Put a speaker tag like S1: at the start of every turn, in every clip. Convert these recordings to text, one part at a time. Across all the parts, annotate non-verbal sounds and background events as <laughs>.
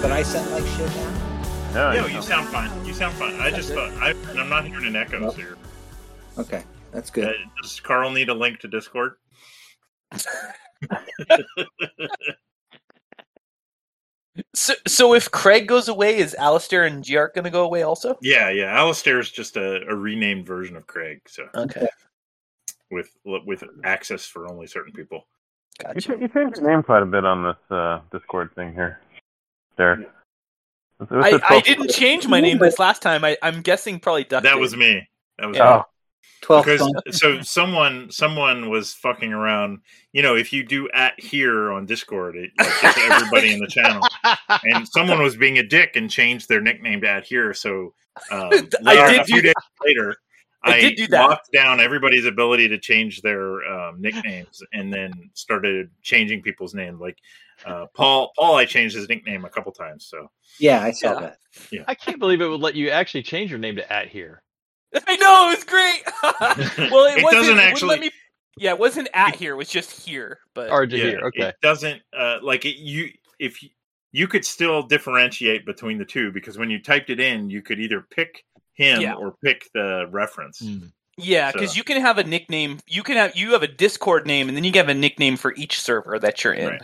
S1: But I sound like shit now.
S2: No,
S3: No,
S2: you
S3: you
S2: don't.
S3: sound fine. You sound fine. I just thought I, and I'm not hearing an echo
S1: Nope.
S3: here.
S1: Okay, that's
S3: Uh,
S1: good.
S3: does Carl need a link to Discord?
S4: So, so if Craig goes away, is Alistair and Giart going to go away also?
S3: Yeah, yeah. Alistair's just a, a renamed version of Craig, so
S4: Okay,
S3: with with access for only certain people.
S2: You,
S4: gotcha.
S2: cha- you changed your name quite a bit on this uh, Discord thing here, Derek. It was
S4: I,
S2: just
S4: I
S2: both-
S4: didn't change my name this last time. I, I'm guessing probably Duck.
S3: That
S4: Dave. <laughs>
S3: was me. That was
S4: Yeah.
S3: me.
S2: Oh,
S1: Twelve.
S3: because
S1: phone-
S3: so someone someone was fucking around you know if you do at here on discord it like, gets everybody in the channel
S4: <laughs>
S3: and someone was being a dick and changed their nickname to at here so um,
S4: <laughs> I
S3: later-
S4: did
S3: a few
S4: do
S3: days later
S4: I did do that.
S3: locked down everybody's ability to change their um, nicknames and then started changing people's names like uh, paul paul i changed his nickname a couple times so
S4: <laughs>
S1: yeah, I saw
S4: Yeah.
S1: that.
S5: I can't believe it would let you actually change your name to at here.
S4: I know it was great. <laughs> well, it,
S3: It
S4: wasn't,
S3: doesn't
S4: wouldn't
S3: actually-
S4: let me- yeah, it wasn't at here. It was just here. But
S5: Or to
S3: Yeah,
S5: here. Okay.
S3: It doesn't uh, like it, you if you, you could still differentiate between the two because when you typed it in, you could either pick him
S4: Yeah.
S3: or pick the reference.
S5: Mm.
S4: yeah, because
S3: So-
S4: you can have a nickname. You can have you have a Discord name, and then you can have a nickname for each server that you're in.
S3: Right.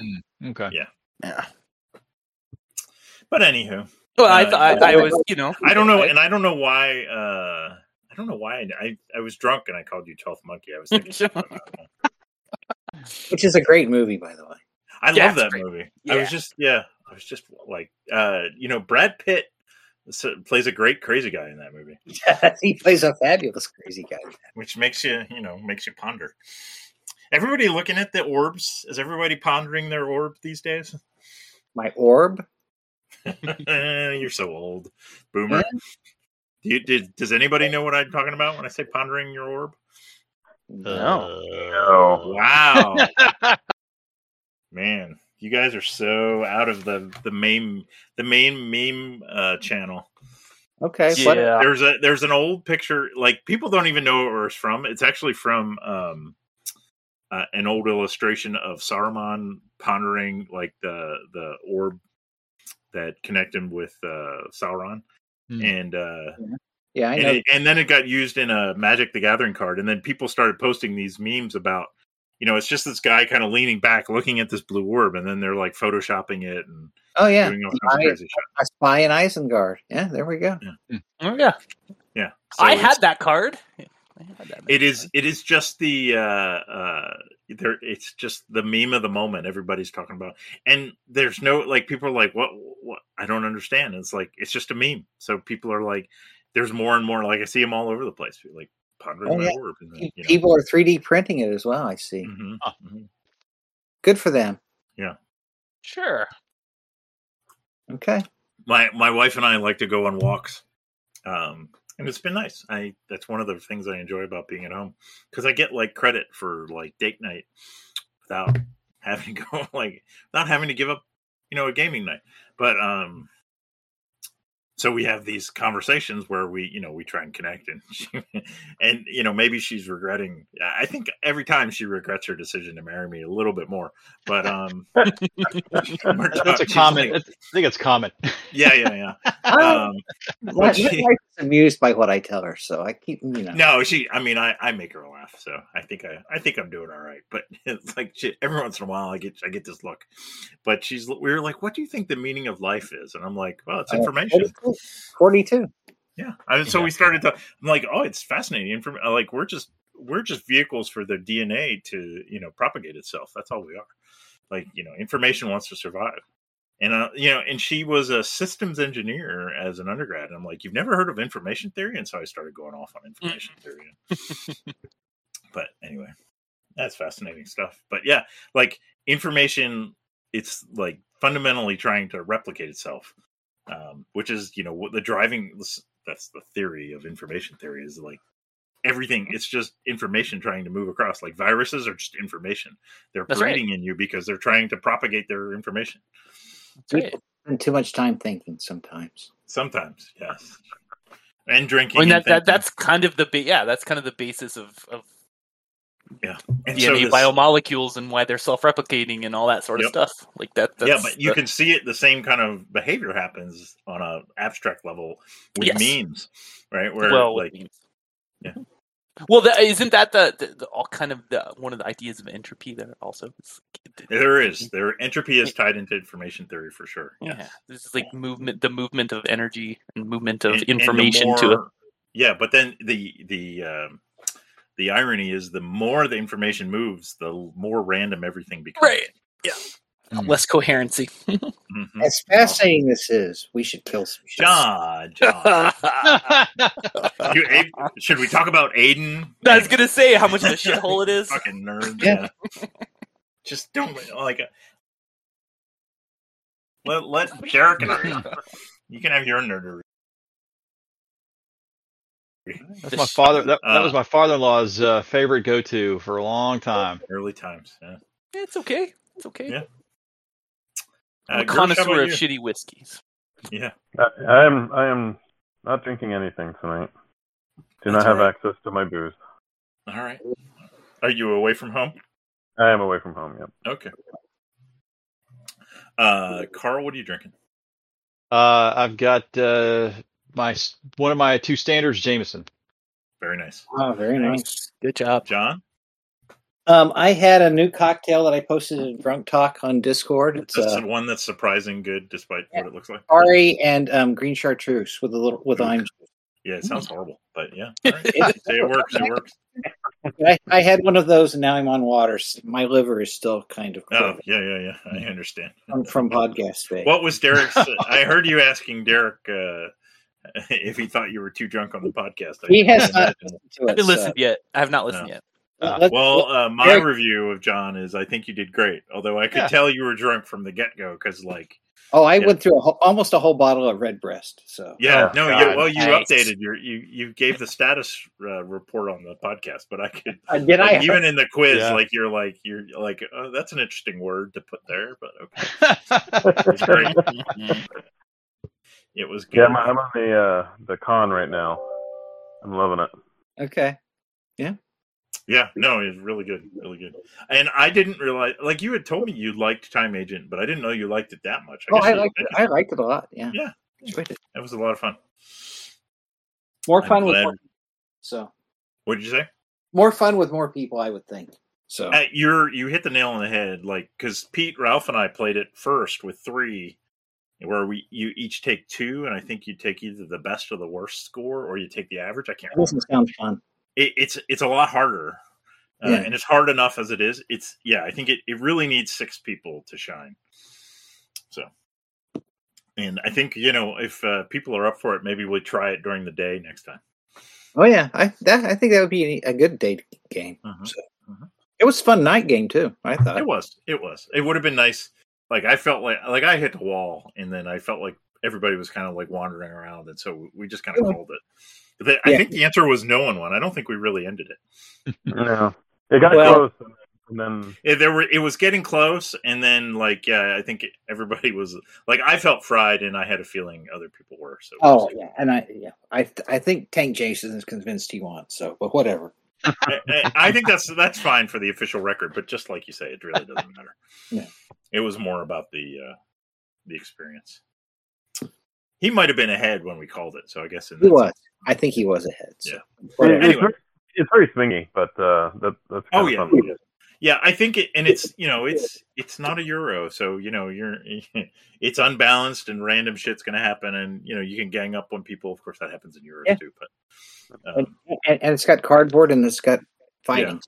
S5: Okay.
S4: Yeah.
S3: But anywho,
S4: Well, I
S3: Uh,
S4: thought I, I was, you know,
S3: I don't know, and I don't know why. Uh, I don't know why I, I I was drunk and I called you Twelfth Monkey. I
S4: <laughs>
S3: was thinking. something about that.
S1: Which is a great movie, by the way.
S3: I
S4: Yeah,
S3: love
S4: it's
S3: that
S4: great.
S3: movie. I
S4: Yeah.
S3: was just yeah, I was just like uh, you know Brad Pitt s- plays a great crazy guy in that movie,
S1: <laughs> he plays a fabulous crazy guy.
S3: which makes you you know makes you ponder. Everybody looking at the orbs. Is everybody pondering their orb these days? <laughs>
S1: My
S3: Uh,
S1: orb.
S3: You're so old, boomer. Do you, did, does anybody know what I'm talking about when I say pondering your orb?
S5: Oh.
S2: no.
S3: Wow, man, you guys are so out of the the main the main meme uh, channel.
S1: Okay.
S4: Yeah.
S1: what-
S3: There's a there's an old picture. Like people don't even know where it's from. It's actually from um, uh, an old illustration of Saruman pondering like the the orb that connected him with uh, Sauron,
S5: Hmm.
S3: and uh,
S1: yeah, I
S3: and,
S1: know.
S3: it, and then it got used in a Magic the Gathering card, and then people started posting these memes about, you know, it's just this guy kind of leaning back, looking at this blue orb, and then they're like photoshopping it and
S1: oh yeah,
S3: doing all
S1: The
S3: kinds of
S1: eye-
S3: crazy Uh, shit.
S1: a spy in Isengard. Yeah, there we go.
S4: Oh, yeah.
S3: Yeah,
S4: I
S3: it's-
S4: had that card. I had that
S3: It is. It is just the. uh uh there, it's just the meme of the moment. Everybody's talking about, and there's no like people are like, "What? What? I don't understand." It's like it's just a meme. So people are like, "There's more and more." Like I see them all over the place. Like pondering
S1: Oh,
S3: my
S1: yeah.
S3: orb. And, then, you know.
S1: People are 3D printing it as well. I see.
S3: Mhm,
S5: Ah.
S3: mhm.
S1: Good for them.
S4: Sure.
S3: <laughs>
S1: Okay.
S3: my my wife and I like to go on walks, um, and it's been nice. I that's one of the things I enjoy about being at home because I get like credit for like date night without <laughs> having to go <laughs> like without having to give up you know a gaming night. But um, so we have these conversations where we you know we try and connect and <laughs> she, and you know maybe she's regretting. I think every time she regrets her decision to marry me a little bit more. But um, <laughs>
S5: That's a common. that's- I think it's common. <laughs>
S3: yeah, yeah, yeah.
S1: Um,
S3: Um,
S1: my, my
S3: she-
S1: wife's amused by what I tell her, so I keep you know.
S3: no, she. I mean, I, I make her laugh, so I think I I think I'm doing all right. But <laughs> it's like she, every once in a while, I get I get this look. But she's we were like, "What do you think the meaning of life is?" And I'm like, "Well, it's
S1: Uh,
S3: information."
S1: 42. 42.
S3: yeah. I, so we started to. I'm like, "Oh, it's fascinating." Inform- uh, like we're just we're just vehicles for the DNA to you know propagate itself. That's all we are. Like you know, information wants to survive. And uh, you know, and she was a systems engineer as an undergrad. And I'm like, you've never heard of information theory, and so I started going off on information theory. but anyway, that's fascinating stuff. But yeah, like information, it's like fundamentally trying to replicate itself, um, which is you know what the driving. That's the theory of information theory is like everything. It's just information trying to move across. Like viruses are just information. They're
S4: That's right.
S3: breeding in you because they're trying to propagate their information.
S4: That's right.
S1: And too much time thinking sometimes.
S3: Sometimes, yes. And drinking.
S4: Well, and
S3: and
S4: that, that
S3: thinking.
S4: that's kind of the ba- yeah that's kind of the basis of of
S3: Yeah. And
S4: DNA
S3: so this-
S4: biomolecules and why they're self-replicating and all that sort of
S3: Yep.
S4: stuff. Like that. That's
S3: yeah, but you
S4: the-
S3: can see it. The same kind of behavior happens on a abstract level with
S4: Yes.
S3: memes, right? Where
S4: well,
S3: like yeah.
S4: yeah. Well, that, isn't that the, the, the all kind of the one of the ideas of entropy there also? It's-
S3: there is there entropy is tied into information theory for sure.
S4: yeah, this is like movement, the movement of energy and movement of
S3: And- and the
S4: information to a
S3: more- yeah but then the the um, the irony is the more the information moves the l- more random everything becomes
S4: Right.
S3: Hmm.
S1: Mm.
S3: <laughs>
S4: less coherency. <laughs>
S3: Mhm.
S1: As fascinating this is, we should kill some shit.
S3: John, John.
S4: <laughs> I
S3: You- Abe- should we talk about Aiden?
S4: was gonna say how much of a shithole it is.
S3: fucking nerd. Yeah.
S1: Yeah.
S3: Just don't like. uh, Let let Derek and I. <laughs> You can have your nerdery.
S5: That's my father. That,
S3: Uh,
S5: that was my father-in-law's uh, favorite go-to for a long time.
S3: Early times. Yeah.
S4: It's okay. It's okay.
S3: Yeah.
S4: I'm a
S3: Uh, Gersh, how
S4: connoisseur
S3: about
S4: of
S3: you?
S4: shitty whiskeys.
S3: Yeah.
S2: I, Oh, I am I am not drinking anything tonight. Do
S3: That's
S2: not have
S3: all right.
S2: access to my booze.
S3: All right. Are you away from home?
S2: I am away from home. Yep.
S3: Okay. Uh, Carl, what are you drinking?
S5: Uh, I've got uh, my s- one of my two standards,
S3: <laughs>
S5: Jameson.
S3: Very nice.
S1: Oh, very nice.
S4: Good job.
S3: John,
S1: Um, I had a new cocktail that I posted in Drunk Talk on Discord. It's
S3: that's
S1: uh,
S3: the one that's surprising good, despite what it looks like.
S1: Ari and um, green chartreuse with a little with
S3: Ooh.
S1: lime.
S3: <laughs> Yeah, it sounds horrible, but yeah. All right. Say it works. It works.
S1: I, I had one of those, and now I'm on water. S- My liver is still kind of
S3: Oh,
S1: clogged
S3: yeah, yeah, yeah. I understand. <laughs>
S1: from, from podcast day.
S3: What was Derek's? I heard you asking Derek uh, if he thought you were too drunk on the podcast. I
S1: He has
S3: can't <laughs>
S1: not
S3: imagine.
S1: to
S4: I
S1: it, so-
S4: haven't
S5: uh,
S4: listened yet. I have not listened
S3: No.
S4: yet.
S1: let's-
S3: Well, uh, my
S1: Derek-
S3: review of John is I think you did great, although I could
S5: Yeah.
S3: tell you were drunk from the get go because, like,
S1: oh, I
S3: yeah.
S1: went through a whole, almost a whole bottle of red breast. So
S3: yeah,
S2: Oh,
S3: no,
S2: God.
S3: you, well, you
S4: Nice.
S3: updated your you you gave the status uh, report on the podcast, but I could
S1: uh, did
S3: like,
S1: I?
S3: even in the quiz,
S5: Yeah.
S3: like you're like you're like oh, that's an interesting word to put there, but okay,
S5: That's
S3: it was great. <laughs> it was good.
S2: Yeah, I'm, I'm on the uh, the con right now. I'm loving
S3: <laughs>
S2: it.
S1: okay.
S3: Yeah, no, it's really good, really good. And I didn't realize, like you had told me, you liked Time Agent, but I didn't know you liked it that much.
S1: Oh,
S3: guess
S1: I
S3: you-
S1: liked it. I liked it a lot. Yeah,
S3: Yeah.
S1: enjoyed it.
S3: That was a lot of fun.
S1: More
S3: I'm
S1: fun with
S3: glad-
S1: more, so
S3: What did you say?
S1: more fun with more people. I would think so.
S3: Uh, you're you hit the nail on the head, like because Pete, Ralph, and I played it first with three, where we you each take two, and I think you take either the best or the worst score, or you take the average. I can't
S1: That
S3: remember.
S1: doesn't sound fun.
S3: it, it's it's a lot harder uh,
S1: Yeah.
S3: and it's hard enough as it is it's yeah i think it, it really needs six people to shine so and i think you know if uh, people are up for it maybe we'll try it during the day next time
S1: Oh yeah, I that I think that would be a good date game.
S3: Mhm.
S1: It was a fun night game too. I thought.
S3: it was it was it would have been nice like i felt like like i hit the wall and then i felt like everybody was kind of like wandering around and so we just kind of
S1: Yeah.
S3: called it The- i
S1: Yeah.
S3: think the answer was no on one i don't think we really ended it
S2: No, it got
S1: Well-
S2: close, and then, and then
S3: Yeah, there were it was getting close and then like yeah i think everybody was like i felt fried and i had a feeling other people were so
S1: Oh yeah, and I yeah, I I think Tank Jason is convinced he won. So, but whatever.
S3: I, I- eh, I think that's that's fine for the official record but just like you say it really doesn't matter
S1: <laughs> Yeah.
S3: it was more about the uh the experience he might have been ahead when we called it so i guess in
S1: He
S3: that
S1: was. I think he was ahead. So.
S2: it-
S1: Whatever.
S2: it's,
S3: Anyway.
S2: very, it's very swingy, but uh, that that's
S3: Oh
S2: kind
S3: yeah,
S2: of fun.
S3: yeah. yeah. I think it, and it's you
S1: <laughs>
S3: know, it's it's not a euro, so you know, you're <laughs> it's unbalanced and random shit's gonna happen, and you know, you can gang up on people. Of course, that happens in euros
S1: Yeah.
S3: too, but
S1: And,
S3: um,
S1: and, and it's got cardboard and it's got fighting.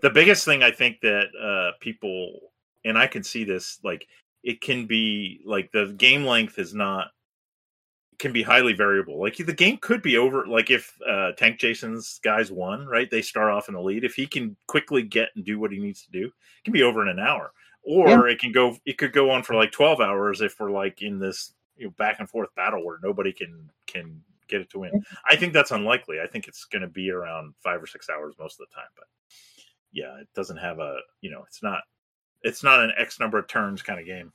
S3: the biggest thing I think that uh, people and I can see this like it can be like the game length is not can be highly variable. Like the game could be over. Like if uh, Tank Jason's guys won, right? They start off in the lead. If he can quickly get and do what he needs to do, it can be over in an hour. Or it can go. It could go on for like twelve hours if we're like in this you know, back and forth battle where nobody can can get it to win. I think that's unlikely. I think it's going to be around five or six hours most of the time. But yeah, it doesn't have a you know, it's not it's not an X number of turns kind of game.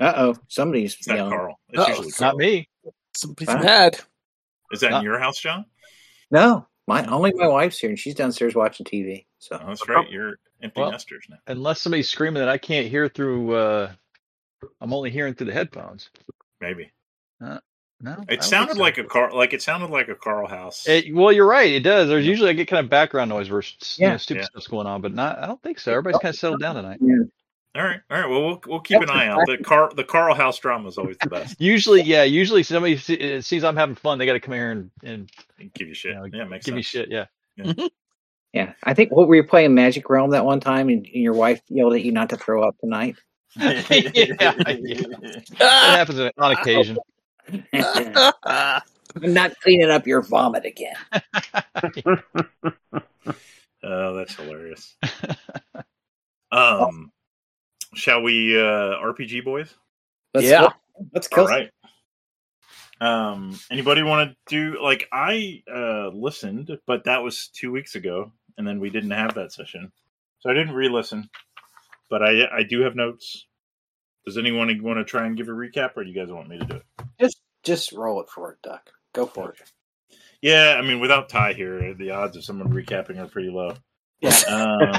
S1: Uh oh, somebody's
S3: It's not
S1: yelling.
S3: Carl. It's
S4: Uh-oh.
S3: usually Carl.
S5: not me.
S4: <laughs> Somebody's
S1: Huh?
S4: mad.
S3: Is that in
S5: not-
S3: your house, John?
S1: No, My only my wife's here, and she's downstairs watching TV. So
S3: Oh, that's right. You're empty
S5: Well-
S3: nesters now.
S5: Unless somebody's screaming that I can't hear through. uh I'm only hearing through the headphones.
S3: Maybe
S5: No, I don't
S3: it
S5: think
S3: sounded
S5: so.
S3: like a car. Like it sounded like a Carl house.
S5: It, well, you're right. It does. There's usually I get kind of background noise where s- you know,
S1: Yeah.
S5: stupid
S3: Yeah.
S5: stuff's going on, but not. I don't think so. Everybody's kind of settled down tonight.
S3: all right, all right. Well, we'll we'll keep an eye out. The car the Carl house drama is always the
S5: <laughs>
S3: best.
S5: Usually, yeah. Usually, somebody see- uh, sees I'm having fun. They got to come here and, and
S3: It Give you
S5: you
S3: shit.
S5: know,
S3: Yeah, it makes
S5: give me
S3: sense. <laughs>
S5: shit. <laughs> Yeah.
S1: yeah, I think what we were playing Magic Realm that one time, and, and your wife yelled at you not to throw up <laughs> tonight.
S5: Yeah, It happens on- on occasion.
S1: I'm not cleaning up your vomit again.
S3: Oh, that's
S5: <laughs>
S3: hilarious. um, shall we uh RPG boys?
S1: Let's
S4: Yeah.
S1: let's kill.
S3: All right. Um, anybody want to do like I uh listened, but that was two weeks ago, and then we didn't have that session, so I didn't re-listen. But I I do have notes. Does anyone want to try and give a recap, or do you guys want me to do it?
S1: Just just roll it for it, Duck. Go for it.
S3: Yeah, I mean, without Ty here, the odds of someone recapping are pretty low. Um,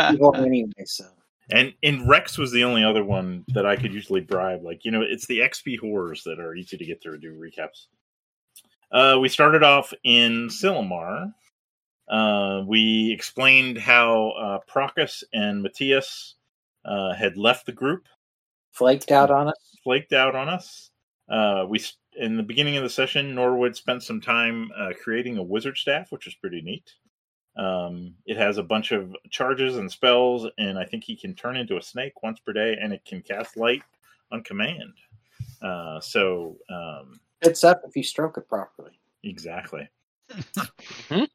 S1: <laughs> You won't anyway, so
S3: And and Rex was the only other one that I could usually bribe. Like, you know, it's the XP horrors that are easy to get through do recaps. Uh, we started off in Silmar. Uh, we explained how uh, Procus and Matthias uh, had left the group,
S1: flaked out on us.
S3: flaked out on us. Uh, we s- in the beginning of the session, Norwood spent some time uh, creating a wizard staff, which is pretty neat. Um, it has a bunch of charges and spells, and I think he can turn into a snake once per day, and it can cast light on command. Uh, so um,
S1: It's up if you stroke it properly.
S3: exactly.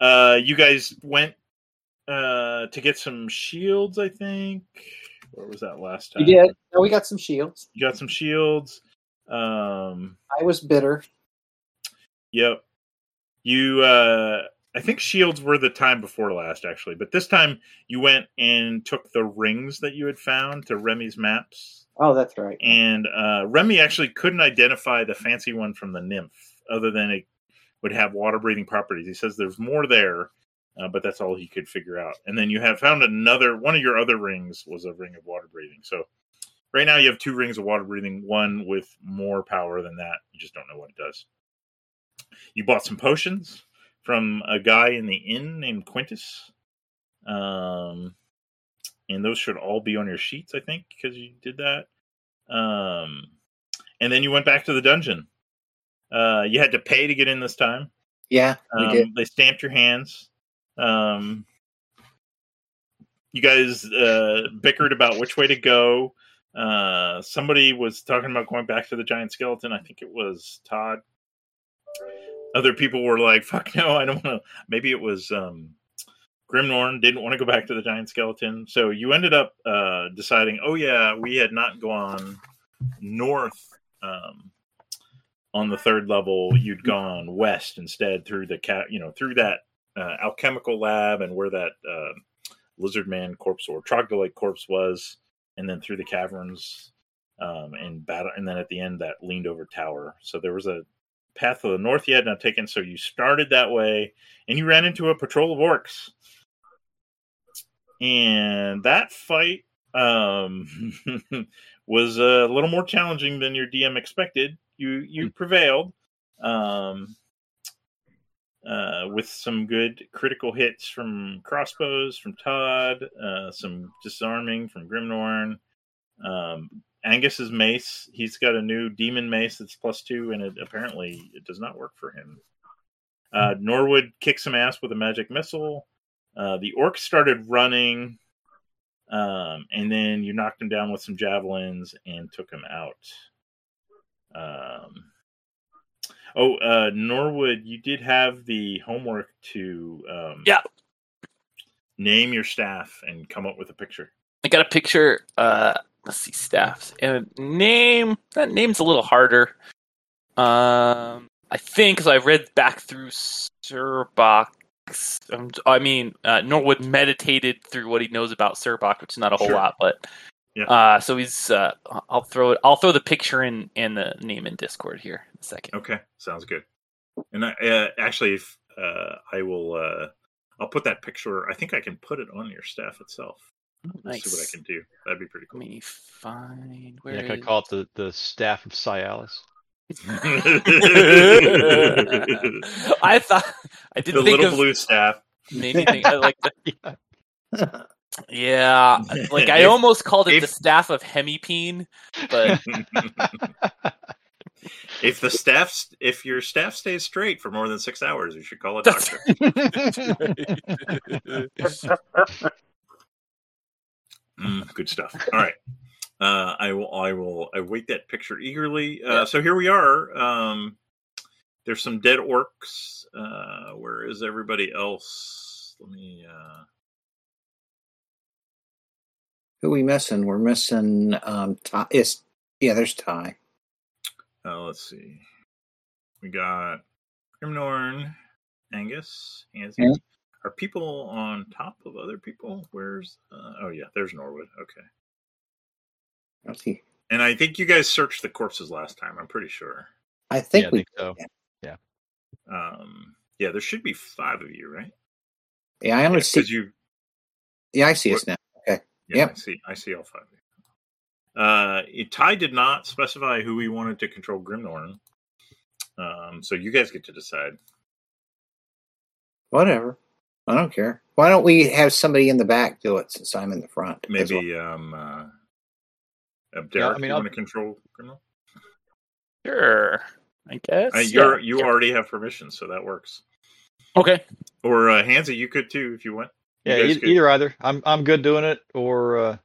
S3: uh, you guys went uh, to get some shields, I think. What was that last time?
S1: You did. No, we got some shields.
S3: You got some shields. Um,
S1: I was bitter.
S3: Yep. You uh I think shields were the time before last actually, but this time you went and took the rings that you had found to Remy's maps.
S1: Oh, that's right.
S3: And uh Remy actually couldn't identify the fancy one from the nymph other than it would have water breathing properties. He says there's more there. Uh, but that's all he could figure out. And then you have found another one of your other rings was a ring of water breathing. So right now you have two rings of water breathing, one with more power than that. You just don't know what it does. You bought some potions from a guy in the inn named Quintus. Um, and those should all be on your sheets, I think, because you did that. Um, and then you went back to the dungeon. Uh, you had to pay to get in this time.
S1: yeah, we
S3: Um,
S1: did.
S3: They stamped your hands. Um, you guys uh, bickered about which way to go. Uh, somebody was talking about going back to the giant skeleton. I think it was Todd. Other people were like, "Fuck no, I don't want to." Maybe it was um, Grimnorn didn't want to go back to the giant skeleton. So you ended up uh, deciding, "Oh yeah, we had not gone north." Um, on the third level you'd gone west instead through the cat you know through that uh, alchemical lab and where that uh, lizard man corpse or troglodyte corpse was and then through the caverns um, and battle and then at the end that leaned over tower so there was a path to the north you had not taken so you started that way and you ran into a patrol of orcs and that fight um <laughs> was a little more challenging than your DM expected. You you prevailed um, uh, with some good critical hits from crossbows from Todd, uh, some disarming from Grimnorn. Um, Angus's mace. He's got a new demon mace that's plus two, and it apparently it does not work for him. Uh, Norwood kicks some ass with a magic missile. Uh, the orcs started running um, and then you knocked him down with some javelins and took him out. Um, oh, uh, Norwood, you did have the homework to um,
S4: Yeah.
S3: name your staff and come up with a picture.
S4: I got a picture. Uh, let's see, staffs and name. That name's a little harder. Um, I think because I read back through Surbach. Um, I mean, uh, Norwood meditated through what he knows about Surbach, which is not a whole
S3: Sure.
S4: lot, but
S3: Yeah.
S4: uh, so he's. Uh, I'll throw it. I'll throw the picture in and the name in Discord here in a second.
S3: Okay, sounds good. And I, uh, actually, if, uh, I will. Uh, I'll put that picture. I think I can put it on your staff itself. Let's See what I can do. That'd be pretty
S4: Let
S3: cool. <laughs>
S4: me <laughs> find
S5: Yeah,
S4: where.
S5: can I
S4: is-
S5: call it the, the staff of Cialis?
S4: <laughs> <laughs> I thought
S3: the
S4: I did think
S3: little
S4: of
S3: blue staff.
S4: <laughs> maybe think, I like the,
S5: Yeah.
S4: <laughs> yeah like
S3: <laughs>
S4: I
S3: If-
S4: almost called it
S3: if-
S4: the staff of Hemipene,
S3: <laughs>
S4: but <laughs>
S3: if the staff, st- if your staff stays straight for more than six hours, you should call a doctor. Mm, good stuff. All right. Uh, I will. I will await that picture eagerly. Uh,
S4: Yeah.
S3: So here we are. Um, there's some dead orcs. Uh, where is everybody else? Let me. Uh,
S1: Who we missing? We're missing um Ty. It's, yeah, there's Ty.
S3: Uh, let's see. We got Grimnorn, Angus, Anzi.
S1: Yeah.
S3: Are people on top of other people? Where's? Uh, oh yeah, there's Norwood. Okay.
S1: I don't see-
S3: And I think you guys searched the corpses last time. I'm pretty sure.
S1: I think
S5: yeah, I
S1: we.
S5: think so.
S3: Um, yeah, there should be five of you, right?
S1: Yeah, I only see.
S3: Because you.
S1: Yeah, I see us now.
S3: Yeah,
S1: Yep.
S3: I see. I see all five. of you. Uh, it- Ty did not specify who he wanted to control Grimnorn. Um, so you guys get to decide.
S1: Whatever. I don't care. Why don't we have somebody in the back do it since I'm in the front? as well?
S3: Maybe um, uh, uh, Derek,
S5: I
S3: you
S5: mean, I'll-
S3: want to control Grimnorn?
S4: sure. I guess
S3: Uh, you're,
S4: yeah,
S3: you
S4: yeah.
S3: already have permission, so that works.
S4: okay.
S3: Or uh, Hansa, you could too if you want. You
S5: Yeah,
S3: guys
S5: e-
S3: could-
S5: either either. I'm I'm good doing it, or uh,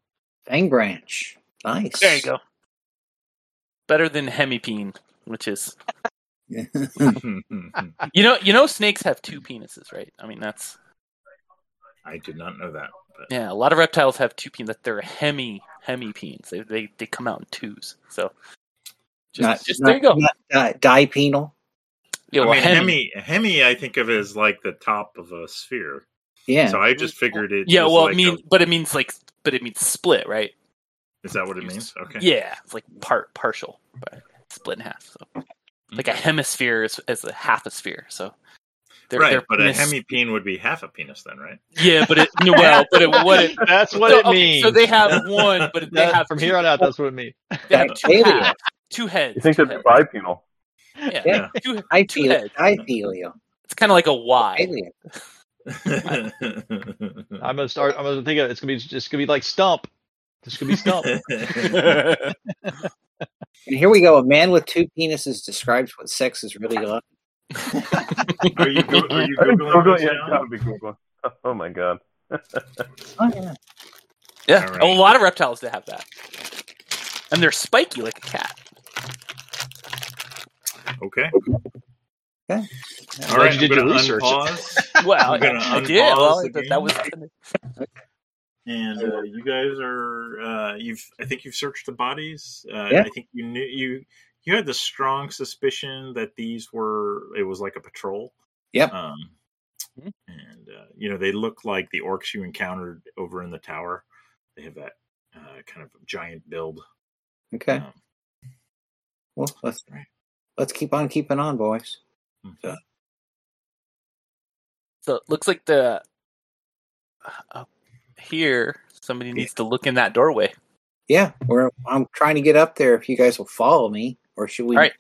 S1: Fang branch. Nice.
S4: There you go. Better than Hemipene, which is
S1: <laughs>
S4: you know you know snakes have two penises, right? I mean that's
S3: I did not know that. But
S4: yeah. A lot of reptiles have two penes. That they're hemi hemipenes. They they they come out in twos. So just,
S1: Not-
S4: just
S1: not-
S4: there you go.
S1: Not, uh, dipenal.
S4: yeah,
S3: I
S4: well,
S3: mean,
S4: hemi-
S3: hemi. hemi, I think of as like the top of a sphere.
S1: Yeah.
S3: So I just figured it.
S4: Yeah,
S3: was
S4: well,
S3: like
S4: it mean,
S3: a-
S4: but it means like, but it means split, right?
S3: is that what it means? Okay.
S4: Yeah, it's like part partial, but split in half.
S3: Mm-hmm.
S4: So, like a hemisphere is, is a half a sphere. So, they're,
S3: right,
S4: they're
S3: but
S4: penis-
S3: a hemipene would be half a penis, then,
S4: <laughs>
S3: right?
S4: Yeah, but it no, well, but it what it.
S5: that's <laughs> what
S4: so,
S5: it
S4: okay,
S5: means.
S4: So they have one, but they
S5: That-
S4: have
S5: from
S4: two-
S5: here on out, that's what it means.
S4: they have two,
S1: Bacteria.
S4: halves, two heads.
S2: <laughs> You think
S4: two
S2: that's
S4: heads.
S2: bipenal?
S3: <laughs>
S4: Yeah,
S1: Yeah.
S4: two-
S1: I
S4: two
S1: feel
S4: heads.
S1: I feel you.
S4: it's kind of like a Y.
S1: Alien.
S5: I'm gonna start. I'm gonna think of it. it's gonna be just gonna be like stump. This gonna be stump.
S1: And here we go. A man with two penises describes what sex is really like.
S3: are you go- are you
S2: I think
S3: googling
S2: Google,
S3: this
S2: yeah,
S3: now?
S2: that would be Google. <laughs> Oh my god.
S1: Oh, yeah.
S4: Yeah,
S3: All right.
S4: a lot of reptiles that have that, and they're spiky like
S3: <laughs>
S4: a cat.
S3: Okay.
S1: Okay.
S3: All right.
S5: Glad you
S3: I'm
S5: did your
S3: gonna
S5: research.
S3: unpause.
S4: Well,
S3: I'm gonna
S4: I, I did. Well,
S3: unpause the
S4: that,
S3: game.
S4: that was
S3: and uh, you guys are uh, you've I think you've searched the bodies. Uh,
S1: Yeah.
S3: I think you knew you you had the strong suspicion that these were it was like a patrol.
S1: Yep.
S3: Um,
S4: Mhm.
S3: and uh, you know they look like the orcs you encountered over in the tower. They have that uh, kind of giant build.
S1: Okay.
S3: Um,
S1: Well, let's let's keep on keeping on, boys.
S3: so-
S4: So it looks like the up here somebody needs to look in that doorway.
S1: Yeah, we're. I'm trying to get up there. If you guys will follow me, or should we?
S4: All right.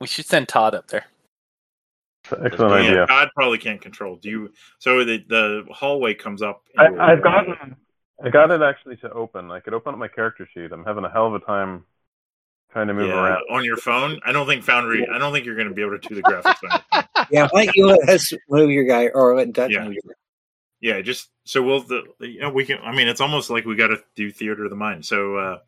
S4: We should send Todd up there.
S2: Excellent
S3: yeah,
S2: idea.
S3: God probably can't control. Do you? So the the hallway comes up. uh,
S2: I,
S3: into a
S2: I've
S3: wall.
S2: gotten, I got it actually to open. I could open up my character sheet. I'm having a hell of a time trying to move
S3: Yeah,
S2: around.
S3: on your phone. I don't think Foundry. I don't think you're going to be able to do the graphics on your phone.
S1: <laughs> Yeah, why don't you let us move your guy, or let Dutch
S3: Yeah.
S1: move your guy?
S3: yeah just so we'll the you know we can i mean it's almost like we got to do theater of the mind so uh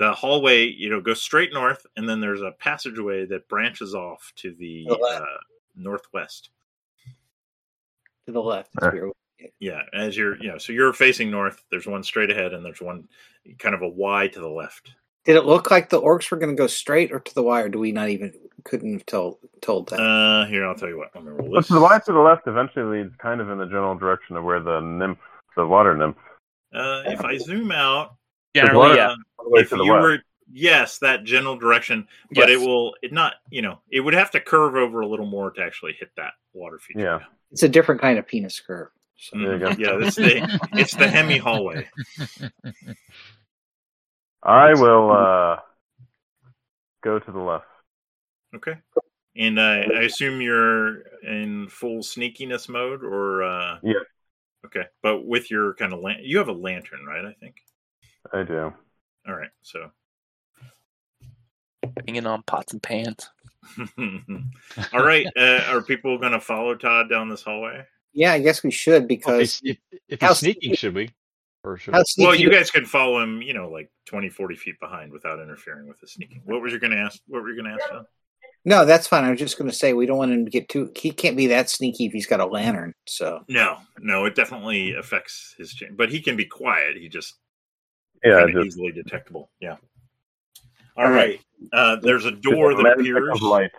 S3: the hallway you know goes straight north and then there's a passageway that branches off to the
S1: The
S3: uh,
S1: left.
S3: northwest
S1: to the left.
S2: All
S3: yeah as you're you know so you're facing north there's one straight ahead and there's one kind of a y to the left
S1: Did it look like the orcs were going to go straight or to the wire? Do we not even couldn't have told told that?
S3: uh here i'll tell you what i'm gonna roll
S2: But
S3: this
S2: to the Y to the left eventually leads kind of in the general direction of where the nymph, the water nymph,
S3: uh if i zoom out
S2: Generally,
S3: uh,
S2: yeah. all the way
S3: if
S2: to the
S3: you
S2: west.
S3: were yes, that general direction, but
S4: Yes.
S3: it will it not, you know, it would have to curve over a little more to actually hit that water feature.
S2: Yeah.
S1: It's a different kind of penis curve. So,
S2: There you go.
S3: Mhm. Yeah, this the it's the Hemi hallway.
S2: I will uh, go to the left.
S3: Okay. And uh, I, I assume you're in full sneakiness mode or uh
S2: Yeah.
S3: Okay. But with your kind of lan- you have a lantern, right? I think.
S2: I do.
S3: All right. So <laughs>
S4: Banging on pots and pans.
S3: All right. Uh, are people going to follow Todd down this hallway?
S1: yeah, I guess we should
S5: Well,
S1: because
S5: if, if, if
S1: How
S5: he's sneaking, should we? Or should
S1: how sneaky
S3: Well, you guys can follow him, you know, like 20, 40 feet behind without interfering with his sneaking. What was you going to ask? What were you going to ask? John?
S1: No, that's fine. I was just going to say we don't want him to get too. He can't be that sneaky if he's got a lantern. So
S3: No, no, it definitely affects his change, but he can be quiet. He just
S2: Yeah,
S3: kind of
S2: just
S3: easily detectable. Yeah. All right. Uh, there's a door
S2: just
S3: that
S2: magic of
S3: appears
S2: light.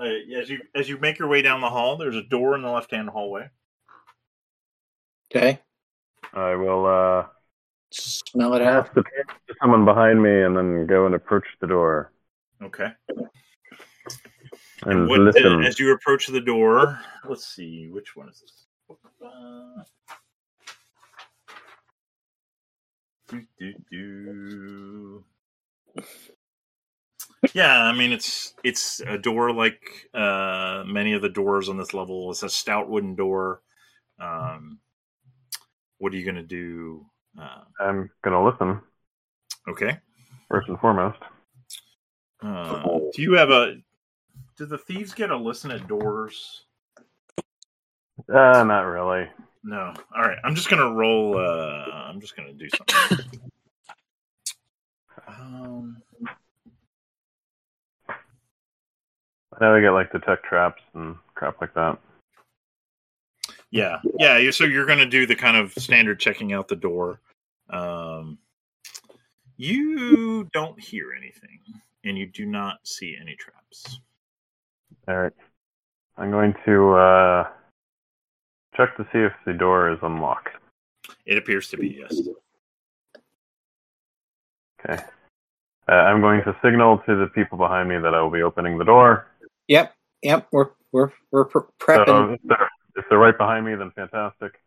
S3: uh, as you as you make your way down the hall. There's a door in the left hand hallway.
S1: okay,
S2: I will uh,
S1: smell it out.
S2: pass the torch to someone behind me and then go and approach the door
S3: Okay.
S2: and
S3: What- uh,
S2: listen.
S3: As you approach the door, let's see which one is this. Uh, do, do, do. Yeah, I mean it's it's a door like uh, many of the doors on this level. It's a stout wooden door. Um, what are you gonna do? Uh,
S2: I'm gonna listen
S3: okay.
S2: first and foremost.
S3: Uh,
S2: Oh.
S3: do you have a? Do the thieves get a listen at doors?
S2: Uh, not really.
S3: No. All right. I'm just gonna roll. Uh, I'm just gonna do something. um,
S2: I know we got like detect traps and crap like that.
S3: yeah, yeah. you- So you're gonna do the kind of standard checking out the door. Um, you don't hear anything, and you do not see any traps.
S2: All right. I'm going to uh, check to see if the door is unlocked.
S3: It appears to be yes.
S2: Okay. Uh, I'm going to signal to the people behind me that I will be opening the door.
S1: Yep, yep. We're we're we're pre-
S2: So
S1: prepping.
S2: if they're, if they're right behind me, then fantastic.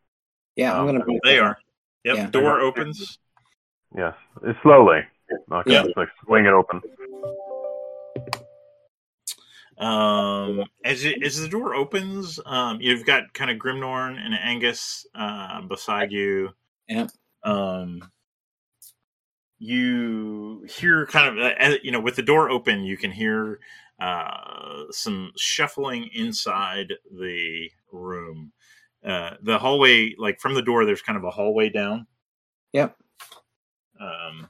S1: yeah, I'm
S2: um,
S1: going to.
S3: They are. Yep.
S1: Yeah.
S3: Door opens.
S2: Yes. It's slowly. Not gonna
S3: Yeah.
S2: just, like swing it open.
S3: Um, as it, as the door opens, um, you've got kind of Grimnorn and Angus uh, beside you.
S1: Yeah.
S3: Um, you hear kind of uh, as- you know with the door open, you can hear uh, some shuffling inside the room. Uh, the hallway, like from the door, there's kind of a hallway down.
S1: Yep.
S3: Um,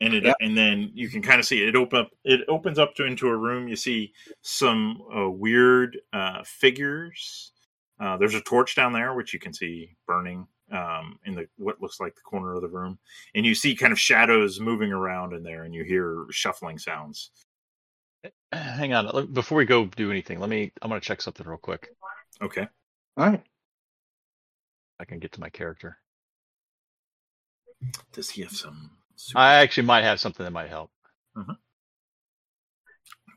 S3: and it
S1: Yep.
S3: and then you can kind of see it open up. It opens up to into a room. You see some uh, weird uh, figures. Uh, there's a torch down there, which you can see burning um, in the what looks like the corner of the room, and you see kind of shadows moving around in there, and you hear shuffling sounds.
S5: Hang on. Look, before we go do anything, let me. I'm going to check something real quick.
S3: Okay,
S1: All right.
S5: I can get to my character.
S3: does he have some? Super-
S5: I actually might have something that might help.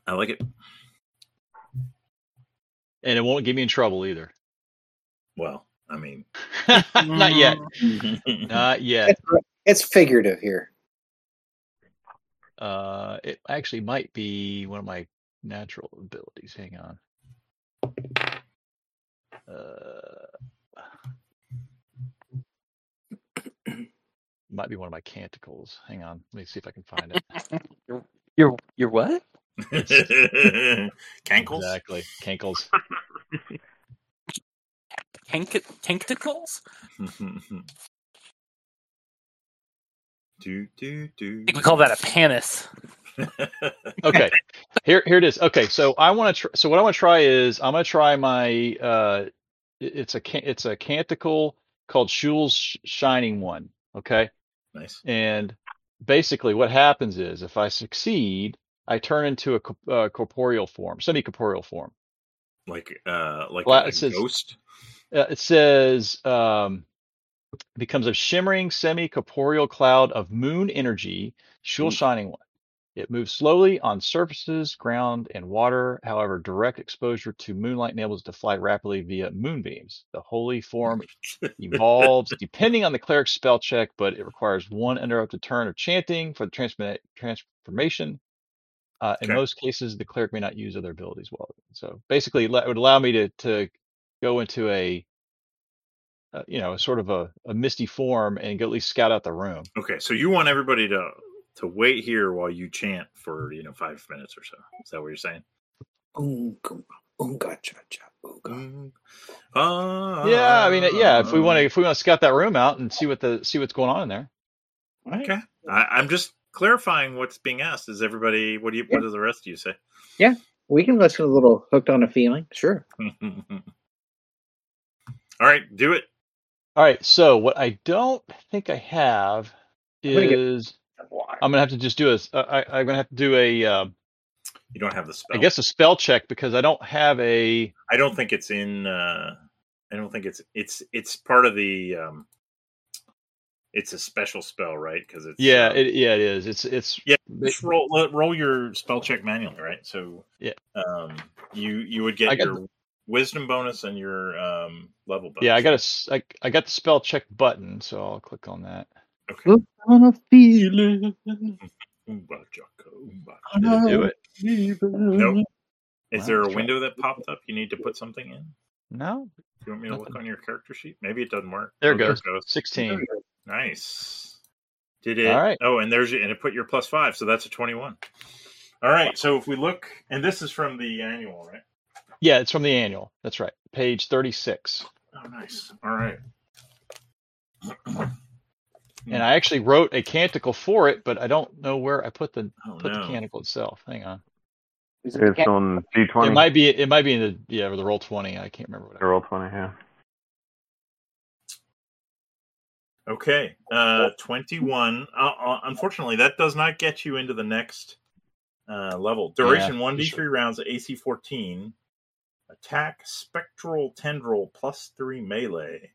S3: I like it.
S5: And it won't get me in trouble either. <laughs>
S3: Well, I mean,
S5: Not yet.
S1: Mm. Mm-hmm.
S5: Not yet.
S1: <laughs> It's, it's figurative here.
S5: Uh, it actually might be one of my natural abilities. Hang on. Uh, <clears throat> might be one of my canticles. Hang on. Let me see if I can find it.
S4: You're you're what?
S3: <laughs> Cankles.
S5: Exactly. Cankles.
S4: Tank- tentacles?
S3: <laughs> do do do.
S4: I think we call that a panis.
S5: okay here here it is okay so i want to tr- so what i want to try is i'm going to try my uh it- it's a can- it's a canticle called shul's Sh- shining one okay
S3: nice.
S5: and basically what happens is if i succeed i turn into a co- uh, corporeal form semi-corporeal form
S3: Like uh, like
S5: Well,
S3: a
S5: it says-
S3: ghost.
S5: uh, it says um becomes a shimmering semi corporeal cloud of moon energy, Shul Shining One. It moves slowly on surfaces, ground, and water. However, direct exposure to moonlight enables it to fly rapidly via moonbeams. The holy form evolves depending on the cleric's spell check, but it requires one interrupted turn of chanting for the transmi- transformation. Uh, In
S3: Okay.
S5: most cases, the cleric may not use other abilities well. So basically, it would allow me to, to go into a uh, you know, sort of a, a misty form and go at least scout out the room.
S3: Okay. So you want everybody to to wait here while you chant for you know five minutes or so. Is that what you're saying?
S1: Oonga, oonga, cha, cha, ooga.
S3: Mm.
S5: Yeah, I mean, uh, yeah, if we want
S3: Ah.
S5: to, if we want to scout that room out and see what the see what's going on in there.
S1: All right.
S3: Okay. I, I'm just clarifying what's being asked. Is everybody? What do you? What do the rest of you say? <laughs>
S1: We can listen to a little hooked on a feeling. Sure.
S3: All right, do it.
S5: All right, so what I don't think I have
S1: I'm gonna get-
S5: is
S1: Why?
S5: I'm gonna have to just do a s- uh, I, am gonna have to do a uh,
S3: You don't have the spell.
S5: I guess a spell check because I don't have a
S3: I don't think it's in. Uh, I don't think it's it's it's part of the. Um, it's a special spell, right? Because it's
S5: yeah
S3: uh,
S5: it, yeah it is it's it's
S3: Yeah,
S5: ba-
S3: just roll let- roll your spell check manually, right? So
S5: Yeah.
S3: um, you you would
S5: I
S3: get
S5: got
S3: your wisdom bonus and your um, level bonus.
S5: yeah I got a s- I, I got the spell check button so I'll click on that.
S3: okay.
S1: Hooked on a feeling.
S3: Oomba chaka, oomba
S1: on
S5: Did it
S1: a
S5: do it?
S1: feeling.
S3: Nope. Is
S5: Wow,
S3: there a
S5: let's try.
S3: window that popped up? You need to put something in.
S5: No,
S3: Do you want me to look
S5: nothing.
S3: on your character sheet? Maybe it doesn't work.
S5: There
S3: oh,
S5: it goes.
S3: There it goes.
S1: There
S5: Sixteen.
S1: we go.
S3: Nice. Did
S5: All
S3: it?
S5: right.
S3: Oh, and there's your, and it put your plus five, so that's a twenty-one. All right. So if we look, and this is from the annual, right?
S5: Yeah, it's from the annual. That's right. Page 36.
S3: Oh, nice. All right. Hmm.
S5: And I actually wrote a canticle for it, but I don't know where I put the
S3: Oh
S5: put the
S3: no.
S5: canticle itself. Hang on.
S1: Is it the
S2: It's
S1: cat?
S2: on D
S5: It
S2: twenty.
S5: might be it might be in the yeah, or the roll 20. I can't remember what I
S2: Roll twenty. Yeah.
S3: Okay. Uh, twenty-one. Uh, uh, unfortunately, that does not get you into the next uh, level.
S5: Yeah.
S3: Duration one d
S5: Just,
S3: three rounds, AC fourteen. Attack spectral tendril plus three melee.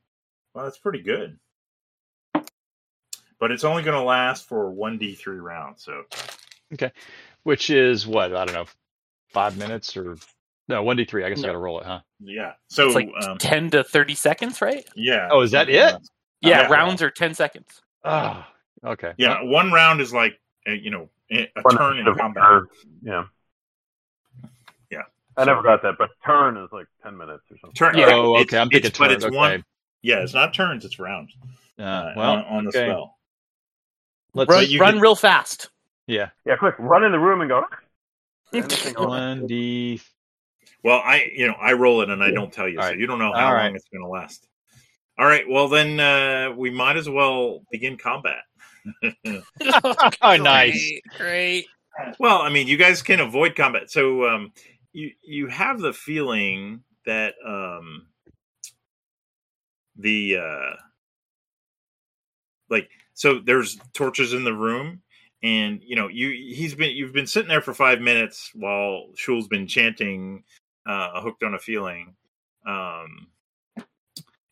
S3: Well, that's pretty good. but it's only going to last for 1d3 rounds. So,
S5: okay. Which is what? I don't know. 5 minutes or no, 1d3. I guess I
S4: No,
S5: got to roll it, huh?
S3: yeah.
S4: it's
S3: So,
S4: like
S3: um,
S4: 10 to 30 seconds, right?
S3: yeah,
S5: Oh, is that
S3: something
S5: it?
S3: like
S4: Yeah,
S5: Oh,
S3: Yeah.
S5: wow.
S4: rounds are 10 seconds.
S5: Oh, okay. Well,
S3: Yeah, one round is like, uh, you know, a a
S2: One
S3: turn in
S2: of
S3: combat.
S2: her- yeah.
S3: Yeah.
S2: I never
S3: So,
S2: got that, but turn is like ten minutes or something.
S3: turn,
S4: Yeah.
S3: right.
S5: oh, okay.
S3: It's,
S5: I'm
S3: it's,
S5: thinking
S3: but
S5: turn.
S3: it's one.
S5: Okay.
S3: Yeah, it's not turns, it's rounds uh,
S5: Uh,
S3: on,
S5: well,
S3: on the
S5: okay.
S3: spell. But
S4: Run,
S5: Let's
S3: you
S4: run
S3: could,
S4: real fast.
S3: <laughs>
S5: yeah.
S2: Yeah, quick, run in the room and go. And
S4: <laughs>
S2: this thing goes.
S5: 1d
S3: well, I, you know, I roll it and I don't tell you.
S5: All
S3: So
S5: right.
S3: you don't know how
S5: All right.
S3: long it's going to last. All right. Well, then uh, we might as well begin combat.
S5: <laughs> Oh,
S3: Oh,
S5: nice.
S4: Great, great.
S3: Well, I mean, you guys can avoid combat. So um, you you have the feeling that um, the uh, like so there's torches in the room, and you know you he's been you've been sitting there for five minutes while Shul's been chanting uh, "Hooked on a Feeling," um,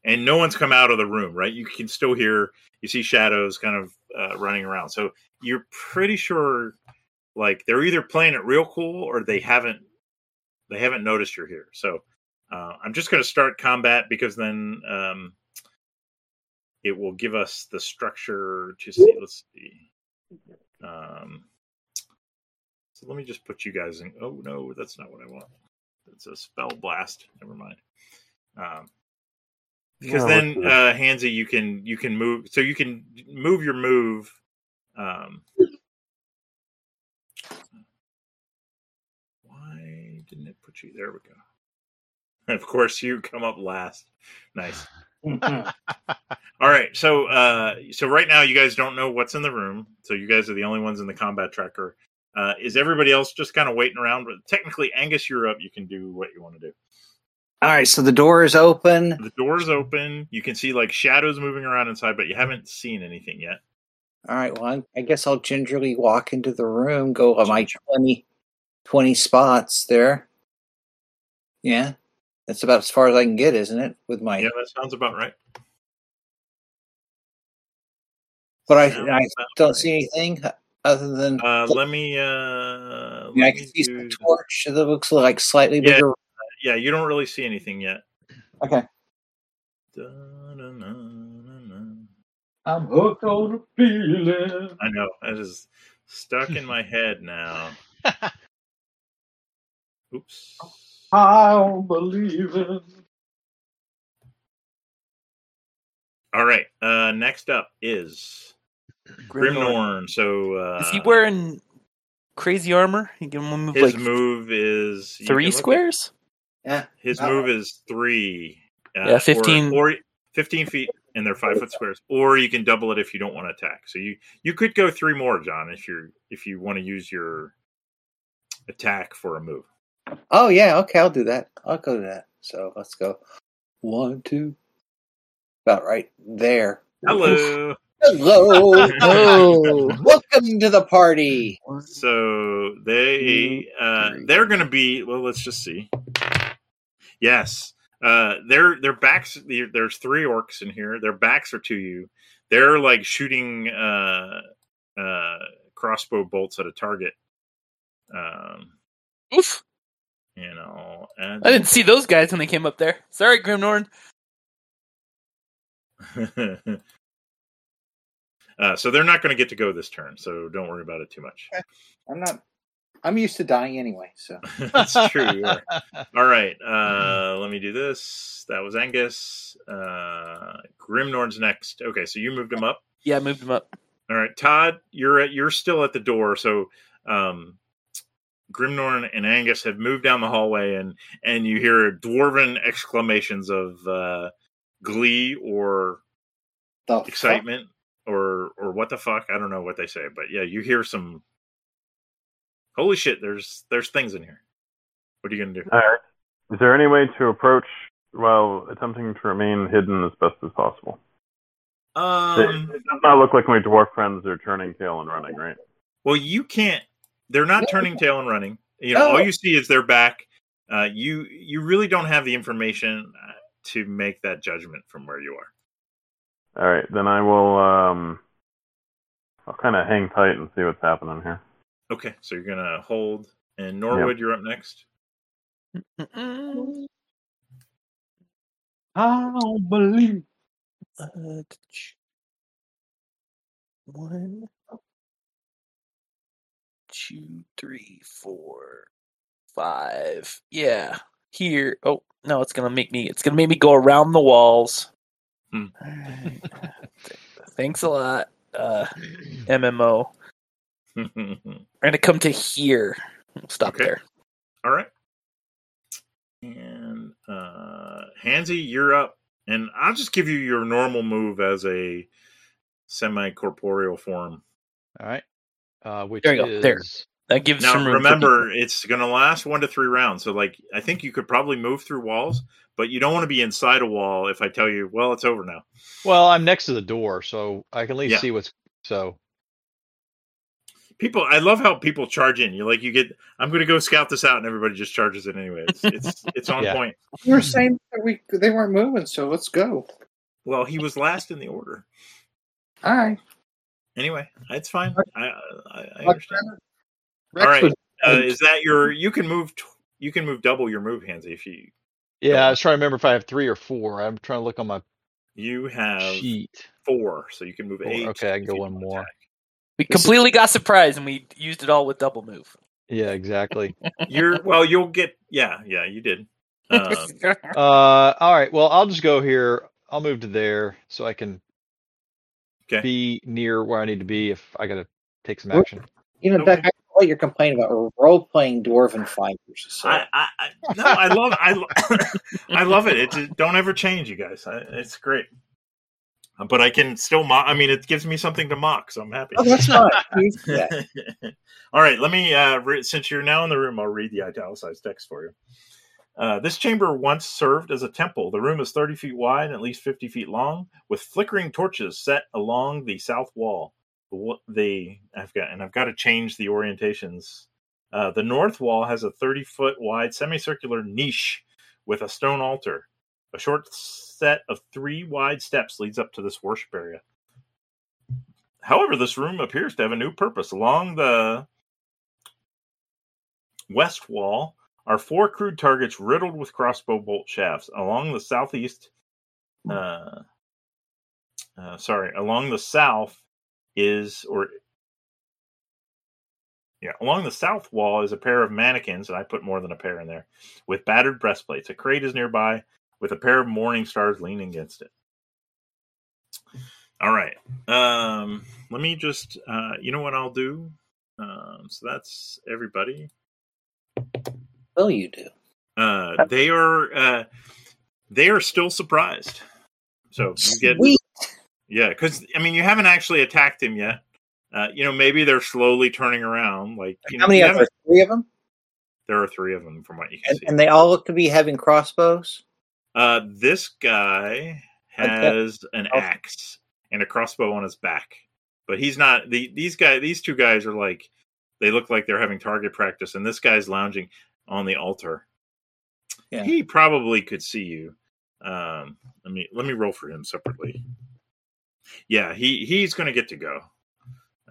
S3: and no one's come out of the room. Right? You can still hear you see shadows kind of uh, running around. So you're pretty sure like they're either playing it real cool or they haven't they haven't noticed you're here. So uh, I'm just going to start combat because then um, it will give us the structure to see. Let's see. Um, so let me just put you guys in. Oh no, that's not what I want. It's a spell blast. Never mind. Um, because
S2: Yeah,
S3: then
S2: let's
S3: uh, Hansi, you can you can move. So you can move your move. Um, why didn't it put you? There we go. <laughs> Of course, you come up last. Nice.
S1: Mhm.
S3: All right, so uh, so right now you guys don't know what's in the room, so you guys are the only ones in the combat tracker. Uh, is everybody else just kind of waiting around? But technically, Angus, you're up. You can do what you want to do.
S1: All right. So the door is open.
S3: The door's open. You can see like shadows moving around inside, but you haven't seen anything yet.
S1: All right. Well, I, I guess I'll gingerly walk into the room, go on my
S3: Ginger.
S1: 20, 20 spots there. Yeah. That's about as far as I can get, isn't it? With my.
S3: Yeah, that sounds about right.
S1: But I,
S3: Sounds
S1: I
S3: about
S1: don't
S3: right.
S1: see anything other than
S3: Uh, let me. Uh,
S1: yeah, I
S3: let me
S1: can see
S3: do
S1: some
S3: the-
S1: torch that looks like slightly
S3: Yeah.
S1: bigger.
S3: yeah, you don't really see anything yet.
S1: Okay.
S3: Da-na-na-na-na.
S6: I'm hooked on a feeling.
S3: I know that is stuck in my
S6: <laughs>
S3: head now. Oops.
S6: I'll believe it.
S3: All right. Uh, next up is Grimnorn. So uh,
S4: Is he wearing crazy armor? You can only move
S3: his
S4: like
S3: move is you
S4: three
S3: can look-
S4: squares.
S1: Yeah.
S3: His
S1: Uh,
S3: move is three. Uh,
S4: Yeah, 15.
S3: Or, or 15 feet, and they're five foot squares. Or you can double it if you don't want to attack. So you you could go three more, John, if you are if you want to use your attack for a move.
S1: Oh yeah. Okay, I'll do that. I'll go to that. So let's go. One, two. About right
S3: <laughs>
S1: there.
S3: Hello. <laughs>
S1: Hello.
S4: Oh,
S1: Welcome to the party.
S3: So they uh, they're going to be well. Let's just see. Yes, uh, their their backs. there- There's three orcs in here. Their backs are to you. They're like shooting uh, uh, crossbow bolts at a target. Um,
S4: Oof.
S3: you know, and
S4: I didn't see those guys when they came up there. Sorry, Grimnorn.
S3: <laughs> uh, so they're not going to get to go this turn. So don't worry about it too
S4: <laughs>
S3: much.
S1: I'm not. I'm used to dying anyway. So
S3: That's true. you are. All right, uh, let me do this. That was Angus. Uh, Grimnorn's next. Okay, so you moved him up.
S4: Yeah, I moved him up.
S3: All right, Todd, you're at, you're still at the door. So um, Grimnorn and Angus have moved down the hallway, and and you hear dwarven exclamations of uh, glee or
S1: the
S3: excitement or or what the fuck? I don't know what they say, but yeah, you hear some. Holy shit! There's there's things in here. What are you gonna do?
S2: All right. Is there any way to approach while attempting to remain hidden as best as possible?
S3: Um,
S2: it does not look like my dwarf friends are turning tail and running, right?
S3: Well, you can't. They're not
S1: No.
S3: turning tail and running. You know,
S1: No.
S3: all you see is their back. Uh, you you really don't have the information uh, to make that judgment from where you are.
S2: All right, then I will. Um, I'll kind of hang tight and see what's happening here.
S3: Okay, so you're gonna hold. And Norwood, you're up next. <laughs>
S4: Mm-mm.
S6: I'll believe.
S4: Uh, ch- one, two, three, four, five. Yeah, here. Oh no, it's gonna make me. It's gonna make me go around the walls.
S3: Hmm.
S4: Alright. Thanks a lot, uh, MMO.
S3: all
S4: We're gonna come to here. We'll stop
S3: Okay.
S4: there.
S3: right. And uh, Hansy, you're up. And I'll just give you your normal move as a semi corporeal form.
S5: <laughs> All right. Uh, which
S4: There you go.
S5: is
S4: There. That gives
S3: Now
S4: some room. for
S3: remember, it's going to last one to three rounds. So like, I think you could probably move through walls, but you don't want to be inside a wall. If I tell you, well, it's over now.
S5: Well, I'm next to the door, so I can at least
S3: Yeah.
S5: see what's so.
S3: People, I love how people charge in. You like, you get, I'm going to go scout this out, and everybody just charges it anyway. It's it's,
S4: <laughs>
S3: it's on
S5: Yeah.
S3: point.
S1: You were saying that we they weren't moving, so let's go.
S3: Well, he was last in the order.
S1: All right.
S3: Anyway, it's fine. I I, I
S1: Rex
S3: understand. All right.
S1: was-
S3: Uh, is that your? You can move. T- you can move double your move, Hansy. If you
S5: Yeah, I was trying to remember if I have three or four. I'm trying to look on my
S3: you
S4: Oh.
S3: have
S5: sheet.
S3: four, so you can move
S5: Four.
S3: eight.
S5: Okay, I can
S3: if
S5: go
S3: you
S5: one
S3: don't
S5: more.
S3: attack.
S4: We completely got surprised and we used it all with double move. <laughs>
S5: Yeah, exactly.
S3: You're well. You'll get. Yeah, yeah. You did. Um,
S5: uh, all right. Well, I'll just go here. I'll move to there so I can
S3: Okay.
S5: be near where I need to be if I gotta take some
S1: We're-
S4: <laughs>
S5: action.
S1: You know, Beck, I know what you're complaining about. We're role playing dwarven fighters. So.
S3: I, I, I no, I love I, lo- <coughs> I love it. It just, don't ever change, you guys. I, it's great. But I can still mock. I mean, it gives me something to mock, so I'm happy.
S1: oh, that's fine. I'm used to that.
S3: <laughs> All right, let me. Uh, re- since you're now in the room, I'll read the italicized text for you. Uh, this chamber once served as a temple. The room is 30 feet wide and at least 50 feet long, with flickering torches set along the south wall. The wa- The I've got and I've got to change the orientations. Uh, the north wall has a 30 foot wide semicircular niche with a stone altar. A short set of three wide steps leads up to this worship area. However, this room appears to have a new purpose. Along the west wall are four crude targets riddled with crossbow bolt shafts. Along the southeast, uh, uh, sorry, along the south is, or yeah, along the south wall is a pair of mannequins, and I put more than a pair in there, with battered breastplates. A crate is nearby with a pair of morning stars leaning against it. All right. Um, let me just, uh, you know what I'll do? Um, so that's everybody.
S1: Well, you do.
S3: Uh, they are, uh, they are still surprised. So <laughs> you get,
S1: Sweet.
S3: yeah, because I mean, you haven't actually attacked him yet. Uh, you know, maybe they're slowly turning around. Like, you
S1: How
S3: know,
S1: many
S3: you
S1: are there?
S3: haven't-
S1: Three of them,
S3: there are three of them from what you can
S1: and,
S3: see.
S1: and they all look to be having crossbows.
S3: Uh, this guy
S1: Okay.
S3: has an
S1: Okay.
S3: axe and a crossbow on his back, but he's not. The, these guy, these two guys are like, they look like they're having target practice, and this guy's lounging on the altar.
S1: Yeah.
S3: He probably could see you. Um, let me let me roll for him separately. Yeah, he he's going to get to go,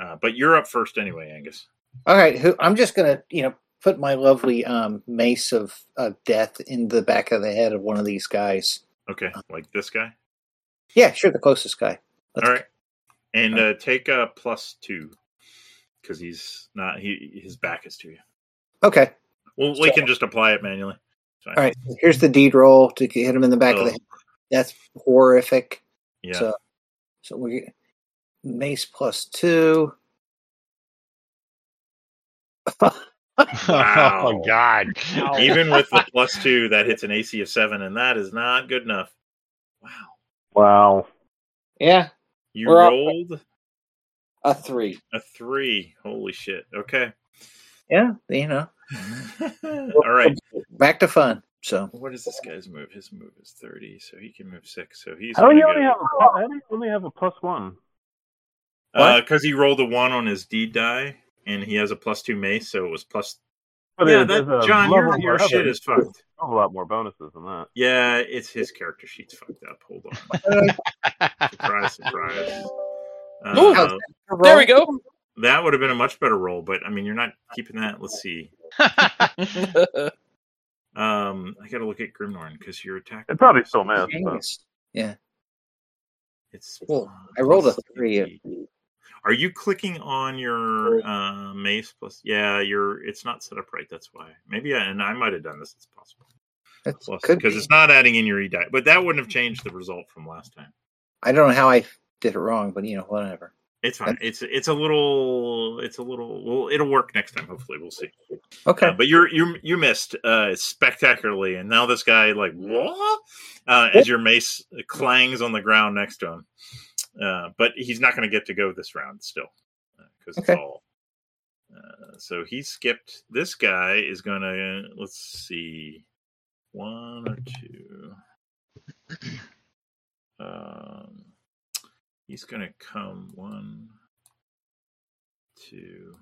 S3: uh, but you're up first anyway, Angus.
S1: All right, who, I'm just gonna, you know, put my lovely um, mace of, of death in the back of the head of one of these guys.
S3: Okay, like this guy.
S1: Yeah, sure, the closest guy.
S3: All right, and uh, take a plus two because he's not. He his back is to you.
S1: Okay.
S3: Well, we
S1: So-
S3: can just apply it manually. It's fine.
S1: All right. Here's the deed roll to hit him in the back of the
S3: Oh.
S1: head. That's horrific.
S3: Yeah.
S1: So, so we mace plus two.
S3: Wow.
S5: <laughs> oh God. <laughs>
S3: Even with <laughs> the plus two, that hits an AC of seven, and that is not good enough. Wow.
S2: Wow.
S1: Yeah,
S3: You
S1: We're all-
S3: rolled
S1: a three.
S3: a three. Holy shit.
S1: <laughs>
S3: Okay.
S1: Yeah, you know,
S3: All right.
S1: back to fun. So
S3: What is this guy's move? His move is 30, so he can move six. So he's.
S2: How do
S3: going
S2: you only have a plus, how do you only have a plus one?
S3: Because Uh, he rolled a one on his D die, and he has a plus two mace, so it was plus.
S2: But
S3: yeah,
S2: it-
S3: that,
S2: there's a
S3: John,
S2: level
S3: your,
S2: of
S3: your shit
S2: other-
S3: is fucked.
S2: A whole lot more bonuses than that.
S3: Yeah, it's his character sheet's fucked up. Hold on. Surprise, surprise.
S4: Ooh.
S3: Uh,
S4: There we go.
S3: that would have been a much better roll, but I mean, you're not keeping that. Let's see.
S4: <laughs>
S3: Um, I got to look at Grimnorn because your attack.
S2: It probably still missed. But
S1: Angus. Yeah,
S3: It's.
S1: Well, I rolled a
S3: plus
S1: three.
S3: 50. Are you clicking on your uh, mace plus? Yeah, your it's not set up right. That's why. Maybe, I, and I might have done this. It's possible.
S1: that
S3: Plus,
S1: could
S3: because
S1: be.
S3: it's not adding in your e die, but that wouldn't have changed the result from last time.
S1: I don't know how I did it wrong, but you know, whatever.
S3: It's fine. It's it's a little. It's a little. Well, it'll work next time. Hopefully, we'll see.
S1: Okay.
S3: Uh, but you're you you missed uh, spectacularly, and now this guy like what? Uh, as your mace clangs on the ground next to him, uh, but he's not going to get to go this round still because
S1: Okay.
S3: it's all. Uh, so he skipped. This guy is going to let's see, one or two. Um, he's going to come one, two,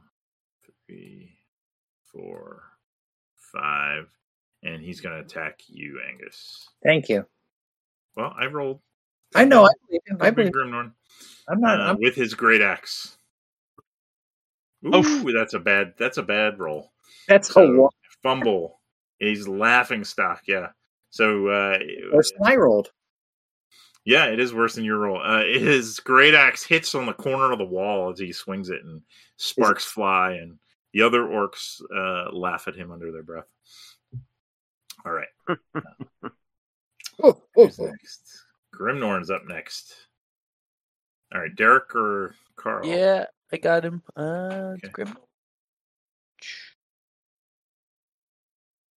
S3: three, four, five, and he's going to attack you, Angus.
S1: Thank you.
S3: Well, I rolled.
S1: I know. I believe him. I
S3: I've been
S1: believe.
S3: Grimnorn
S1: I'm
S3: uh,
S1: not. I'm,
S3: with his great axe. Ooh,
S5: Oof.
S3: that's a bad. That's a bad roll.
S1: that's a
S3: So
S1: one.
S3: fumble. He's laughing stock. Yeah. So uh,
S1: Worse than I rolled.
S3: yeah, it is worse than your roll. Uh, his great axe hits on the corner of the wall as he swings it, and sparks fly, and the other orcs uh, laugh at him under their breath. All right,
S1: Oh, oh,
S3: who's
S1: oh.
S3: next? Grimnorn's up next. All right, Derek or Carl?
S4: Yeah, I got him. Uh, it's
S3: Okay.
S4: Grim.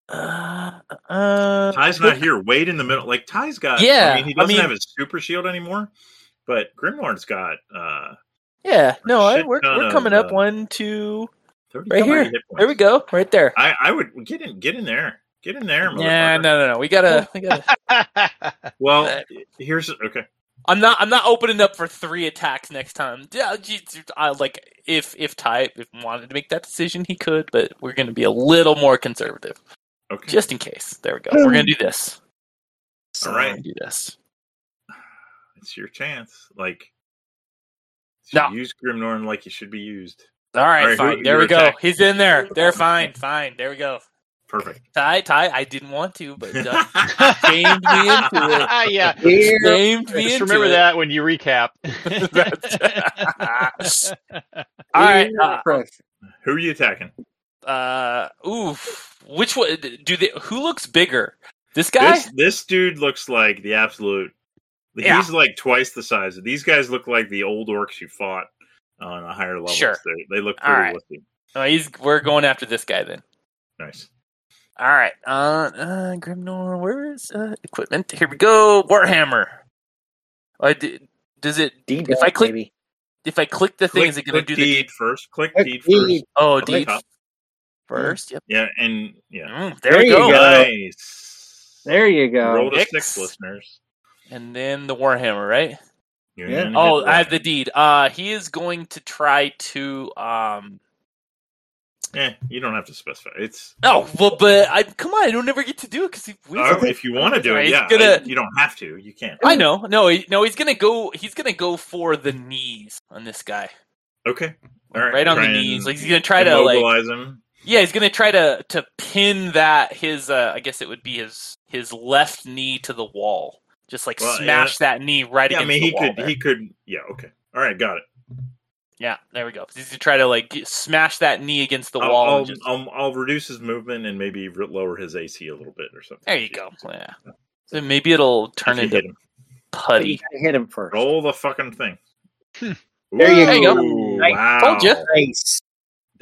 S4: Uh, uh,
S3: Ty's not here. Wade in the middle. Like Ty's got. I
S4: Yeah,
S3: mean, he
S4: I
S3: doesn't
S4: mean-
S3: have his super shield anymore, but Grimnorn's got uh,
S4: Yeah, no, I,
S3: Shit
S4: we're
S3: ton
S4: we're
S3: of,
S4: coming up
S3: uh,
S4: one, two,
S3: 30
S4: right
S3: somebody
S4: here.
S3: hit points.
S4: There we go, right there.
S3: I, I would get in, get in there, get in there,
S4: Yeah, Uh,
S3: motherfucker.
S4: no, no, no.
S3: <laughs>
S4: We gotta, we gotta.
S3: Well, here's okay.
S4: I'm not, I'm not opening up for three attacks next time. Yeah, geez, I like if if Ty if wanted to make that decision, he could, but we're gonna be a little more conservative,
S3: Okay.
S4: just in case. There we go. We're gonna do this.
S3: All
S4: We're
S3: right,
S4: gonna do this.
S3: it's your chance. Like, So
S4: No.
S3: Use Grimnorn like he should be used.
S4: All right,
S3: All right,
S4: fine.
S3: who-
S4: there
S3: your
S4: we go.
S3: attack.
S4: He's in there. They're fine. Fine. There we go.
S3: Perfect.
S4: Ty, Ty, I didn't want
S3: <laughs>
S4: to, but Doug shamed me into it.
S5: yeah.
S1: Here
S4: Shamed me
S5: Just
S4: into
S5: remember
S4: it.
S5: that when
S4: <laughs>
S5: you recap.
S4: That's- All right. Uh,
S1: press.
S3: Who are you attacking?
S4: uh, oof. Which one do they? Who looks bigger? This guy?
S3: This this dude looks like the absolute.
S4: Yeah.
S3: He's like twice the size. These guys look like the old orcs you fought on a higher level.
S4: Sure.
S3: They, they look
S4: All
S3: pretty
S4: right.
S3: lifted.
S4: No, he's. We're going after this guy then.
S3: Nice.
S4: All right. Uh, uh Grimnor, where is uh, equipment? Here we go. Warhammer. I did, does it?
S1: D-Dog,
S4: If I click-
S1: baby.
S4: If I click the thing,
S3: click,
S4: is it going
S3: click
S4: to do the
S3: deed first? Click
S1: Click
S3: deed first.
S1: deed.
S4: Oh,
S3: Up
S4: deep
S3: top.
S4: first. Yep.
S3: Yeah, and yeah.
S4: Mm, there,
S1: There
S4: we
S1: you
S4: go.
S1: go.
S3: Nice.
S1: There you go.
S3: Roll to
S4: Six.
S3: six, listeners.
S4: And then the Warhammer, right?
S3: You're
S1: Yeah.
S3: gonna
S4: Oh,
S3: hit
S4: I have the
S3: one.
S4: deed. Uh, he is going to try to. Um.
S3: Eh, you don't have to specify. It's
S4: Oh, well, but I come on. I don't ever get to do it because he. we-
S3: oh, if you want to do
S4: Sorry,
S3: it,
S4: he's
S3: yeah.
S4: gonna-
S3: I- you don't have to. You can't.
S4: I know. No, he, no. He's gonna go. He's gonna go for the knees on this guy.
S3: Okay. All right.
S4: right on the
S3: Try and
S4: knees. Like he's gonna try to like.
S3: immobilize him.
S4: Yeah, he's gonna try to to pin that his. Uh, I guess it would be his his left knee to the wall. Just like
S3: Well, yeah.
S4: smash that knee right
S3: Yeah, I mean,
S4: against the
S3: he
S4: wall.
S3: could.
S4: there.
S3: He could. Yeah. Okay. All right. Got it.
S4: Yeah, there we go. He's gonna try to like get- smash that knee against the
S3: I'll,
S4: wall.
S3: I'll,
S4: and just,
S3: I'll, I'll reduce his movement and maybe re- lower his AC a little bit or something.
S4: there you go. Yeah. So maybe it'll turn
S3: If you
S4: into
S3: hit him.
S1: But you
S4: putty.
S1: gotta hit him first.
S3: Roll the fucking thing.
S1: Hmm. There you
S4: go.
S3: Ooh,
S1: Nice.
S3: Wow.
S4: Told ya.
S1: Nice.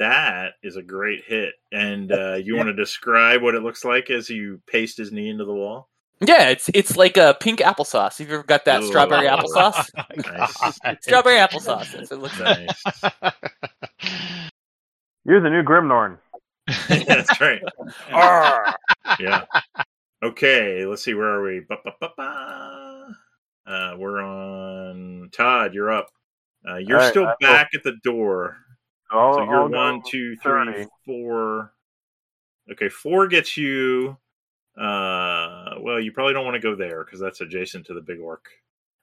S3: That is a great hit. And uh, you want to describe what it looks like as you paste his knee into the wall?
S4: Yeah, it's it's like a pink applesauce. Have you ever got that
S3: Ooh. <laughs>
S4: strawberry applesauce?
S1: <laughs>
S3: Nice.
S4: <laughs>
S5: <laughs>
S4: strawberry applesauce. That's what
S3: <laughs>
S4: it looks like.
S3: nice.
S2: You're the new Grimnorn.
S3: That's right. Ah.
S4: Arr.
S3: Yeah. Okay. Let's see. Where are we? Ba, ba, ba, ba. Uh, we're on. Todd, you're up. Uh, you're
S2: All right,
S3: still
S2: I will-
S3: back at the door.
S2: So I'll,
S3: So you're
S2: I'll go
S3: one, two, three,
S2: 30.
S3: four. Okay, four gets you. Uh, well, you probably don't want to go there because that's adjacent to the big orc.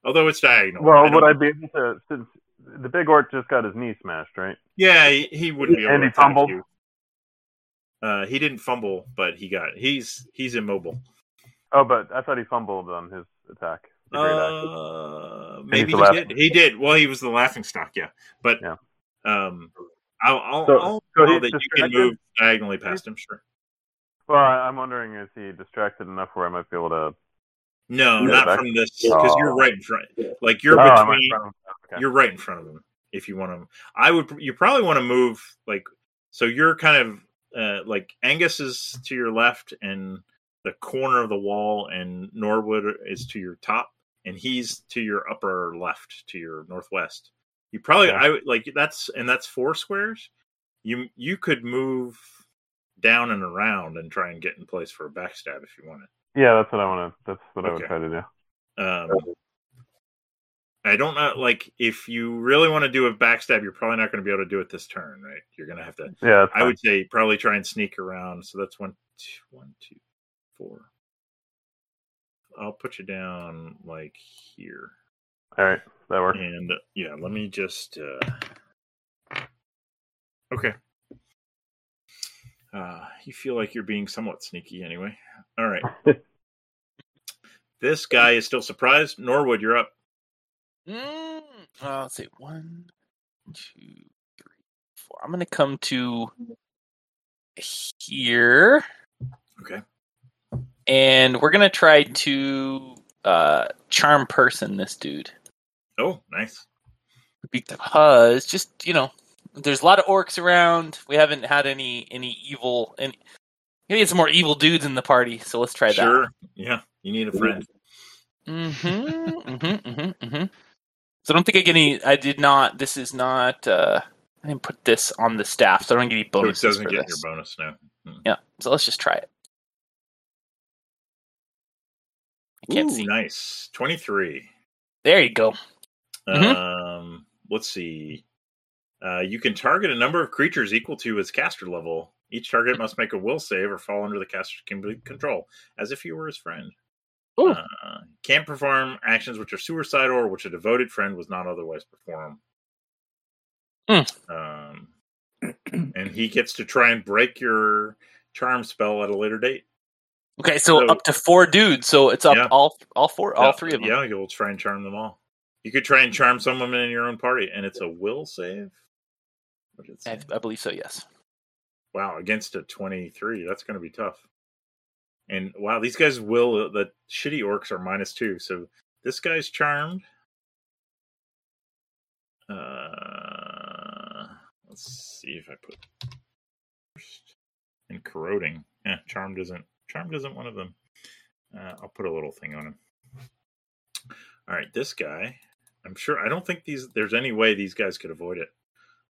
S3: Although it's diagonal.
S2: Well,
S3: don't-
S2: would I be able to? Since the big orc just got his knee smashed, right?
S3: Yeah, he, he wouldn't be able
S2: And
S3: to
S2: he
S3: attack
S2: fumbled.
S3: you. Uh, he didn't fumble, but he got he's he's immobile.
S2: Oh, but I thought he fumbled on his attack. The great axe.
S3: Uh, maybe
S2: the
S3: he
S2: laughing
S3: did. He did. Well, he was the laughing stock. Yeah, but
S2: Yeah.
S3: um, I'll I'll,
S2: So-
S3: I'll
S2: so
S3: allow
S2: he's
S3: that you can
S2: distracted?
S3: move diagonally past him. Sure.
S2: Well, I, I'm wondering is he distracted enough where I might be able to?
S3: No,
S2: Yeah,
S3: not
S2: back-
S3: from this because you're
S2: Oh.
S3: right in front. Like you're
S2: Oh, I went
S3: between.
S2: from- okay.
S3: You're right in front of him. If you want to, I would. You probably want to move like so. You're kind of uh, like Angus is to your left, and the corner of the wall, and Norwood is to your top, and he's to your upper left, to your northwest. You probably
S2: Okay.
S3: I would like that's and that's four squares. You you could move down and around and try and get in place for a backstab if you wanted.
S2: Yeah, that's what I want to. That's what I would
S3: Okay.
S2: try to do.
S3: Um, I don't know. Like, if you really want to do a backstab, you're probably not going to be able to do it this turn, right? You're going to have to.
S2: Yeah, that's
S3: I
S2: fine.
S3: would say probably try and sneak around. So that's one, two, one, two, four. I'll put you down like here,
S2: All right, that works.
S3: and uh, yeah, let me just. Uh... Okay. Uh, you feel like you're being somewhat sneaky, anyway. All right. this guy is still surprised. Norwood, you're up.
S4: Mm. Uh, let's see. One, two, three, four. I'm gonna come to here.
S3: Okay.
S4: and we're gonna try to uh charm person this dude
S3: Oh, nice.
S4: because just you know there's a lot of orcs around we haven't had any any evil and maybe get some more evil dudes in the party so let's try
S3: Sure. Yeah. You need a friend.
S4: that mm-hmm, mm-hmm, mm-hmm, mm-hmm. so i don't think i get any i did not this is not uh i didn't put this on the staff so i don't get any
S3: So
S4: bonuses
S3: it doesn't
S4: for
S3: get
S4: this.
S3: your bonus now.
S4: yeah so let's just try it i can't see
S3: Nice. 23.
S4: there you go Mhm.
S3: Um, let's see. Uh, you can target a number of creatures equal to its caster level. Each target must make a will save or fall under the caster's con- control, as if you were his friend.
S4: Ooh.
S3: Uh, can't perform actions which are suicidal or which a devoted friend was not otherwise perform. Um, and he gets to try and break your charm spell at a later date.
S4: Okay, so,
S3: So-
S4: up to four dudes. So it's up
S3: Yeah.
S4: all all four, all
S3: Yeah,
S4: three of them.
S3: Yeah, you'll try and charm them all. You could try and charm some women in your own party, and it's a will save. What did it say?
S4: I, I believe so. Yes.
S3: Wow, against a 23, that's going to be tough. And wow, these guys will, the shitty orcs are minus two. So this guy's charmed. Uh, let's see if I put first. And corroding. Yeah, charmed isn't, charmed isn't one of them. Uh, I'll put a little thing on him. All right, this guy, I'm sure, I don't think these, there's any way these guys could avoid it.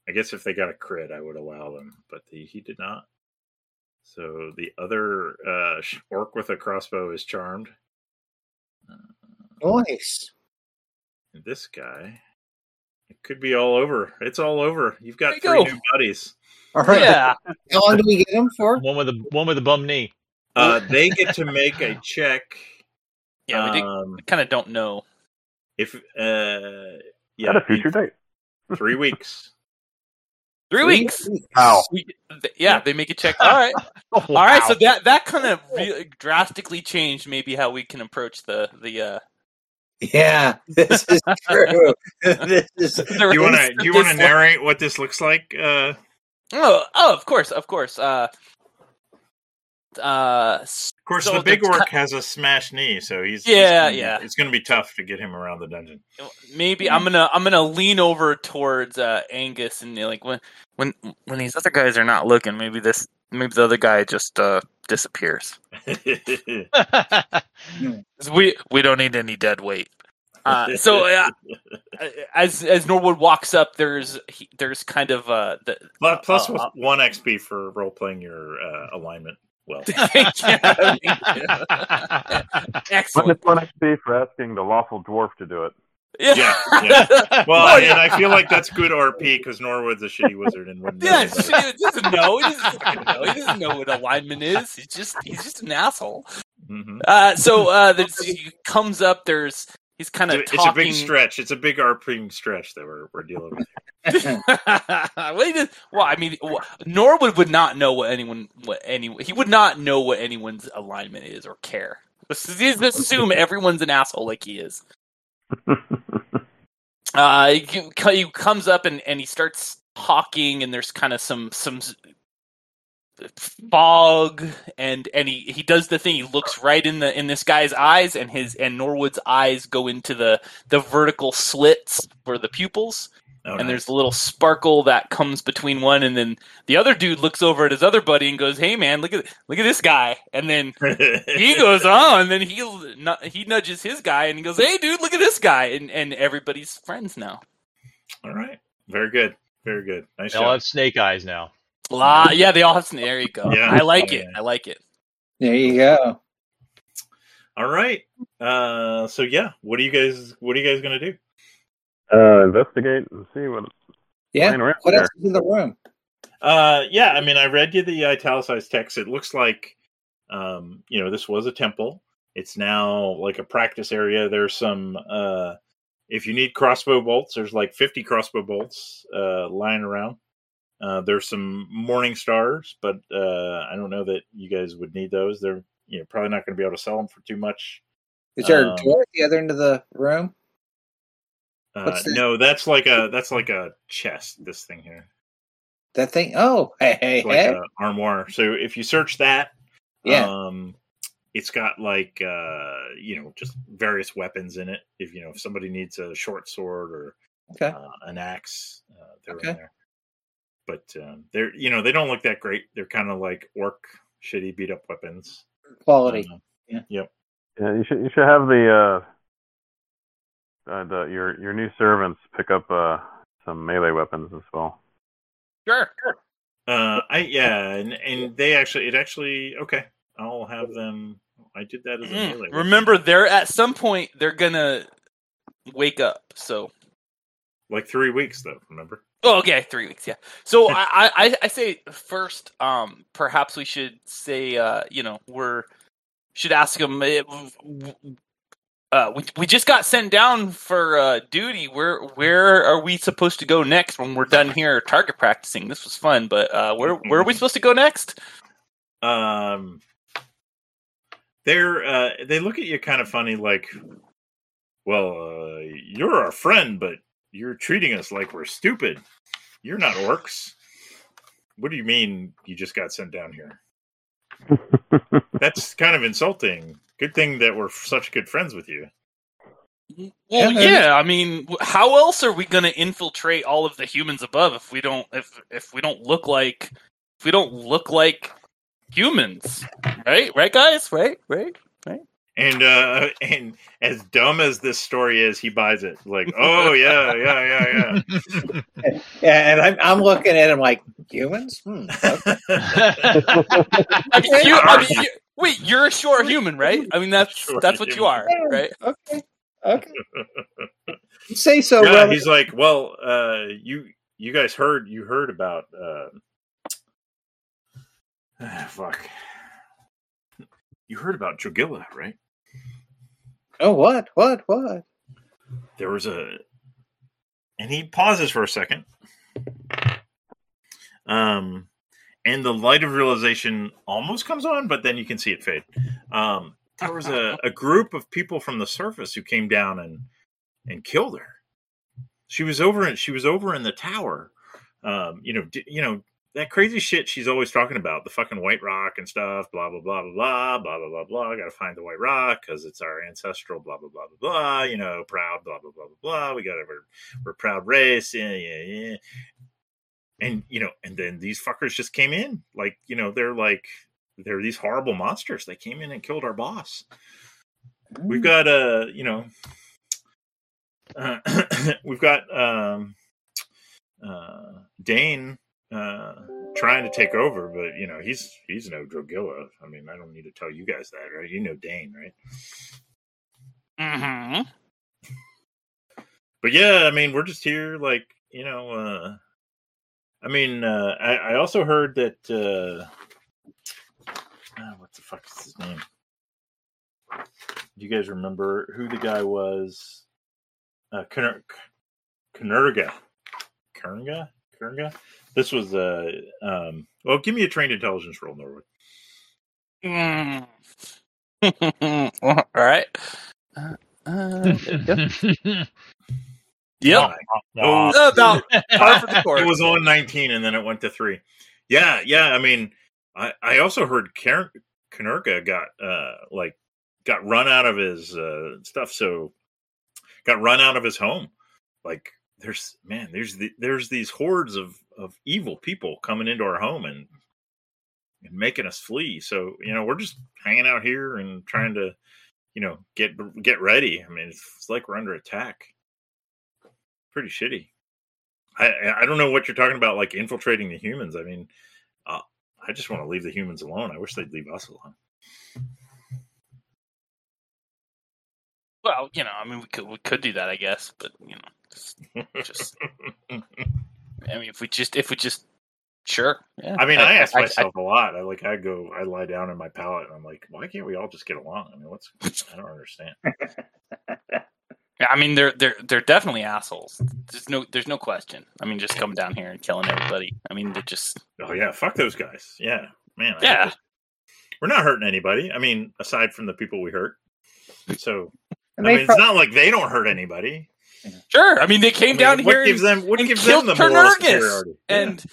S3: I guess if they got a crit, I would allow them, but the, he did not. So the other uh, sh- orc with a crossbow is charmed.
S1: Nice.
S3: And this guy, it could be all over. It's all over. You've got
S4: There
S3: three
S4: you go.
S3: new buddies.
S1: All right.
S4: Yeah.
S1: How long do we get him for?
S5: <laughs> One with the one with the bum knee.
S2: <laughs>
S3: Uh, they get to make a check.
S4: Yeah. We
S3: um,
S4: kind of don't know.
S3: if uh, yeah,
S2: At a future
S3: in <laughs>
S2: date.
S3: three weeks.
S4: Three weeks.
S2: Wow.
S4: Sweet. Th- Yeah,
S3: Yeah.
S4: They make a check. All right. Oh, All right. So
S5: Wow.
S4: that that kind of really drastically changed maybe how we can approach the the. uh
S1: Yeah, <laughs> this is true. <laughs> this is
S4: the
S3: Do you want
S4: race
S3: to
S4: <laughs> for
S3: do you want to
S4: this one.
S3: narrate what this looks like? Uh,
S4: Oh, oh, of course, of course. Uh, uh,
S3: of course,
S4: So
S3: the big
S4: the
S3: orc
S4: ti-
S3: has a smash knee, so he's he's
S4: Yeah,
S3: gonna be-
S4: yeah.
S3: It's going to be tough to get him around the dungeon.
S4: maybe I'm gonna I'm gonna lean over towards uh, Angus and you know, like when when when these other guys are not looking, maybe this maybe the other guy just uh, disappears.
S3: <laughs>
S5: <laughs>
S4: We we don't need any dead weight.
S3: <laughs>
S4: Uh, so uh, as as Norwood walks up, there's he, there's kind of uh, the, <laughs>
S3: Plus, plus
S4: Uh, uh,
S3: one XP for role playing your uh, alignment.
S4: <laughs>
S3: Well, <laughs>
S2: Minus
S4: excellent.
S2: one XP for asking the lawful dwarf to do it.
S3: Yeah,
S4: Oh,
S3: well, and I feel like that's good RP because Norwood's a shitty wizard and wouldn't. know
S4: <laughs> Yeah,
S3: anybody.
S4: she doesn't know. He doesn't fucking know. He doesn't know what alignment is. He's just he's just an asshole.
S3: Mhm.
S4: Uh, so uh, there's, he comes up. There's he's kind of
S3: It's, a- it's a
S4: talking.
S3: big stretch. It's a big RP stretch that we're we're dealing with.
S4: well, he did- well, I mean, wh- Norwood would not know what anyone what any he would not know what anyone's alignment is or care. Let's just assume everyone's an asshole like he is. uh, he, he comes up and, and he starts talking, and there's kind of some some s- fog, and and he, he does the thing. He looks right in the in this guy's eyes, and his and Norwood's eyes go into the the vertical slits for the pupils,
S3: Oh,
S4: <laughs> and
S3: no.
S4: there's a little sparkle that comes between one, and then the other dude looks over at his other buddy and goes, "Hey man, look at look at this guy," and then
S3: <laughs>
S4: he goes on, and then he he nudges his guy, and he goes, "Hey, dude, look at this guy," and and everybody's friends now.
S3: All right, very good, very good. Nice
S5: They all
S3: job.
S5: have snake
S3: <laughs>
S5: eyes now. <laughs>
S4: La, yeah, they all have. There you go.
S3: Yeah. Oh,
S4: I like it.
S3: Yeah.
S4: I like it.
S1: There you go.
S3: All right. Uh, so yeah, what are you guys? What are you guys gonna do?
S2: Uh, investigate and see what
S1: Yeah.
S2: laying around
S1: What
S2: there.
S1: else is in the room?
S3: Uh, yeah, I mean, I read you the italicized text. It looks like, um, you know, this was a temple. It's now like a practice area. There's some, uh, if you need crossbow bolts, there's like 50 crossbow bolts uh, lying around. Uh, there's some morning stars, but uh, I don't know that you guys would need those. They're you know probably not going to be able to sell them for too much.
S1: Is there
S3: Um,
S1: a door at the other end of the room?
S3: Uh,
S1: What's that?
S3: no, that's like a that's like a chest. This thing here,
S1: That thing? Oh, hey, hey,
S3: it's like
S1: hey.
S3: a armoire. So if you search that,
S1: yeah.
S3: Um, it's got like uh, you know just various weapons in it. If you know if somebody needs a short sword or
S1: okay.
S3: uh, an axe, uh, they're
S1: Okay.
S3: in there. But um, they're you know they don't look that great. They're kind of like orc shitty beat up weapons.
S1: Quality.
S3: Um,
S2: Yeah, you should you should have the uh, uh the your your new servants pick up uh some melee weapons as well.
S4: Sure.
S3: uh, I yeah, and and they actually it actually okay. I'll have them. I did that as a melee.
S4: Mm.
S3: weapon.
S4: Remember, they're at some point they're gonna wake up. So,
S3: like three weeks though. Remember?
S4: oh, okay, three weeks. Yeah. So I, I, I- I say first, um, perhaps we should say, uh, you know, we're should ask them eh, uh, we we just got sent down for uh, duty. Where where are we supposed to go next when we're done here target practicing? This was fun, but uh, where where are we supposed to go next?
S3: um they're uh they look at you kind of funny like well uh you're our friend but you're treating us like we're stupid you're not orcs what do you mean you just got sent down here that's kind of insulting good thing that we're such good friends with you
S4: Well,
S1: Yeah,
S4: yeah,
S1: man.
S4: I mean, wh- how else are we going to infiltrate all of the humans above if we don't if if we don't look like if we don't look like humans, right? Right, guys, right, right.
S3: and uh <laughs> and as dumb as this story is he buys it like oh yeah yeah yeah yeah
S1: Yeah, and I'm, I'm looking at him like humans. Hmm, okay.
S4: I mean, you, I mean, you, wait, you're a sure human, right? I mean, that's
S3: Sure
S4: that's what you
S3: human.
S4: are, right?
S1: okay,
S3: <laughs>
S1: okay. You say so.
S3: yeah,
S1: well,
S3: he's like, well, uh, you you guys heard you heard about uh, <sighs> ah, fuck, you heard about Dragilla, right?
S1: oh, what, what, what?
S3: There was a, and he pauses for a second, um, and the light of realization almost comes on, but then you can see it fade. Um, there was a, a group of people from the surface who came down and and killed her. She was over in she was over in the tower. Um, you know, d- you know that crazy shit she's always talking about the fucking white rock and stuff. Blah blah blah blah blah blah blah blah blah. Got to find the white rock because it's our ancestral. Blah blah blah blah blah. You know, proud. Blah blah blah blah blah. We got to we're, we're a proud race. Yeah yeah yeah. And you know, and then these fuckers just came in. Like you know, they're like they're these horrible monsters. They came in and killed our boss. We've got uh, you know, uh, <coughs> we've got um, uh, Dane uh, trying to take over, but you know he's he's no Drogilla. I mean, I don't need to tell you guys that, right? You know Dane, right?
S4: Mm-hmm. <laughs>
S3: But yeah, I mean, we're just here, like you know. Uh, I mean, uh, I, I also heard that uh, uh, what the fuck is his name? Do you guys remember who the guy was? Uh, Kner- Knerga. Kernga? Kernga? This was uh um well give me a trained intelligence roll, Norwood.
S4: Mm. All right. Uh, uh, yep.
S5: <laughs>
S3: Oh,
S4: About par for <laughs> the
S3: <laughs> it
S4: course.
S3: was on nineteen and then it went to three. Yeah, yeah. I mean I I also heard Kern Knerga got uh like got run out of his uh stuff, so got run out of his home. Like there's man, there's the, there's these hordes of of evil people coming into our home and and making us flee. So you know, we're just hanging out here and trying to, you know, get get ready. I mean, it's, it's like we're under attack. Pretty shitty. I I- I don't know what you're talking about, like infiltrating the humans. I mean, uh, I just want to leave the humans alone. I wish they'd leave us alone.
S4: Well, you know, I mean, we could we could do that, I guess, but you know, just,
S3: <laughs>
S4: just I mean, if we just if we just sure, yeah. Uh,
S3: I mean, I, ask
S4: <laughs> I-
S3: myself a lot. I like, I go, I lie down in my pallet, and I'm like, why can't we all just get along? I mean, what's
S4: <laughs>
S3: I don't understand.
S4: I, I mean, they're they're they're definitely assholes. There's no there's no question. I mean, just coming down here and killing everybody. I mean, they're just
S3: Oh yeah, fuck those guys. Yeah, man. I hate
S4: yeah.
S3: those- we're not hurting anybody. I mean, aside from the people we hurt. So I
S1: And
S3: mean,
S1: they
S3: it's not like they don't hurt anybody.
S4: Sure. I mean, they came
S3: I mean,
S4: down
S3: what
S4: here
S3: gives
S4: and,
S3: them what
S4: and
S3: gives
S4: killed
S3: them the moral
S4: Turnergus
S3: superiority?
S4: and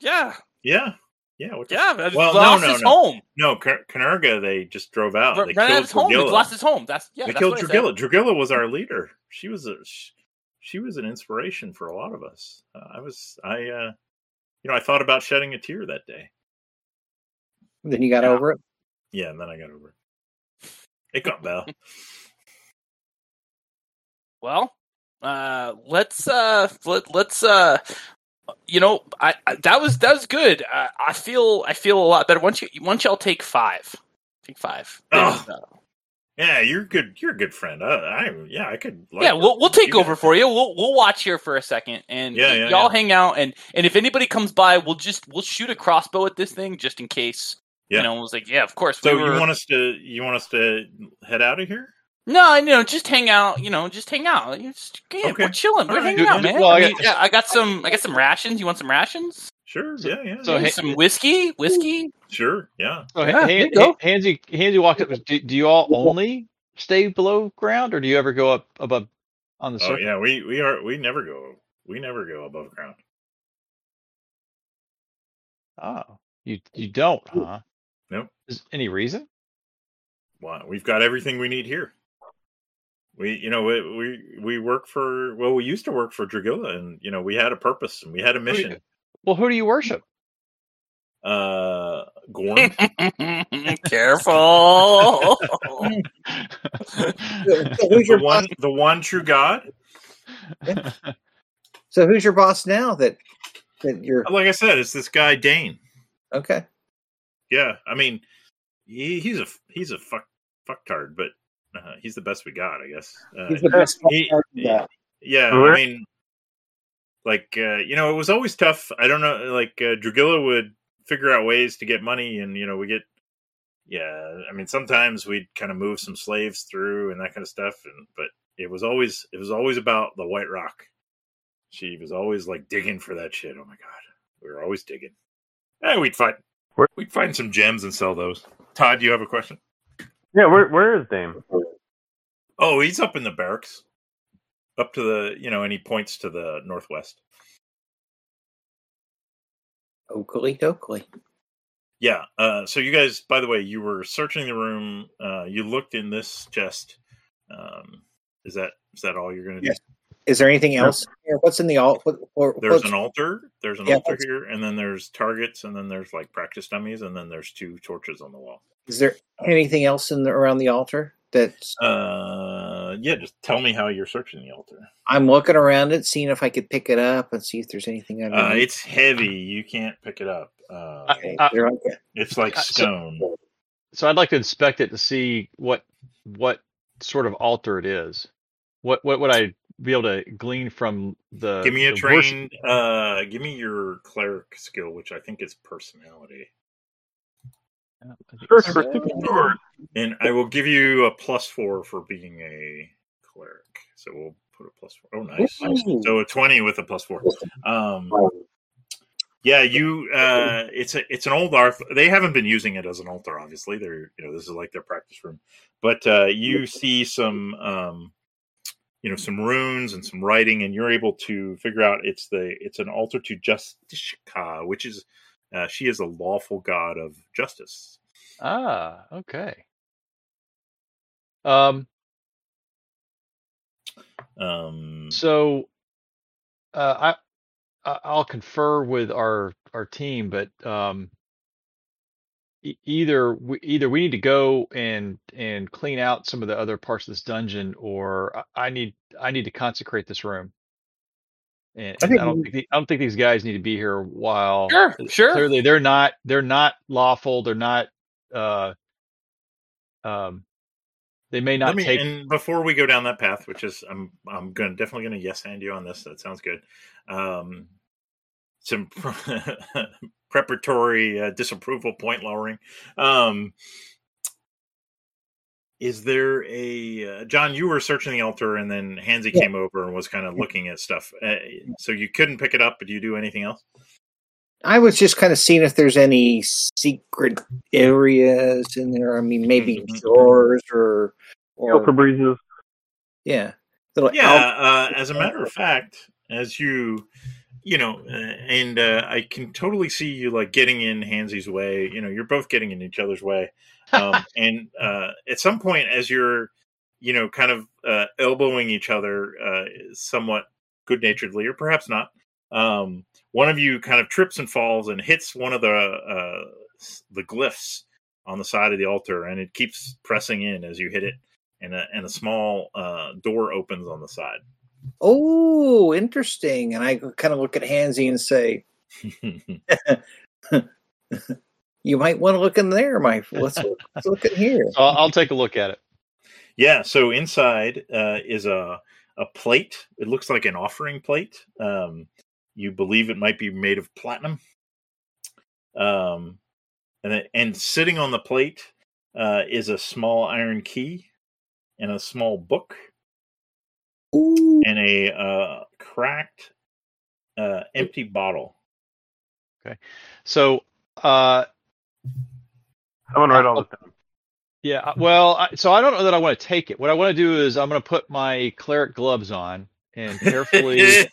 S4: yeah,
S3: yeah, yeah, yeah. What the-
S4: yeah. but
S3: Well, no,
S4: lost
S3: no,
S4: his
S3: no.
S4: home.
S3: No, K- Kanerga, they just drove out.
S4: Run
S3: They
S4: out of
S3: killed
S4: his home. He
S3: Dragilla.
S4: lost his home. That's yeah.
S3: they
S4: that's
S3: killed
S4: what I said.
S3: Dragilla. Dragilla was our leader. She was a sh- she was an inspiration for a lot of us. Uh, I was I uh you know I thought about shedding a tear that day.
S1: Then you got
S4: Yeah.
S3: <laughs>
S1: over it.
S3: Yeah, and then I got over it. It got better.
S4: <laughs> Well, uh, let's uh, let, let's uh, you know, I, I that was that was good. I, I feel I feel a lot better once you once y'all take five, take five.
S3: Oh,
S4: There's, uh,
S3: Yeah, you're good. You're a good friend. I, I yeah, I could. like
S4: yeah,
S3: working
S4: we'll we'll
S3: with
S4: take
S3: you
S4: over
S3: guys.
S4: for you. We'll we'll watch here for a second, and
S3: Yeah,
S4: y-
S3: yeah, yeah.
S4: y'all hang out. and And if anybody comes by, we'll just we'll shoot a crossbow at this thing just in case.
S3: Yeah.
S4: You know, it was like, yeah, of course.
S3: So
S4: we were,
S3: you want us to you want us to head out of here?
S4: No, you know, just hang out. You know, just hang out. You just, yeah,
S3: Okay.
S4: We're chilling. We're
S3: All right.
S4: hanging out,
S5: Dude,
S4: man.
S5: well,
S4: I
S5: I
S4: mean,
S5: got-
S4: yeah, I got some. I got some rations. You want some rations?
S3: Sure. Yeah. Yeah.
S5: so
S3: yeah.
S5: hey-
S4: some whiskey. Whiskey.
S3: sure. Yeah.
S5: So
S1: Yeah,
S5: Han-
S1: there you
S5: Han-
S1: go.
S5: Hansy, Hansy walked up. Do, do you all only stay below ground, or do you ever go up above on the
S3: Oh
S5: surface?
S3: yeah. We we are we never go we never go above ground.
S5: Oh, you you don't, huh?
S3: Nope.
S5: Is any reason?
S3: Why? We've got everything we need here. We, you know, we, we we work for well, we used to work for Dragula, and you know, we had a purpose and we had a
S5: do you-
S3: mission.
S5: Well, who do
S3: <laughs>
S5: you worship?
S3: Uh, Gorn,
S4: <laughs> Careful.
S1: So
S3: the
S1: who's your boss?
S3: one, the one true God.
S1: So who's your boss now? That that you're
S3: Like I said, it's this guy Dane.
S1: okay.
S3: Yeah, I mean, he, he's a he's a fuck fucktard, but uh, he's the best we got, I guess. Uh,
S6: He's the best
S3: he-
S6: fucktard we got.
S3: Yeah,
S2: Sure.
S3: I mean, like uh, you know, it was always tough. I don't know, like uh, Dragilla would figure out ways to get money, and you know, we get. Yeah, I mean, sometimes we'd kind of move some slaves through and that kind of stuff, and but it was always it was always about the White Rock. She was always like digging for that shit. Oh my god, we were always digging. Hey, we'd find
S2: Where-
S3: we'd find some gems and sell those. Todd, do you have a question?
S2: Yeah, where where is Dame?
S3: Oh, he's up in the barracks, up to the you know, and he points to the northwest.
S1: Oakley, Oakley.
S3: Yeah. Uh, so you guys, by the way, you were searching the room. Uh, you looked in this chest. Um, is that is that all you're going to do?
S1: Yes. Is there anything else? Here? What's in the alt? What, or,
S3: There's
S1: what's-
S3: an altar. There's an
S1: Yeah,
S3: altar
S1: that's-
S3: here, and then there's targets, and then there's like practice dummies, and then there's two torches on the wall.
S1: Is there anything else in the, around the altar? That's
S3: Uh, yeah. Just tell me how you're searching the altar.
S1: I'm looking around it, seeing if I could pick it up and see if there's anything
S3: Uh,
S1: underneath.
S3: it's heavy. You can't pick it up. Uh,
S5: I-
S1: Okay, they're like-
S3: it's like
S5: I- so-
S3: stone.
S5: so I'd like to inspect it to see what what sort of altar it is. What what would I be able to glean from the?
S3: give me a
S5: the worship-
S3: train. Uh, give me your cleric skill, which I think is personality.
S5: Yeah, I think
S2: Search
S5: so.
S2: for secret doors.
S3: And I will give you a plus four for being a cleric. So we'll put a plus four. Oh, nice.
S1: Ooh.
S3: So a twenty with a plus four. Um, yeah, you. Uh, it's a it's an old altar. They haven't been using it as an altar, obviously. They're you know this is like their practice room. But uh, you see some um, you know some runes and some writing, and you're able to figure out it's the it's an altar to Justishka, which is uh, she is a lawful god of justice.
S5: Ah, okay. Um,
S3: Um,
S5: so uh, I I- I'll confer with our our team, but um, e- either we, either we need to go and and clean out some of the other parts of this dungeon, or I, I need I need to consecrate this room. And,
S1: I
S5: and I
S1: think
S5: don't think the, I don't think these guys need to be here while
S4: Sure, sure.
S5: clearly they're not they're not lawful. They're not uh um they may
S3: let
S5: not
S3: me
S5: take
S3: and before we go down that path, which is I'm I'm gonna definitely gonna yes hand you on this. That sounds good. Um, some <laughs> preparatory uh, disapproval point lowering. Um, is there a uh, John? You were searching the altar, and then Hansy
S1: Yeah.
S3: came over and was kind of looking at stuff. Uh, so you couldn't pick it up. But do you do anything else?
S1: I was just kind of seeing if there's any secret areas in there. I mean, maybe
S3: Mhm.
S1: drawers or
S2: Filter
S1: or
S2: breezes.
S1: yeah, little
S3: yeah
S1: al-
S3: uh, as a matter of fact as you you know uh, and uh, i can totally see you like getting in hansy's way you know you're both getting in each other's way um, and uh, at some point as you're you know kind of uh, elbowing each other uh, somewhat good naturedly or perhaps not um, one of you kind of trips and falls and hits one of the uh, s- the glyphs on the side of the altar and it keeps pressing in as you hit it and a, and a small uh, door opens on the side. <laughs>
S1: oh, interesting. And I kind of look at Hansy and say, "You might want to look in there, my. Let's look, let's look in here."
S5: So I'll, I'll take a look at it.
S3: yeah, so inside uh, is a a plate. It looks like an offering plate. Um, you believe it might be made of platinum. Um, and it- and sitting on the plate uh, is a small iron key and a small book
S1: Ooh.
S3: and a uh, cracked uh, empty bottle.
S5: So, uh,
S2: Someone write all this down.
S5: Yeah, I- well, I, so I don't know that I want to take it. What I want to do is I'm going to put my cleric gloves on
S3: <laughs>
S5: and <laughs> carefully.
S1: You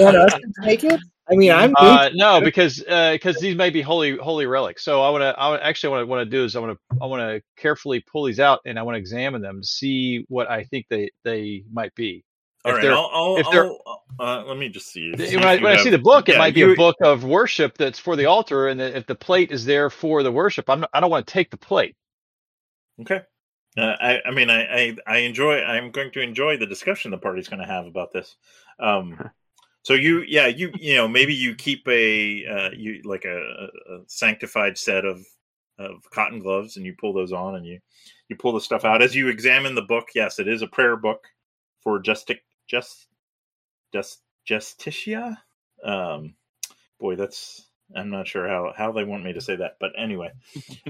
S1: want us to take it? I mean, I'm.
S5: Uh, no, because because these may be holy holy relics. So I want to. I wanna, actually what I want to do is I want to I want to carefully pull these out and I want to examine them to see what I think they they might be.
S3: All
S5: If
S3: right,
S5: they're-
S3: I'll, I'll,
S5: if they're-
S3: I'll- uh, let me just see. if- see
S5: When
S3: if
S5: I,
S3: you
S5: when I
S3: have-
S5: see the book, it
S3: yeah,
S5: might be
S3: you-
S5: a book of worship that's for the altar, and if the plate is there for the worship, I'm not, I don't want to take the plate. <laughs>
S3: Okay. Uh, I, I mean, I, I, I enjoy. I'm going to enjoy the discussion the party's going to have about this. Um, so you, yeah, you, you know, maybe you keep a, uh, you like a, a sanctified set of, of cotton gloves, and you pull those on, and you, you pull the stuff out as you examine the book. Yes, it is a prayer book for justic, just, just, justitia. Um, boy, that's I'm not sure how how they want me to say that, but anyway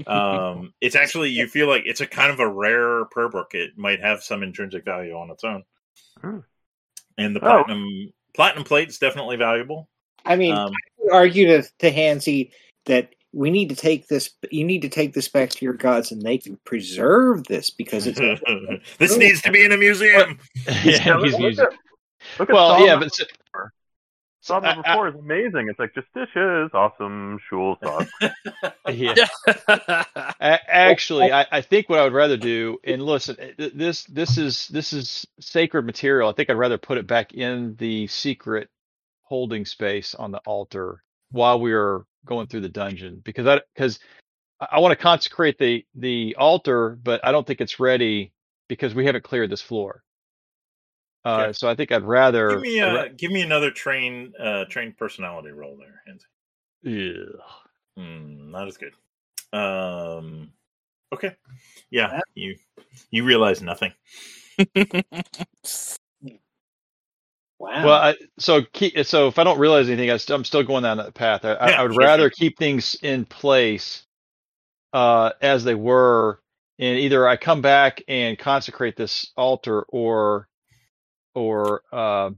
S3: um it's actually you feel like it's a kind of a rare prayer book it might have some intrinsic value on its own
S2: Hmm.
S3: and the
S2: Oh.
S3: platinum platinum plate is definitely valuable
S1: I mean,
S5: uh.
S3: um
S1: you argue to, to Hansi that we need to take this. You need to take this back to your gods, and they can preserve this because it's.
S5: <laughs>
S3: <laughs> this needs to be in a museum
S5: yeah,
S2: look,
S5: he's
S2: look
S5: using.
S2: at, look at
S5: Well,
S2: Psalm
S5: yeah,
S2: number-
S5: but so-
S2: Psalm number
S5: I- I-
S2: four is amazing. It's like Justicia is awesome. Shul thought.
S3: <laughs>
S5: yeah. A- Actually, I, I think what I would rather do, and listen, eh, th- this this is this is sacred material. I think I'd rather put it back in the secret holding space on the altar while we are going through the dungeon, because I because I, I want to consecrate the the altar, but I don't think it's ready because we haven't cleared this floor. Uh,
S3: Okay.
S5: So I think I'd rather.
S3: give me
S5: I'd
S3: uh give me another train uh trained personality roll there Hansi.
S5: ra- Ugh.
S3: Hmm, not as good um okay yeah you you realize nothing <laughs>
S4: <laughs>
S1: Wow.
S5: Well, I, so keep, so if I don't realize anything, I st- I'm still going down that path. I, I,
S3: Yeah,
S5: I would
S3: sure,
S5: rather
S3: sure.
S5: keep things in place uh, as they were, and either I come back and consecrate this altar, or or uh,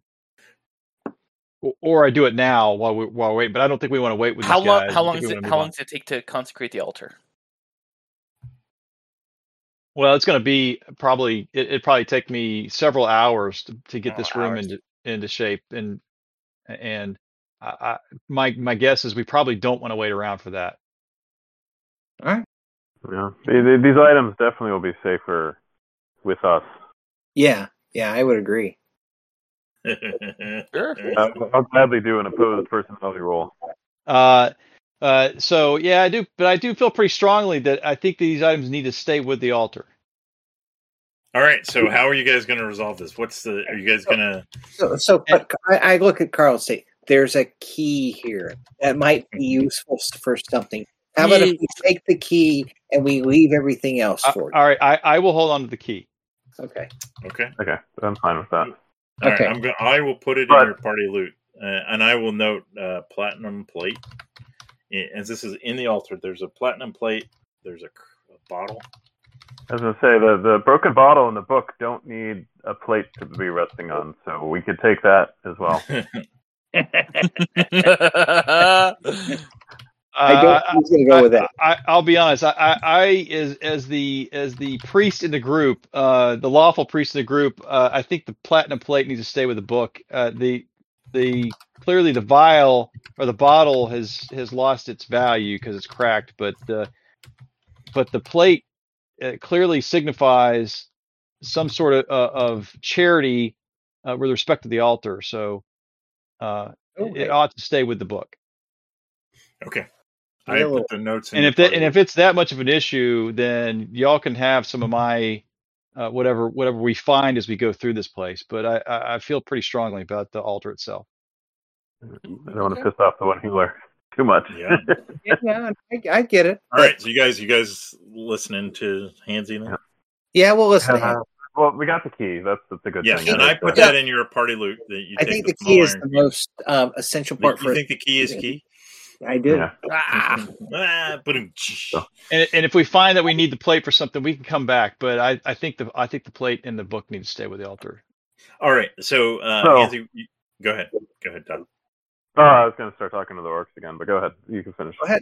S5: or- or I do it now while we while we wait. But I don't think we want to wait with these
S4: how long?
S5: guys.
S4: How
S5: I
S4: long
S5: think
S4: is
S5: we
S4: it?
S5: want to
S4: How
S5: move
S4: long
S5: on.
S4: does it take to consecrate the altar?
S5: Well, it's going to be probably it, it'd probably take me several hours to, to get
S4: Several
S5: this room
S4: hours.
S5: into into shape, and and I, I, my my guess is we probably don't want to wait around for that.
S1: All right.
S2: <laughs> Yeah. Th- th- These items definitely will be safer with us.
S1: Yeah. Yeah, I would agree.
S5: <laughs>
S4: Sure. <laughs>
S2: I- Uh, I'll gladly do an opposed personality roll.
S5: Uh, uh, so yeah, I do, but I do feel pretty strongly that I think these items need to stay with the altar.
S3: All right, so how are you guys going to resolve this? What's the? Are you guys going to?
S1: So, so but I, I look at Carl and say, "There's a key here that might be useful for something." How about if we take the key and we leave everything else
S5: I-
S1: for you?
S5: all right, I, I will hold on to the key.
S1: Okay.
S3: Okay,
S2: Okay, I'm fine with that.
S3: all right,
S1: Okay.
S3: I'm going. I will put it in
S2: But-
S3: your party loot, uh, and I will note uh, platinum plate. I- As this is in the altar, there's a platinum plate. There's a, cr- a bottle.
S2: I was gonna say the the broken bottle in the book don't need a plate to be resting on, so we could take that as well.
S1: I don't
S5: Uh,
S1: think he's going to go with that.
S5: I, I'll be honest. I, I, I as as the as the priest in the group, uh, the lawful priest in the group. Uh, I think the platinum plate needs to stay with the book. Uh, the the clearly the vial or the bottle has has lost its value because it's cracked, but uh, but the plate uh, clearly signifies some sort of uh, of charity uh, with respect to the altar. So uh, it, it
S1: Okay.
S5: ought to stay with the book.
S3: Okay,
S1: He's
S3: I
S1: a little-
S3: put the notes in.
S5: and
S3: your
S5: if that
S3: party
S5: and if
S3: loot.
S5: it's that much of an issue, then y'all can have some of my uh, whatever whatever we find as we go through this place. But I, I I feel pretty strongly about the altar itself.
S2: I don't want to piss off the one healer too much.
S3: Yeah.
S1: yeah, no, I, I get it.
S3: all right, so you guys, you guys listening to Hansy then?
S1: Yeah, well, listen.
S3: Uh-huh.
S2: Uh, well, we got the key. That's that's a good
S3: Yes,
S2: thing.
S3: and I
S2: think
S3: put
S2: that-
S3: that in your party loot that you
S1: I
S3: take
S1: think
S3: the
S1: the key
S3: small
S1: is
S3: iron.
S1: the most um, essential
S3: key.
S1: part
S3: You
S1: for <laughs>
S3: think the key is key?
S1: I did.
S2: Yeah.
S4: Ah,
S3: Ah, ba-dum, tsh.
S5: And, and if we find that we need the plate for something, we can come back. But I, I think the I think the plate and the book need to stay with the altar.
S3: All right. So, uh,
S2: So-
S3: Anthony, you- go ahead. Go ahead, Doug.
S2: Oh, I was going to start talking to the orcs again, but go ahead. You can finish.
S1: Go ahead.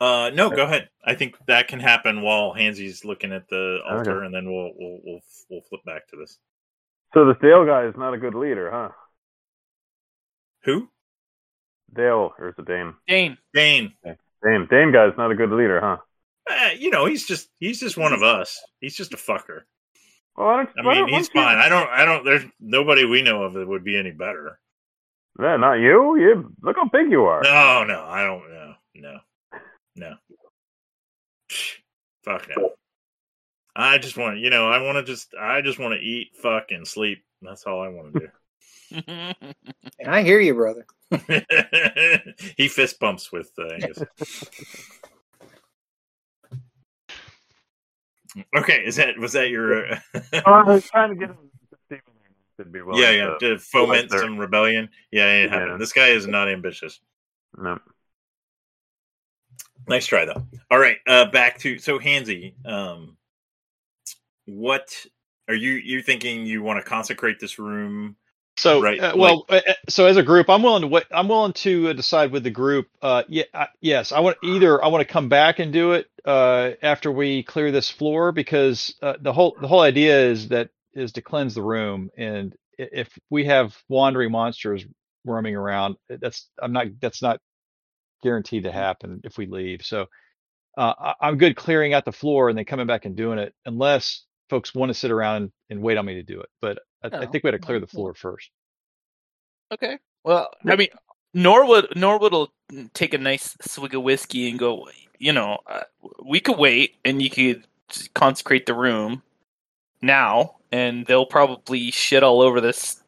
S3: Uh, no, go ahead. I think that can happen while Hansy's looking at the altar, and then we'll we'll we'll we'll flip back to this.
S2: So this Dale guy is not a good leader, huh?
S3: Who?
S2: Dale, or is it Dame?
S4: Dane.
S3: Dane.
S2: Dame. Dame guy is not a good leader, huh?
S3: Eh, you know, he's just he's just one of us. He's just a fucker.
S2: Well, why don't,
S3: I
S2: why
S3: mean,
S2: don't- why
S3: he's
S2: don't you-
S3: fine. I don't. I don't. There's nobody we know of that would be any better.
S2: Yeah, not you. You look how
S3: <laughs>
S2: big you are.
S3: No, no, I don't know. No, no. <sighs> Psh, Fuck no. I just want. You know, I want to just. I just want to eat, fuck, and sleep. That's all I want to
S1: And I hear you, brother.
S3: do. <laughs> he fist bumps with uh, Angus. okay, is that was that your? Uh,
S2: Oh, I was trying to get him to see if he'd be
S3: <laughs>
S2: willing
S3: yeah, yeah.
S2: to-
S3: To foment
S2: there.
S3: some rebellion. Yeah, it ain't
S2: uh, Yeah.
S3: happening. This guy is not ambitious.
S2: No.
S3: Nice try though. All right, uh back to so Hansy, um what are you you thinking you want to consecrate this room?
S5: So,
S3: Right,
S5: uh, well, uh, uh, so as a group, I'm willing to wait, I'm willing to uh, decide with the group. Uh, yeah, I, yes, I want either I want to come back and do it uh, after we clear this floor because uh, the whole the whole idea is that is to cleanse the room, and i- if we have wandering monsters roaming around, uh, that's I'm not that's not guaranteed to happen if we leave. So, uh, I, I'm good clearing out the floor and then coming back and doing it, unless folks want to sit around and wait on me to do it. But I, I
S4: No,
S5: think we had to
S4: no,
S5: clear the
S4: cool.
S5: floor first.
S4: <laughs> Okay. Well, I mean, Norwood Norwood will take a nice swig of whiskey and go. You know, uh, we could wait, and you could consecrate the room now, and they'll probably shit all over this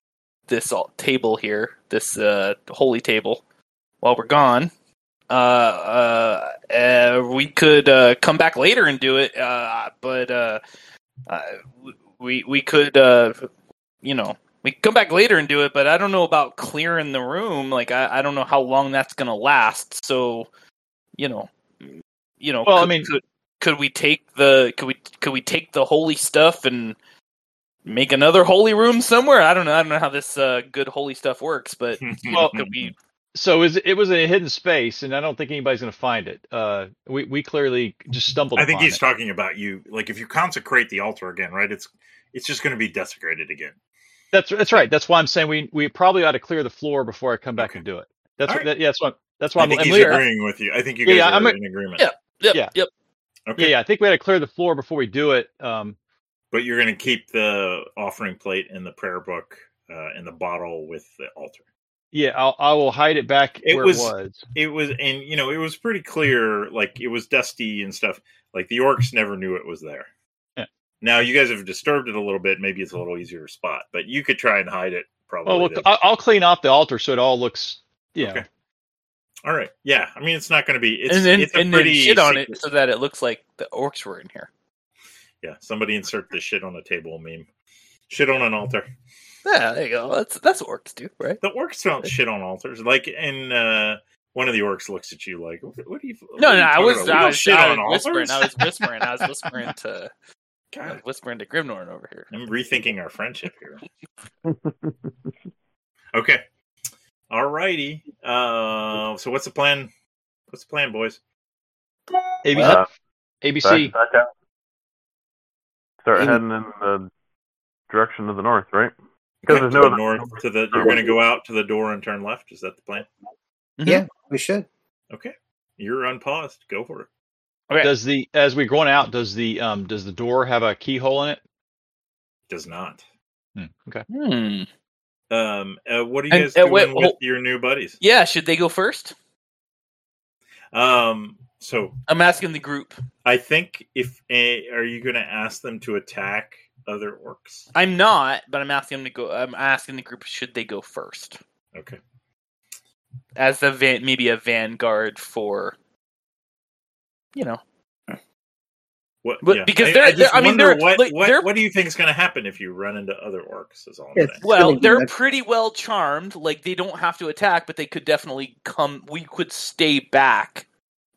S4: this all- table here, this uh, holy table, while we're gone. Uh, uh, uh, we could uh, come back later and do it, uh, but uh, uh, we we could uh, you know we can come back later and do it, but I don't know about clearing the room. Like I, I don't know how long that's gonna last. So, you know, you know.
S5: Well, I
S4: could-
S5: mean-
S4: could, could we take the could we could we take the holy stuff and make another holy room somewhere? I don't know. I don't know how this uh, good holy stuff works, <laughs> but
S5: <laughs> Well-
S4: could we?
S5: so is it was a hidden space and i don't think anybody's going to find it uh we we clearly just stumbled
S3: I think
S5: upon
S3: he's
S5: it
S3: talking about you. Like if you consecrate the altar again, right? It's it's just going to be desecrated again.
S5: that's that's right that's why i'm saying we we probably ought to clear the floor before i come back
S3: Okay.
S5: and do it that's
S3: All
S5: what
S3: right.
S5: that, yeah that's what that's why
S3: I
S5: i'm
S3: think
S5: and
S3: he's
S5: we-
S3: agreeing with you. I think you
S5: Yeah,
S3: guys
S5: yeah,
S3: are
S5: I'm a-
S3: in agreement.
S4: Yep,
S5: Yeah.
S4: yep.
S5: yeah
S3: Okay.
S5: yeah i think we had to clear the floor before we do it um
S3: But you're going to keep the offering plate and the prayer book uh, and the bottle with the altar.
S5: yeah I'll, i will hide it back
S3: It
S5: where
S3: was-
S5: it was
S3: it was and you know it was pretty clear like it was dusty and stuff like the orcs never knew it was there
S5: Yeah.
S3: now you guys have disturbed it a little bit maybe it's a little easier spot but you could try and hide it probably
S4: Oh,
S5: well, well
S3: to-
S5: I- i'll clean off the altar so it all looks yeah
S3: Okay. all right yeah i mean it's not going to be it's,
S4: and then
S3: it's a
S4: and then
S3: pretty
S4: shit on it
S3: secret-
S4: so that it looks like the orcs were in here.
S3: yeah somebody insert the shit on a table meme shit on an altar
S4: Yeah, there you go. That's that's what orcs do, right?
S3: the orcs don't shit on altars like and uh one of the orcs looks at you like what, what do you what
S4: No,
S3: are
S4: no,
S3: you
S4: I
S3: talking
S4: was,
S3: about? We
S4: I
S3: don't
S4: was,
S3: shit
S4: I
S3: on
S4: was whispering. I
S3: altars."
S4: was
S3: <laughs>
S4: whispering. I was whispering to, I was
S3: God,
S4: whispering to Grimnorn over here.
S3: i'm rethinking our friendship here
S4: <laughs>
S3: Okay. All righty. Uh, so what's the plan? What's the plan, boys?
S5: ABC,
S2: Uh,
S5: abc
S2: Back, back out. Start
S5: In-
S2: heading in the direction of the north, right?
S3: Okay,
S2: Because there's
S3: to
S2: no
S3: the north to the you're gonna go out to the door and turn left. Is that the plan?
S1: We should.
S3: Okay. You're unpaused. Go for it.
S4: Okay.
S5: does the as we're going out does the um does the door have a keyhole in it
S3: Does not.
S5: Hmm, okay
S4: Hmm.
S3: Um uh, what are you
S4: And-
S3: guys
S4: and
S3: doing
S4: wait,
S3: with
S4: hold-
S3: your new buddies?
S4: Yeah, should they go first?
S3: Um so
S4: I'm asking the group.
S3: I think if eh, are you gonna ask them to attack other orcs?
S4: I'm not, but I'm asking them to go. I'm asking the group should they go first
S3: Okay.
S4: as the van, maybe a vanguard for, you know,
S3: What,
S4: But
S3: yeah.
S4: because
S3: I-
S4: they're-
S3: I, just
S4: they're- I mean,
S3: wonder
S4: they're-
S3: what
S4: like,
S3: what,
S4: they're-
S3: what do you think is going to happen if you run into other orcs? Is all I'm
S1: Yes.
S3: saying.
S4: Well,
S1: Really
S4: they're
S1: good.
S4: pretty well charmed. Like they don't have to attack, but they could definitely come. We could stay back,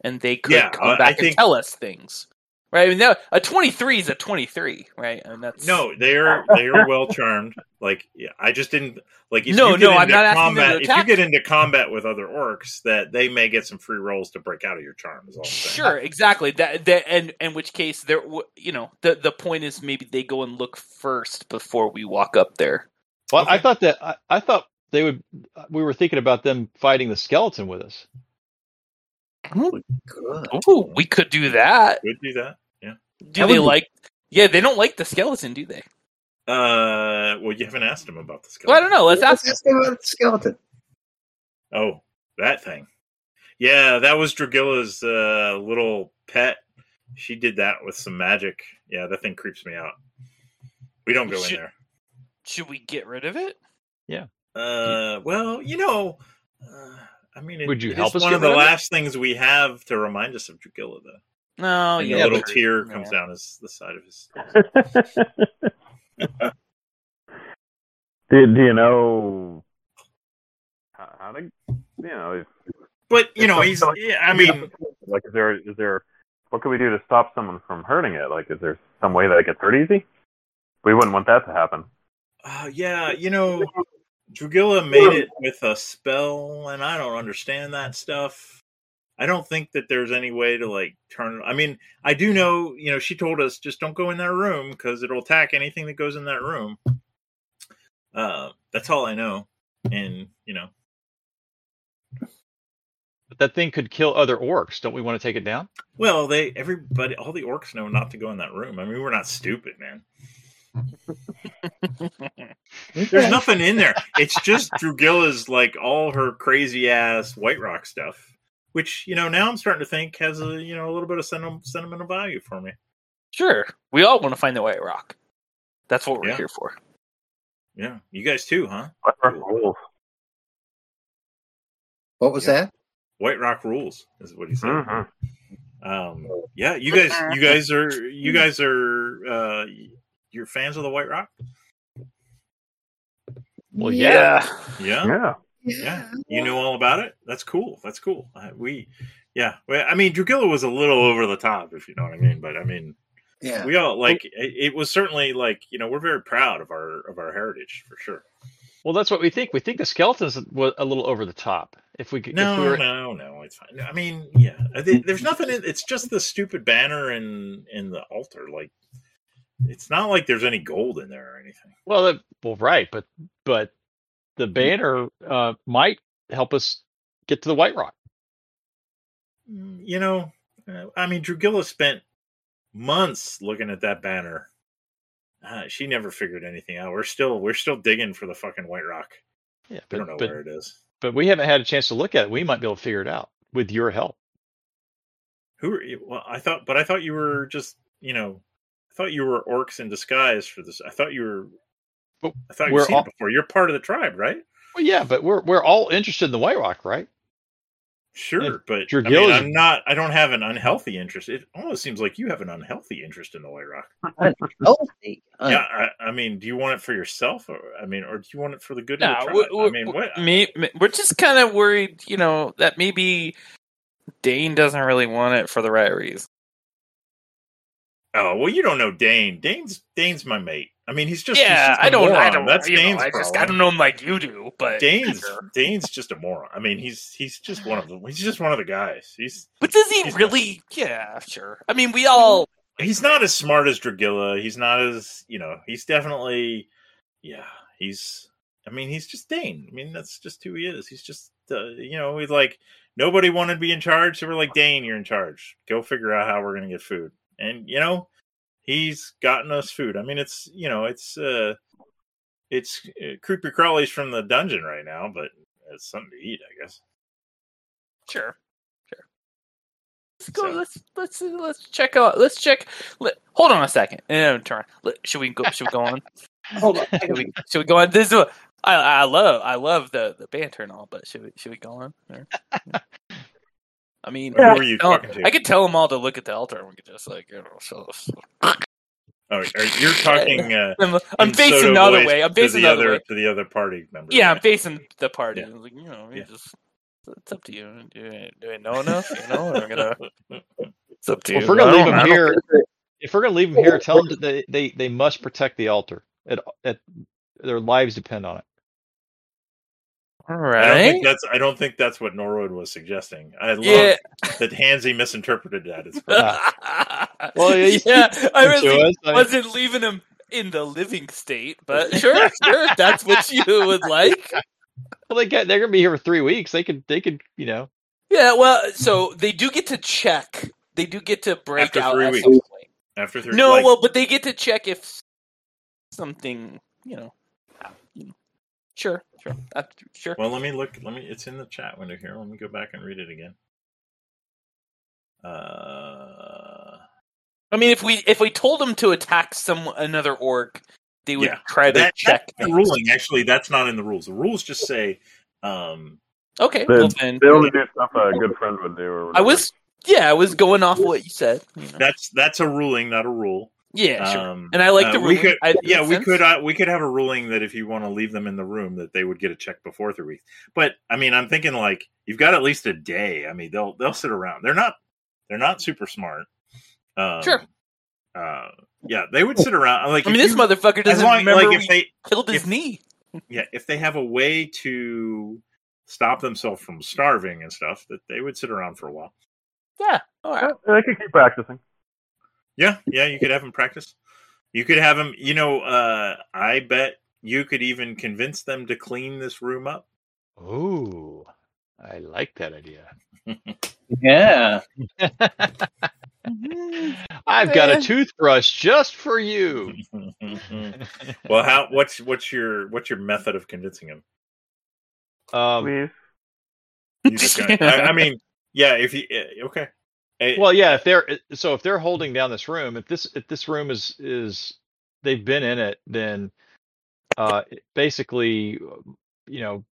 S4: and they could
S3: Yeah, I-
S4: come
S3: I
S4: back and
S3: think-
S4: tell us things. Right? I mean, that- a twenty-three is a twenty-three, right? And that's
S3: No, they are they are well charmed. Like yeah, I just didn't like if
S4: No,
S3: you get
S4: no, I'm
S3: into
S4: not asking them to
S3: combat. If you
S4: attack.
S3: get into combat with other orcs, that they may get some free rolls to break out of your charm. Is all I'm saying.
S4: Sure, exactly. That, that and in which case, there, w- you know, the the point is maybe they go and look first before we walk up there.
S5: Well, I
S3: Okay.
S5: thought that I, I thought they would. We were thinking about them fighting the skeleton with us.
S1: Good.
S4: Ooh, we could do that.
S3: Would do that.
S4: Do
S1: That
S4: they
S1: would be-
S4: like? Yeah, they don't like the skeleton, do they?
S3: Uh, well, you haven't asked him about the skeleton.
S4: Well, I don't know. Let's ask.
S1: just go with skeleton.
S3: Oh, that thing. Yeah, that was Dragilla's uh, little pet. She did that with some magic. Yeah, that thing creeps me out. We don't go in
S4: Should-
S3: there.
S4: Should we get rid of it?
S3: Uh, well, you know, uh, I mean, it,
S5: Would you
S3: it
S5: help
S3: is
S5: us
S3: One
S5: get
S3: of the
S5: rid of it?
S3: last things we have to remind us of Dragilla, though. and
S4: No, Oh, yeah,
S3: the little
S4: but-
S3: tear
S4: yeah.
S3: comes down his the side of his.
S2: do, do you know how, how to? You know, if-
S3: But you
S2: It's
S3: know,
S2: like-
S3: he's.
S2: like-
S3: yeah, I mean,
S2: like, is there is there what can we do to stop someone from hurting it? Like, is there some way that it gets hurt easy? We wouldn't want that to happen.
S3: uh, yeah, you know, Dragilla made it with a spell, and I don't understand that stuff. I don't think that there's any way to like turn. I mean, I do know, you know, she told us just don't go in that room because it'll attack anything that goes in that room. Uh, that's all I know, and you know,
S5: But that thing could kill other orcs. Don't we want to take it down?
S3: well, they everybody, all the orcs know not to go in that room. I mean, we're not stupid, man. There's
S1: Okay.
S3: nothing in there. It's just Drugilla's like all her crazy ass White Rock stuff, which you know now I'm starting to think has a you know a little bit of sentim- sentimental value for me.
S4: Sure, we all want to find the White Rock. That's what we're
S3: Yeah.
S4: here for.
S3: Yeah, you guys too, huh?
S2: What are
S3: Cool.
S2: rules?
S1: What was that?
S3: White Rock rules is what he said.
S2: Mhm.
S3: Um, yeah, you guys, you guys are you guys are uh, you're fans of the White Rock.
S5: Well,
S3: Yeah,
S2: Yeah.
S3: yeah. You knew all about it. That's cool. That's cool. Uh, we, yeah. Well, I mean, Drugilla was a little over the top, if you know what I mean. But I mean,
S1: Yeah.
S3: we all like it, it was certainly like you know we're very proud of our of our heritage for sure
S5: Well, that's what we think. We think the skeletons were a little over the top. If we, could- if we
S3: no
S5: were, Mm-hmm.
S3: no no it's fine i mean yeah I thi- there's nothing in, it's just the stupid banner and and the altar like it's not like there's any gold in there or anything
S5: well, that, well, right, but but the banner uh, might help us get to the White Rock.
S3: Mm, you know uh, i mean drugilla spent months looking at that banner uh, she never figured anything out we're still we're still digging for the fucking white rock
S5: Yeah,
S3: we don't
S5: but
S3: know
S5: but,
S3: where it is
S5: but we haven't had a chance to look at it. We might be able to figure it out with your help.
S3: Who are you? Well, I thought, but I thought you were just, you know, I thought you were orcs in disguise for this. I thought you were.
S5: But
S3: I thought
S5: we're
S3: you've seen
S5: all-
S3: it before. You're part of the tribe, right?
S5: Well, yeah, but we're we're all interested in the White Rock, right?
S3: Sure,
S5: And
S3: but I
S5: Dragil
S3: mean,
S5: is-
S3: I'm not. I don't have an unhealthy interest. It almost seems like you have an unhealthy interest in the White Rock.
S1: Healthy. Uh,
S3: yeah, I, I mean, do you want it for yourself, or I mean, or do you want it for the good of the
S4: No,
S3: tribe?
S4: we,
S3: I mean, what?
S4: are just kind of worried, you know, that maybe Dane doesn't really want it for the right reason.
S3: oh, well, you don't know Dane. Dane's Dane's my mate. I mean, he's just he's
S4: yeah,
S3: just a
S4: I don't, I
S3: moron.
S4: don't,
S3: That's
S4: you know,
S3: Dane's
S4: I just, I
S3: problem.
S4: don't know him like you do, but
S3: Dane's
S4: Sure.
S3: Dane's just a moron. I mean, he's he's just one of the he's just one of the guys. He's
S4: But does he
S3: He's not-
S4: really? Yeah, sure. I mean, we all.
S3: he's not as smart as Dragilla. He's not as you know. He's definitely yeah. He's I mean he's just Dane. I mean that's just who he is. He's just uh, you know he's like nobody wanted to be in charge, so we're like Dane, you're in charge. Go figure out how we're gonna get food. And you know he's gotten us food. I mean it's you know it's uh it's uh, creepy crawlies from the dungeon right now, but it's something to eat, I guess.
S4: Sure. Sure. Let's go.
S3: So-
S4: Let's let's let's check out. Let's check. Let, hold on a second. No, turn. Let, should we go? Should we go on?
S1: Hold
S3: <laughs>
S1: on.
S4: Should we, should we go on? This is what I, I love. I love the, the banter and all, but should we should we go on? Or- I mean,
S3: Who
S4: I,
S3: were
S4: could
S3: you
S4: tell-
S3: talking to?
S4: I could tell them all to look at the altar and we could just like, you know, show us.
S3: Oh, are, you're talking. Uh,
S4: <laughs> I'm, I'm
S3: in
S4: facing
S3: Soto
S4: the other
S3: voice
S4: way. I'm
S3: to
S4: facing
S3: the
S4: the other
S3: other
S4: way.
S3: to the other party member.
S4: Yeah, I'm facing the party.
S3: Yeah.
S4: It's Like, you know, you
S3: Yeah.
S4: just it's up to you. Do I, do I know enough? You know, or I'm gonna. It's up to
S5: Well,
S4: you.
S5: if we're gonna
S4: I
S5: leave
S4: don't-
S5: them
S4: I don't-
S5: here, <laughs> if we're gonna leave them here, <laughs> tell them that they, they, they must protect the altar. It, it, their lives depend on it.
S4: All
S3: I don't think
S4: right.
S3: that's. I don't think that's what Norwood was suggesting. I love
S4: Yeah.
S3: that Hansy misinterpreted that.
S4: <laughs>
S3: It's perfect. <laughs>
S5: Well, yeah, he's
S4: yeah. I
S5: To
S4: really
S5: us, I mean,
S4: wasn't leaving him in the living state, but sure, sure, if that's what you would like.
S5: well, they get, they're gonna be here for three weeks. They could they could you know
S4: Yeah. Well, so they do get to check. They do get to break
S3: After
S4: out
S3: three
S4: at
S3: weeks.
S4: some point.
S3: After three,
S4: No,
S3: like,
S4: well, but they get to check if something, you know, you know. sure, sure, uh, sure.
S3: well, let me look. Let me. It's in the chat window here. Let me go back and read it again. Uh,
S4: I mean, if we if we told them to attack some another orc, they would
S3: Yeah,
S4: try to
S3: that,
S4: check.
S3: that's the
S4: things.
S3: ruling. Actually, that's not in the rules. The rules just say, um,
S4: Okay,
S2: They,
S4: well then,
S2: they only do stuff a good friend would do. Or
S4: I
S2: whatever.
S4: was yeah, I was going off what you said. You know.
S3: that's that's a ruling, not a rule.
S4: Yeah, sure.
S3: Um,
S4: And I like
S3: uh,
S4: the
S3: we
S4: ruling.
S3: could,
S4: I- that
S3: yeah,
S4: makes
S3: we
S4: sense.
S3: could, uh, we could have a ruling that if you want to leave them in the room, that they would get a check before three weeks. But I mean, I'm thinking like you've got at least a day. I mean, they'll they'll sit around. They're not they're not super smart. Um,
S4: Sure.
S3: Uh, yeah, they would sit around. uh, Like,
S4: I mean,
S3: if
S4: this
S3: you-
S4: motherfucker
S3: as
S4: doesn't
S3: long
S4: remember
S3: like
S4: we
S3: if they
S4: killed his
S3: if-
S4: knee.
S3: yeah, if they have a way to stop themselves from starving and stuff, that they would sit around for a while.
S4: Yeah. All right.
S2: Yeah, they could keep practicing.
S3: Yeah, yeah, you could have them practice. You could have them, you know, uh, I bet you could even convince them to clean this room up.
S5: oh I like that idea.
S1: Yeah.
S5: I've got
S4: Mm, Yeah.
S5: a toothbrush just
S4: <laughs>
S5: for you.
S3: <laughs> well, how what's what's your what's your method of convincing them?
S5: Um,
S2: Please.
S3: You just gonna, I, I mean, yeah, if you eh, okay. Eh,
S5: well, yeah. If they're so, if they're holding down this room, if this if this room is is they've been in it, then uh, basically, you know,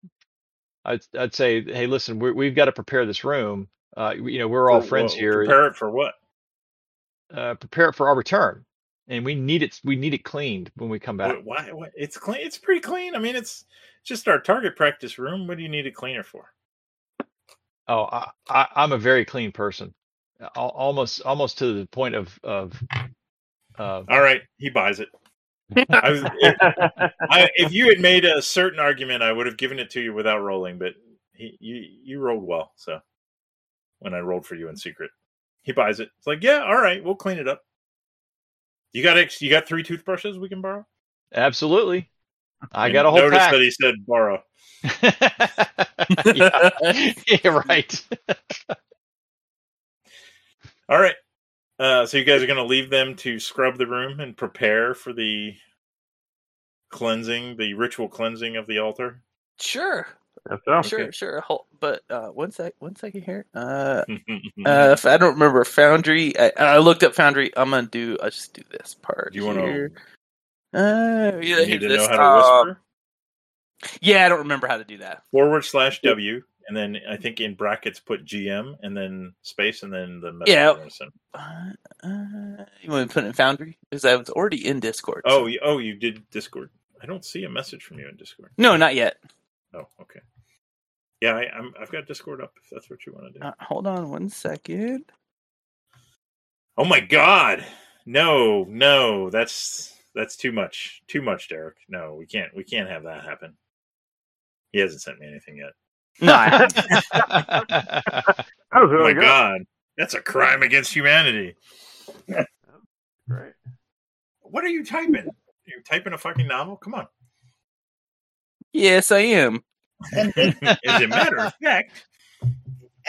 S5: I'd I'd say, hey, listen, we we've got to prepare this room. Uh, you know, we're all
S3: for-
S5: friends
S3: well,
S5: here.
S3: Prepare it for what?
S5: Uh, prepare it for our return, and we need it. We need it cleaned when we come back.
S3: What, why, why? It's clean. It's pretty clean. I mean, it's just our target practice room. What do you need it cleaner for?
S5: Oh, I, I I'm a very clean person, Al- almost almost to the point of of uh,
S3: All right, he buys it. I was, if, I, if you had made a certain argument, I would have given it to you without rolling. But he, you you rolled well, so when I rolled for you in secret, he buys it. It's like, yeah, all right, we'll clean it up. You got ex- you got three toothbrushes we can borrow.
S5: absolutely. I
S3: And
S5: got a whole
S3: notice
S5: pack.
S3: that he said borrow.
S5: <laughs> yeah. Yeah, right.
S3: All right, uh, so you guys are going to leave them to scrub the room and prepare for the cleansing, the ritual cleansing of the altar. <laughs>
S4: Sure.
S2: That's so.
S4: Sure. Sure. Hol- But uh, one sec. One second here. Uh,
S3: do
S4: uh, if I don't remember Foundry, I, I looked up Foundry. I'm gonna do. I'll just do this part.
S3: you want
S4: here.
S3: to?
S4: Uh, yeah,
S3: You need to
S4: this,
S3: know how to
S4: uh,
S3: whisper.
S4: yeah, I don't remember how to do that.
S3: forward slash W, and then I think in brackets put GM, and then space, and then the message.
S4: Yeah.
S3: you're gonna send.
S4: Uh, uh, you want to put it in Foundry? Because I was already in Discord. so-
S3: Oh, you, oh, you did Discord. I don't see a message from you in Discord.
S4: no, not yet.
S3: Oh, okay. Yeah, I, I'm, I've got Discord up. If that's what you want to do.
S4: Uh, hold on one second.
S3: <laughs> oh my God! No, no, that's that's too much. Too much, Derek. No, we can't. We can't have that happen. He hasn't sent me anything yet.
S4: No, I,
S2: That was
S3: Oh
S2: really
S3: my
S2: good.
S3: God, that's a crime against humanity.
S2: Great.
S3: What are you typing? You're typing a fucking novel? Come on.
S4: yes, I am.
S1: And
S3: <laughs>
S1: then,
S3: As a matter of fact,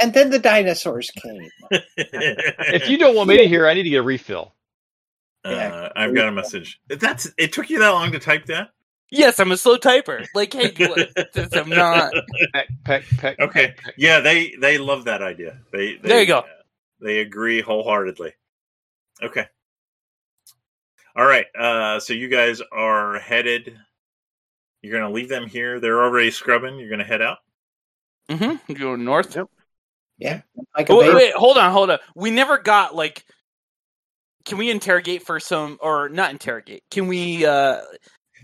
S1: and then the dinosaurs came.
S5: if you don't want me to hear, I need to get a refill.
S3: <laughs> uh, I've got a message. That's it. Took you that long to type that?
S4: Yes, I'm a slow typer.
S3: <laughs>
S4: Like, hey, look, since I'm not.
S5: Peck, peck, peck.
S3: Okay.
S5: peck, peck.
S3: Yeah, they they love that idea. They, they uh,
S4: There you go.
S3: They agree wholeheartedly. Okay. All right. Uh, so you guys are headed. You're gonna leave them here. They're already scrubbing. You're gonna head out.
S4: Mm-hmm. Go north. Oh,
S2: Yep.
S1: Yeah. Like a
S4: Wait,
S1: baby.
S4: wait, hold on, hold on. We never got like. Can we interrogate for some, or not interrogate? Can we? uh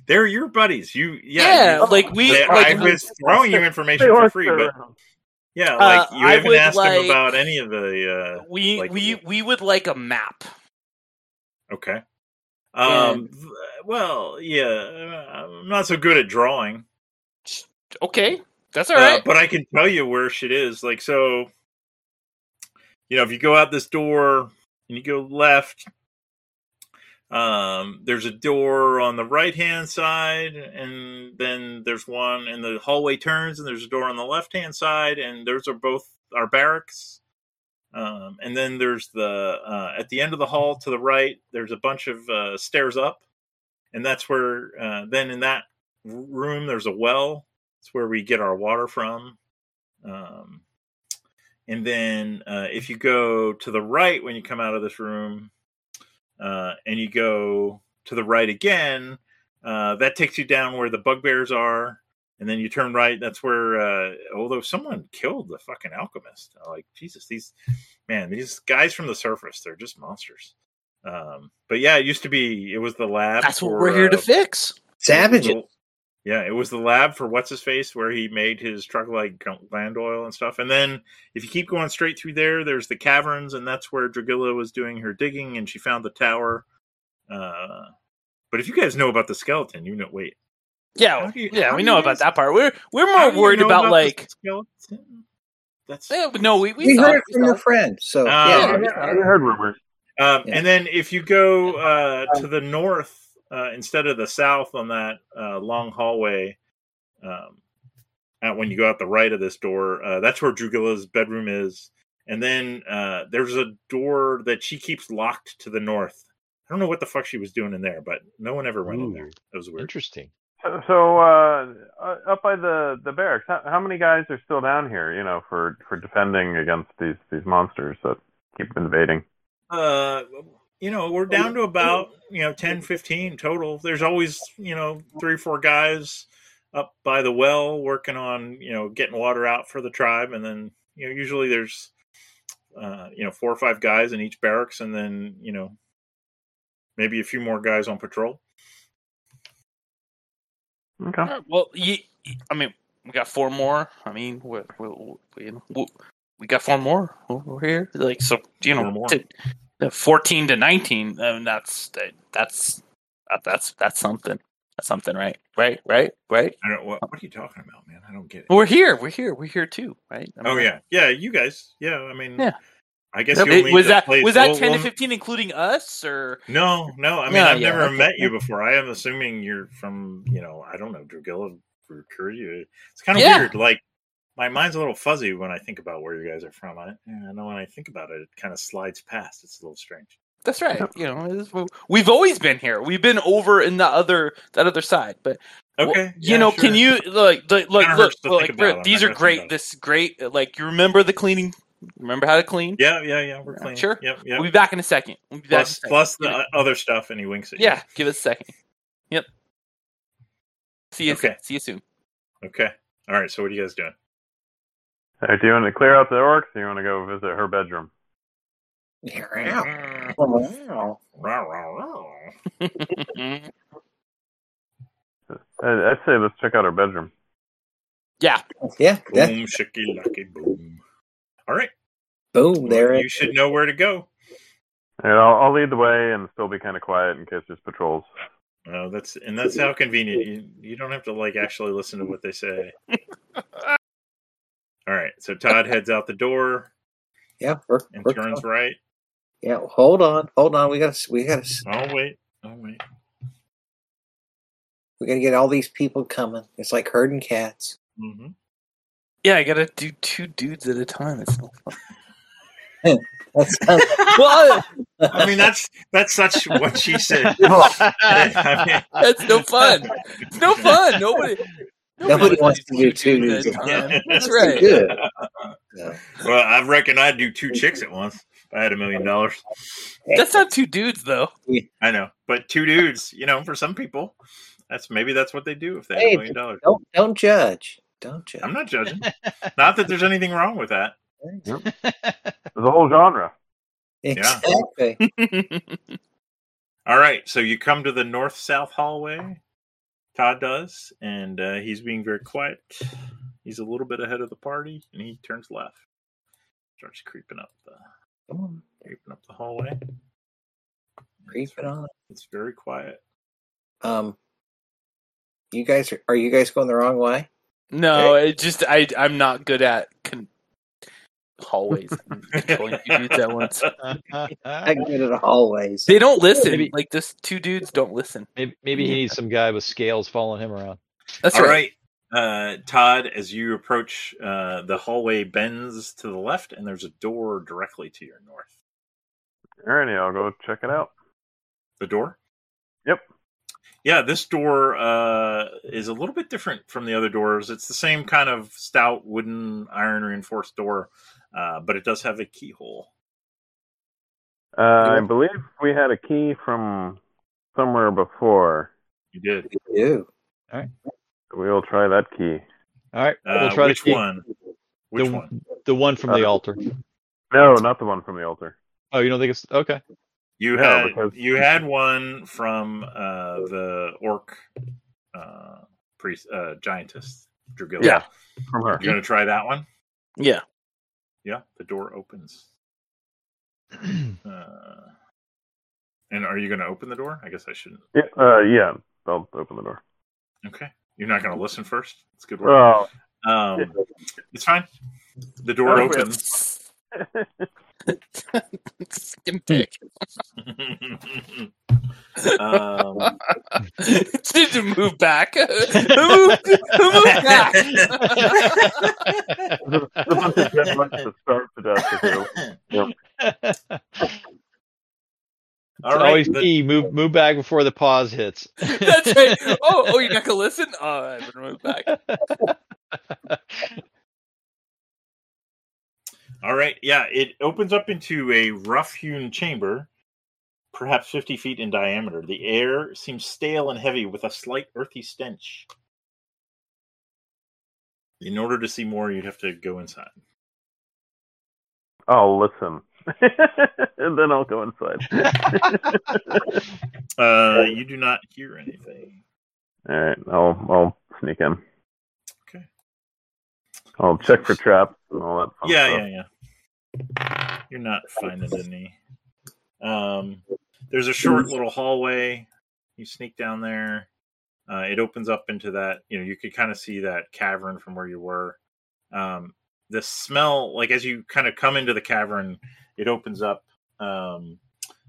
S3: They're your buddies. You
S4: Yeah,
S3: yeah. you-
S4: like we,
S3: they-
S4: like
S3: I
S4: <laughs>
S3: was throwing you information for free, but yeah,
S4: Uh,
S3: like you
S4: I
S3: haven't
S4: would
S3: asked
S4: like-
S3: them about any of the. uh,
S4: we,
S3: like-
S4: we, we would like a map.
S3: Uh, okay. Um. th- Well, yeah, I'm not so good at drawing,
S4: Okay, that's all right.
S3: uh, but I can tell you where shit is. Like so, you know, if you go out this door and you go left, um, there's a door on the right hand side, and then there's one, and the hallway turns, and there's a door on the left hand side, and those are both our barracks. Um, and then there's the uh, at the end of the hall to the right, there's a bunch of uh, stairs up, and that's where uh, then in that room there's a well. It's where we get our water from. Um, and then uh, if you go to the right when you come out of this room, uh, and you go to the right again, uh, that takes you down where the bugbears are. And then you turn right. That's where, uh, although someone killed the fucking alchemist. I'm Like Jesus, these man, these guys from the surface, they're just monsters. Um, but yeah, it used to be. It was the lab.
S4: that's what
S3: for,
S4: we're here to
S3: uh,
S4: fix.
S1: Savages.
S3: well, Yeah, it was the lab for what's his face where he made his truck-like land oil and stuff. And then if you keep going straight through there, there's the caverns, and that's where Dragilla was doing her digging, and she found the tower. Uh, but if you guys know about the skeleton, you know. Wait,
S4: Yeah,
S3: How do you-
S4: yeah,
S3: how
S4: we
S3: do
S4: know
S3: you
S4: about
S3: guys-
S4: that part. We're we're
S3: how
S4: more
S3: do you
S4: worried
S3: know
S4: about,
S3: the
S4: like
S3: skeleton. That's
S4: eh, no, we we,
S1: We,
S4: saw
S1: heard
S4: it,
S1: it
S4: we
S1: from
S4: saw
S1: your
S4: it.
S1: friend. So,
S3: Oh,
S1: yeah.
S3: yeah.
S2: I heard rumors.
S3: Um,
S1: Yeah.
S3: And then if you go uh, to the north uh, instead of the south on that uh, long hallway, um, out when you go out the right of this door, uh, that's where Drugilla's bedroom is. And then uh, there's a door that she keeps locked to the north. I don't know what the fuck she was doing in there, but no one ever went in there.
S5: Ooh.
S3: It was weird.
S5: Interesting.
S2: So, so uh, uh, up by the the barracks, how, how many guys are still down here? You know, for for defending against these these monsters that keep invading.
S3: Uh, you know, we're down to about, you know, 10, 15 total. There's always, you know, three, four guys up by the well working on, you know, getting water out for the tribe. And then, you know, usually there's, uh, you know, four or five guys in each barracks and then, you know, maybe a few more guys on patrol.
S2: Okay.
S4: All right, well, you, I mean, we got four more. I mean, we we we, we, we got four more. We're here, like so. You know,
S3: Four more.
S4: To, the fourteen to nineteen. I mean, that's that, that's that, that's that's something. That's something, right? Right? Right? Right?
S3: I don't, what, what are you talking about, man? I don't get it.
S4: We're here. We're here. We're here too, right? I
S3: Oh
S4: mean,
S3: yeah. Yeah. You guys. Yeah. I mean,
S4: Yeah.
S3: I guess
S4: Yep.
S3: you'll need
S4: was
S3: to
S4: that
S3: place-
S4: was that
S3: we'll-
S4: ten to
S3: we'll-
S4: fifteen, including us, or
S3: No, no. I mean,
S4: No,
S3: I've
S4: yeah,
S3: never
S4: okay.
S3: met you before. I am assuming you're from, you know, I don't know, Dragilla or Korea. It's kind of
S4: Yeah.
S3: weird. Like, my mind's a little fuzzy when I think about where you guys are from. I, and I know when I think about it, it kind of slides past. It's a little strange.
S4: That's right. You know, it's- we've always been here. We've been over in the other that other side, but well,
S3: Okay.
S4: you
S3: yeah,
S4: know,
S3: sure.
S4: can you like
S3: Kinda
S4: like look look
S3: hurts to think
S4: like
S3: about
S4: Brit,
S3: on
S4: these
S3: that,
S4: are
S3: doesn't
S4: great.
S3: it?
S4: This great like you remember the cleaning. Remember how to clean?
S3: Yeah, yeah, yeah. We're
S4: Yeah,
S3: clean.
S4: sure.
S3: Yep, yep.
S4: We'll be back in a second. We'll be back.
S3: plus,
S4: in a second.
S3: plus the
S4: Give
S3: uh, other stuff, and he winks
S4: it-
S3: at
S4: yeah, give us a second. Yep. See you.
S3: Okay.
S4: Soon. See you soon.
S3: you. Okay. All right. So, what are you guys doing?
S2: All right, do you want to clear out the orcs, or you want to go visit her bedroom?
S3: Mm-hmm. Rah, rah, rah.
S4: Mhm.
S2: I, I'd say let's check out her bedroom.
S4: yeah.
S1: Yeah. That,
S3: Boom, shaky, lucky, boom. All right.
S1: boom. There.
S3: Well,
S1: it
S3: you should know where to go.
S2: All right, I'll, I'll lead the way and still be kind of quiet in case there's patrols.
S3: Oh, that's and that's
S4: <laughs>
S3: how convenient. You you don't have to like actually listen to what they say. All right, so Todd heads out the door
S1: Yeah. We're,
S3: and
S1: we're
S3: turns right.
S1: Yeah, hold on, hold on. We got to, we got to,
S3: Oh wait, oh wait.
S1: we got to get all these people coming. It's like herding cats.
S3: hmm
S4: Yeah, I gotta do two dudes at a time. It's no <laughs> fun.
S1: That sounds,
S4: well,
S3: I
S4: <laughs>
S3: mean, that's that's such what she said. I
S5: All
S4: That's no fun. It's
S3: <laughs>
S4: no fun. Nobody.
S1: Nobody wants to do two
S4: dudes
S1: dudes at
S4: at a
S3: a
S4: time.
S3: time.
S4: That's
S3: That's
S4: right.
S1: good. So,
S3: Well, I reckon I'd do two chicks at once. If I had a million dollars.
S4: That's not two dudes though.
S3: I know, but two dudes. You know, for some people, that's maybe that's what they do if they had a
S1: Hey,
S4: <laughs>
S3: million dollars.
S1: don't don't judge. Don't judge.
S3: I'm not judging. Not that there's anything wrong with that.
S2: There's a whole genre.
S1: Exactly.
S3: All right, so you come to the north south hallway. Todd does, and uh, he's being very quiet. He's a little bit ahead of the party, and he turns left. Starts creeping up the creeping up the hallway.
S1: Creep it on.
S3: It's very quiet.
S1: Um, you guys are, are you guys going the wrong way?
S4: No, it just I I'm not good at con- hallways. and controlling two dudes at once.
S1: I get it always.
S4: <laughs> They don't listen.
S5: Maybe-
S4: Like this, two dudes don't listen.
S5: maybe, maybe he needs some guy with scales following him around.
S4: That's
S3: All
S4: right.
S3: right, uh, Todd. As you approach, uh, the hallway bends to the left, and there's a door directly to your north.
S2: Alrighty, I'll go check it out.
S3: The door.
S2: Yep.
S3: Yeah, this door uh, is a little bit different from the other doors. It's the same kind of stout wooden iron reinforced door, uh, but it does have a keyhole.
S2: Uh, I believe we had a key from somewhere before.
S3: You did.
S1: Ew.
S2: We will try that key.
S5: All right,
S3: Uh,
S5: we'll try
S3: which
S5: to keep
S3: one? Which
S5: the,
S3: one? Uh-huh.
S5: The one from the
S2: Uh,
S5: altar.
S2: No, not the one from the altar.
S5: Oh, you don't think it's okay?
S3: You
S2: No,
S3: had
S2: because-
S3: you had one from uh, the orc uh, priest uh, giantess Dragilla.
S4: Yeah.
S2: From her.
S3: you're gonna try that one.
S4: Yeah.
S3: Yeah, the door opens.
S5: <clears throat>
S3: Uh, and are you gonna open the door? I guess I shouldn't.
S2: Yeah, uh, yeah. I'll open the door.
S3: Okay, you're not gonna listen first. It's good work.
S2: <laughs> Oh,
S3: Um, It's fine. The door
S2: Oh,
S3: opens.
S4: <laughs> Skin dick.
S3: <laughs> um,
S4: <laughs> Did you move back? <laughs> Who moved, who moved back? <laughs>
S2: this is a good one to start to death. here.
S3: all right.
S5: always
S3: the-
S5: key. Move move back before the pause hits.
S4: That's right.
S5: <laughs>
S4: Oh, oh, you're not gonna listen. Oh, I've been moved <laughs> back.
S3: all right. Yeah, it opens up into a rough-hewn chamber, perhaps fifty feet in diameter. The air seems stale and heavy, with a slight earthy stench. In order to see more, you'd have to go inside.
S2: I'll listen. <laughs> and then I'll go inside.
S3: Uh, you do not hear anything.
S2: All right, I'll I'll sneak in.
S3: Okay.
S2: I'll check for traps and all that. Fun
S3: yeah,
S2: stuff.
S3: yeah, yeah. You're not finding any. Um, there's a short little hallway. You sneak down there. Uh, it opens up into that. You know, you could kind of see that cavern from where you were. Um, the smell, like as you kind of come into the cavern, it opens up. Um,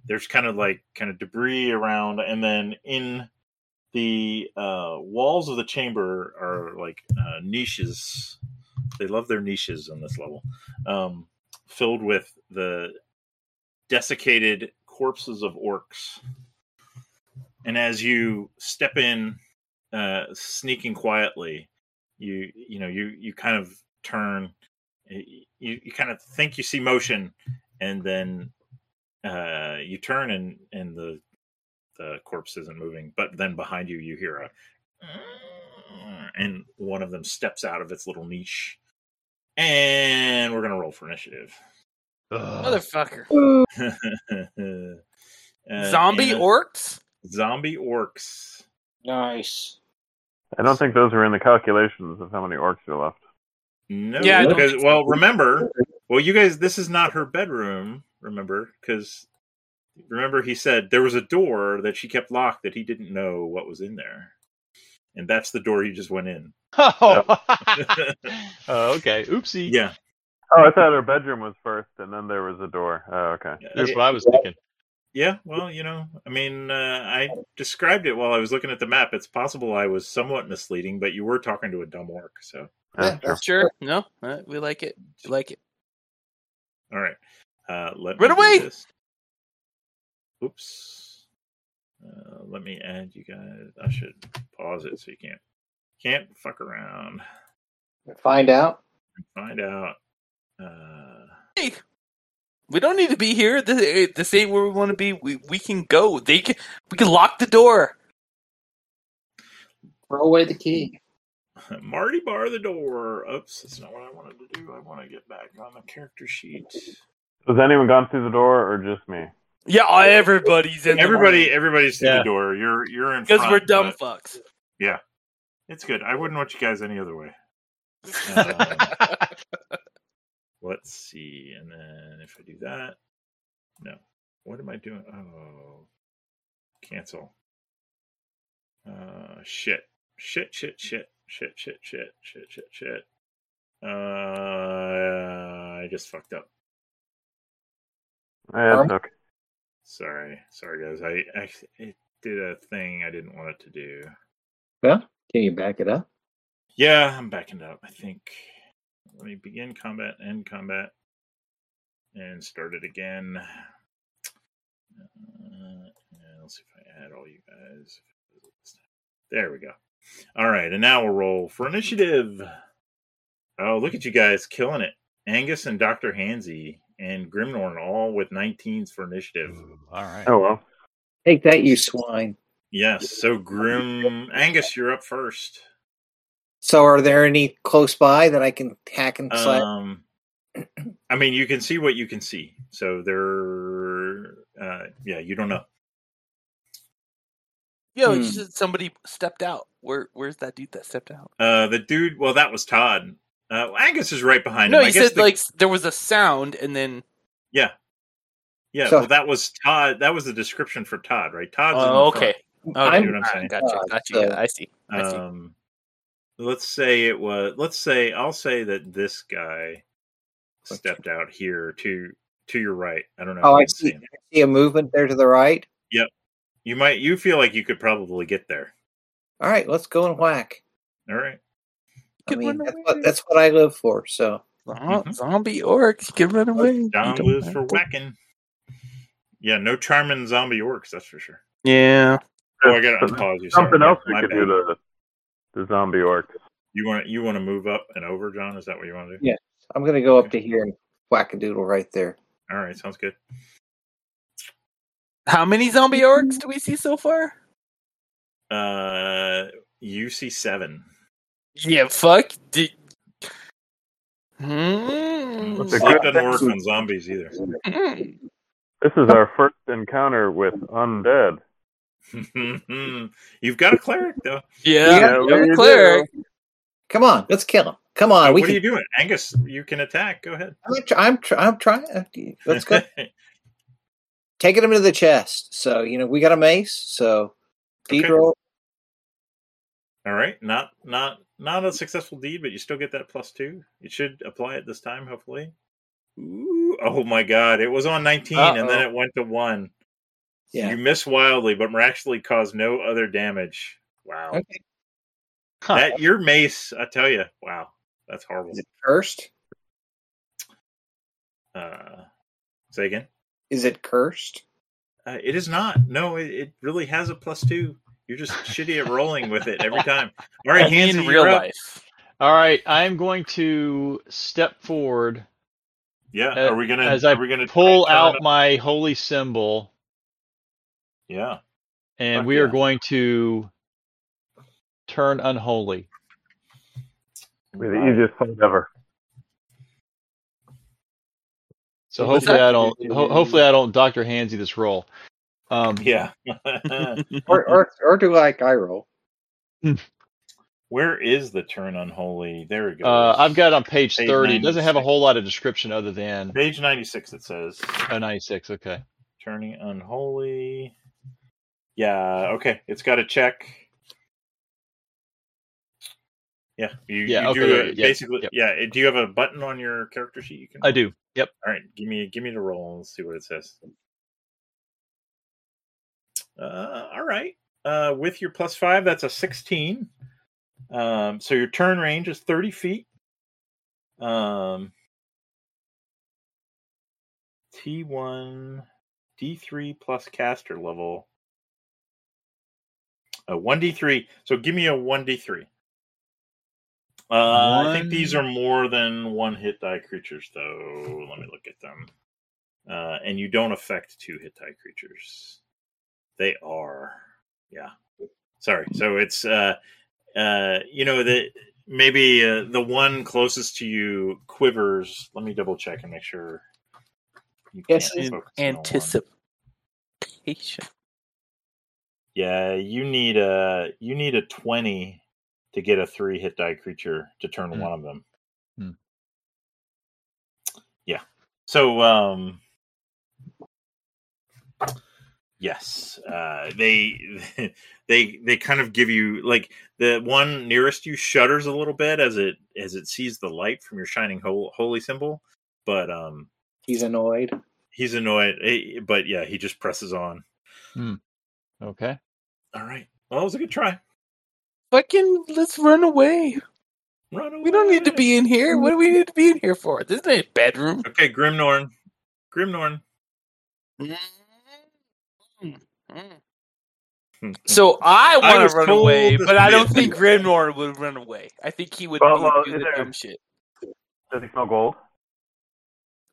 S3: there's kind of like kind of debris around, and then in the uh, walls of the chamber are like uh, niches. They love their niches on this level um, filled with the desiccated corpses of orcs. And as you step in, uh, sneaking quietly, you you know you you kind of turn, you you kind of think you see motion, and then uh, you turn and and the the corpse isn't moving. But then behind you, you hear a and one of them steps out of its little niche and we're gonna roll for initiative. <laughs>
S5: Ugh.
S4: Motherfucker.
S3: Uh,
S4: Zombie
S3: and-
S4: orcs.
S3: zombie orcs.
S1: Nice.
S2: I don't think those are in the calculations of how many orcs are left.
S3: No,
S4: Yeah, I don't
S3: because
S4: think so.
S3: well, remember, well, you guys, this is not her bedroom. Remember, because remember, he said there was a door that she kept locked that he didn't know what was in there, and that's the door you just went in. <laughs>
S5: Oh. <laughs> Oh, okay. Oopsie.
S3: Yeah,
S2: Oh, I thought her bedroom was first, and then there was a door. Oh, okay.
S5: That's what I was thinking.
S3: Uh, Yeah, well, you know, I mean, uh, I described it while I was looking at the map. It's possible I was somewhat misleading, but you were talking to a dumb orc, so
S2: Yeah, sure.
S4: Sure. No. All right, we like it. We like it.
S3: all right. Uh, let
S4: Run
S3: me do
S4: away!
S3: this. Oops. Uh, let me add you guys. I should pause it so you can't can't fuck around.
S1: Find out.
S3: Find out. Uh, <laughs>
S4: Hey, we don't need to be here. This, eh, this ain't where we want to be. We we can go. They can, we can lock the door.
S1: Throw away the key.
S3: Marty, bar the door. Oops, that's not what I wanted to do. I want to get back on the character sheet.
S2: Has anyone gone through the door or just me? Eh,
S4: Yeah, everybody's in. the
S3: Everybody, everybody's through
S5: Yeah.
S3: the door. You're you're in
S4: because
S3: front,
S4: we're dumb
S3: but
S4: fucks.
S3: It's good. I wouldn't want you guys any other way. Um, <laughs> let's see. And then if I do that, no. What am I doing? Oh, cancel. Uh, shit. Shit, shit, shit, shit, shit, shit, shit, shit, shit. Uh, I just fucked up.
S2: Yeah,
S1: Um,
S2: it's okay.
S3: Sorry. Sorry, guys. I, I it did a thing I didn't want it to do.
S7: Well, can you back it up?
S3: Yeah, I'm backing up. I think. Let me begin combat, end combat, and start it again. Uh, yeah, let's see if I add all you guys. There we go. All right, and now we'll roll for initiative. Oh, look at you guys killing it. Angus and Dr. Hansy and Grimnorn all with 19s for initiative.
S5: All right.
S2: Oh well.
S1: Take that, you swine.
S3: Yes, so Grim. Angus, you're up first.
S1: So, are there any close by that I can hack
S4: Uh,
S1: and slash?
S3: Um, I mean, you can see what you can see. So there, uh, yeah, you don't know.
S4: Yo,
S1: Hmm.
S4: you said somebody stepped out. Where where's that dude that stepped out?
S3: Uh, the dude, well, that was Todd. Uh, Angus is right behind
S4: no,
S3: him. I
S4: you
S3: guess
S4: said
S3: the-
S4: like there was a sound and then
S3: yeah.
S1: So-
S3: well, that was Todd. That was the description for Todd, right? Todd's in
S4: Oh,
S3: the
S4: okay. Okay.
S3: You know what I'm saying?
S4: Gotcha. Gotcha.
S1: So-
S4: yeah, I see. I
S3: front.
S4: see.
S3: Um, let's say it was. Let's say I'll say that this guy stepped out here to to your right. I don't know. if
S1: Oh,
S3: you
S1: I
S3: can
S1: see.
S3: him.
S1: I see a movement there to the right.
S3: You might. You feel like you could probably get there.
S1: All right, let's go and whack.
S3: All right.
S1: I
S4: Good
S1: mean,
S4: one
S1: that's
S4: away.
S1: what, that's what I live for. So,
S4: Zo-
S3: Mhm.
S4: Zombie orcs can run away. You
S3: John
S4: don't
S3: lives
S4: have
S3: for
S4: to-
S3: whacking. Yeah, no charming zombie orcs, that's for sure.
S4: Yeah.
S3: Oh, I got to unpause you.
S2: Something
S3: sorry.
S2: else we
S3: My
S2: could
S3: bad.
S2: do to the zombie orc.
S3: You want you want to move up and over, John? Is that what you want to do?
S1: Yeah. I'm going to go up to here and whack a doodle right there.
S3: All right, sounds good.
S4: How many zombie orcs do we see so far?
S3: Uh, UC seven.
S4: Yeah. Fuck. Did... Hmm.
S2: That's a
S3: Sleep
S2: good
S3: doesn't work on zombies either. <laughs>
S4: Hmm.
S2: This is our first encounter with undead.
S3: You've got a cleric though.
S4: Yeah.
S1: Yeah,
S4: you're
S2: we
S4: a
S2: do.
S4: cleric.
S1: Come on, let's kill him. Come on,
S3: Uh,
S1: we
S3: what are
S1: can.
S3: you doing, Angus? You can attack. Go ahead.
S1: I'm, tr- I'm, tr- I'm trying.
S3: <laughs>
S1: Let's go. Taking him to the chest. So, you know, we got a mace. So,
S3: Okay.
S1: deed roll.
S3: All right, not not not a successful deed, but you still get that plus two. It should apply it this time, hopefully. Ooh, oh my God! It was on 19 and then
S4: Uh-oh.
S3: it went to one.
S1: Yeah.
S3: You miss wildly, but miraculously caused no other damage. Wow,
S1: Okay.
S5: Huh.
S3: that your mace, I tell you, wow, that's horrible.
S1: Is it cursed?
S3: Uh, say again.
S1: Is it cursed?
S3: <laughs> Uh, it is not. No, it, it really has a plus two. You're just shitty at rolling with it every time. All
S4: <laughs>
S3: right,
S4: Only
S3: hands
S4: in real life.
S5: All right. I'm going to step forward
S3: Yeah,
S5: Uh,
S3: are we gonna?
S5: as I
S3: are we gonna
S5: pull
S3: turn
S5: out
S3: up-
S5: my holy symbol,
S3: Yeah.
S5: and
S3: Fuck
S5: we are
S3: yeah.
S5: going to turn unholy.
S2: Be the easiest fight ever.
S5: So
S4: What's
S5: hopefully
S4: that?
S5: I don't. Ho- hopefully I don't Doctor Hansy this roll. Um,
S3: Yeah. <laughs>
S1: Or, or, or do like I roll?
S3: Where is the turn unholy? There it goes.
S5: uh, I've got it on page
S3: Page
S5: thirty. It doesn't have a
S3: 96.
S5: whole lot of description other than
S3: page 96 it says
S5: oh, 96. Okay.
S3: turning unholy. Yeah, okay. It's got a check. Yeah, you,
S5: Yeah,
S3: you
S5: okay,
S3: do
S5: yeah,
S3: a,
S5: yeah, yeah,
S3: basically
S5: yep.
S3: yeah, do you have a button on your character sheet you can
S5: I do. Yep.
S3: All right, give me give me the roll and see what it says. Uh, all right. Uh, with your plus five, that's a sixteen. Um, so your turn range is thirty feet. Um, T one, D three plus caster level. A one D three. So give me a one D three. Uh, I think these are more than one hit die creatures, though. Let me look at them. Uh, and you don't affect two hit die creatures. They are, yeah. Sorry. So it's uh, uh, you know that maybe uh, the one closest to you quivers. Let me double check and make sure. You
S1: Yes,
S3: can't
S1: in
S3: focus on one.
S4: Anticipation.
S3: Yeah, you need a you need a twenty to get a three hit die creature to turn
S5: Hmm.
S3: one of them.
S5: Hmm.
S3: Yeah. So um yes, uh they <laughs> they they kind of give you like the one nearest you shudders a little bit as it as it sees the light from your shining hol- holy symbol, but um <laughs>
S1: He's annoyed.
S3: he's annoyed eh, but yeah, he just presses on.
S5: Okay.
S3: All right. Well, that was a good try.
S4: Fucking let's run away.
S3: Run away.
S4: We don't need to be in here. What do we need to be in here for? This is a bedroom.
S3: Okay, Grimnorn. Grimnorn.
S4: So I
S3: I
S4: want
S3: was
S4: to run
S3: told
S4: away,
S3: this
S4: but
S3: would
S4: I
S3: be a
S4: don't think
S3: thing.
S4: Grimnor would run away. I think he would
S2: Well,
S4: be-
S2: well,
S4: do the
S2: is there-
S4: dumb shit.
S2: Does he smell gold?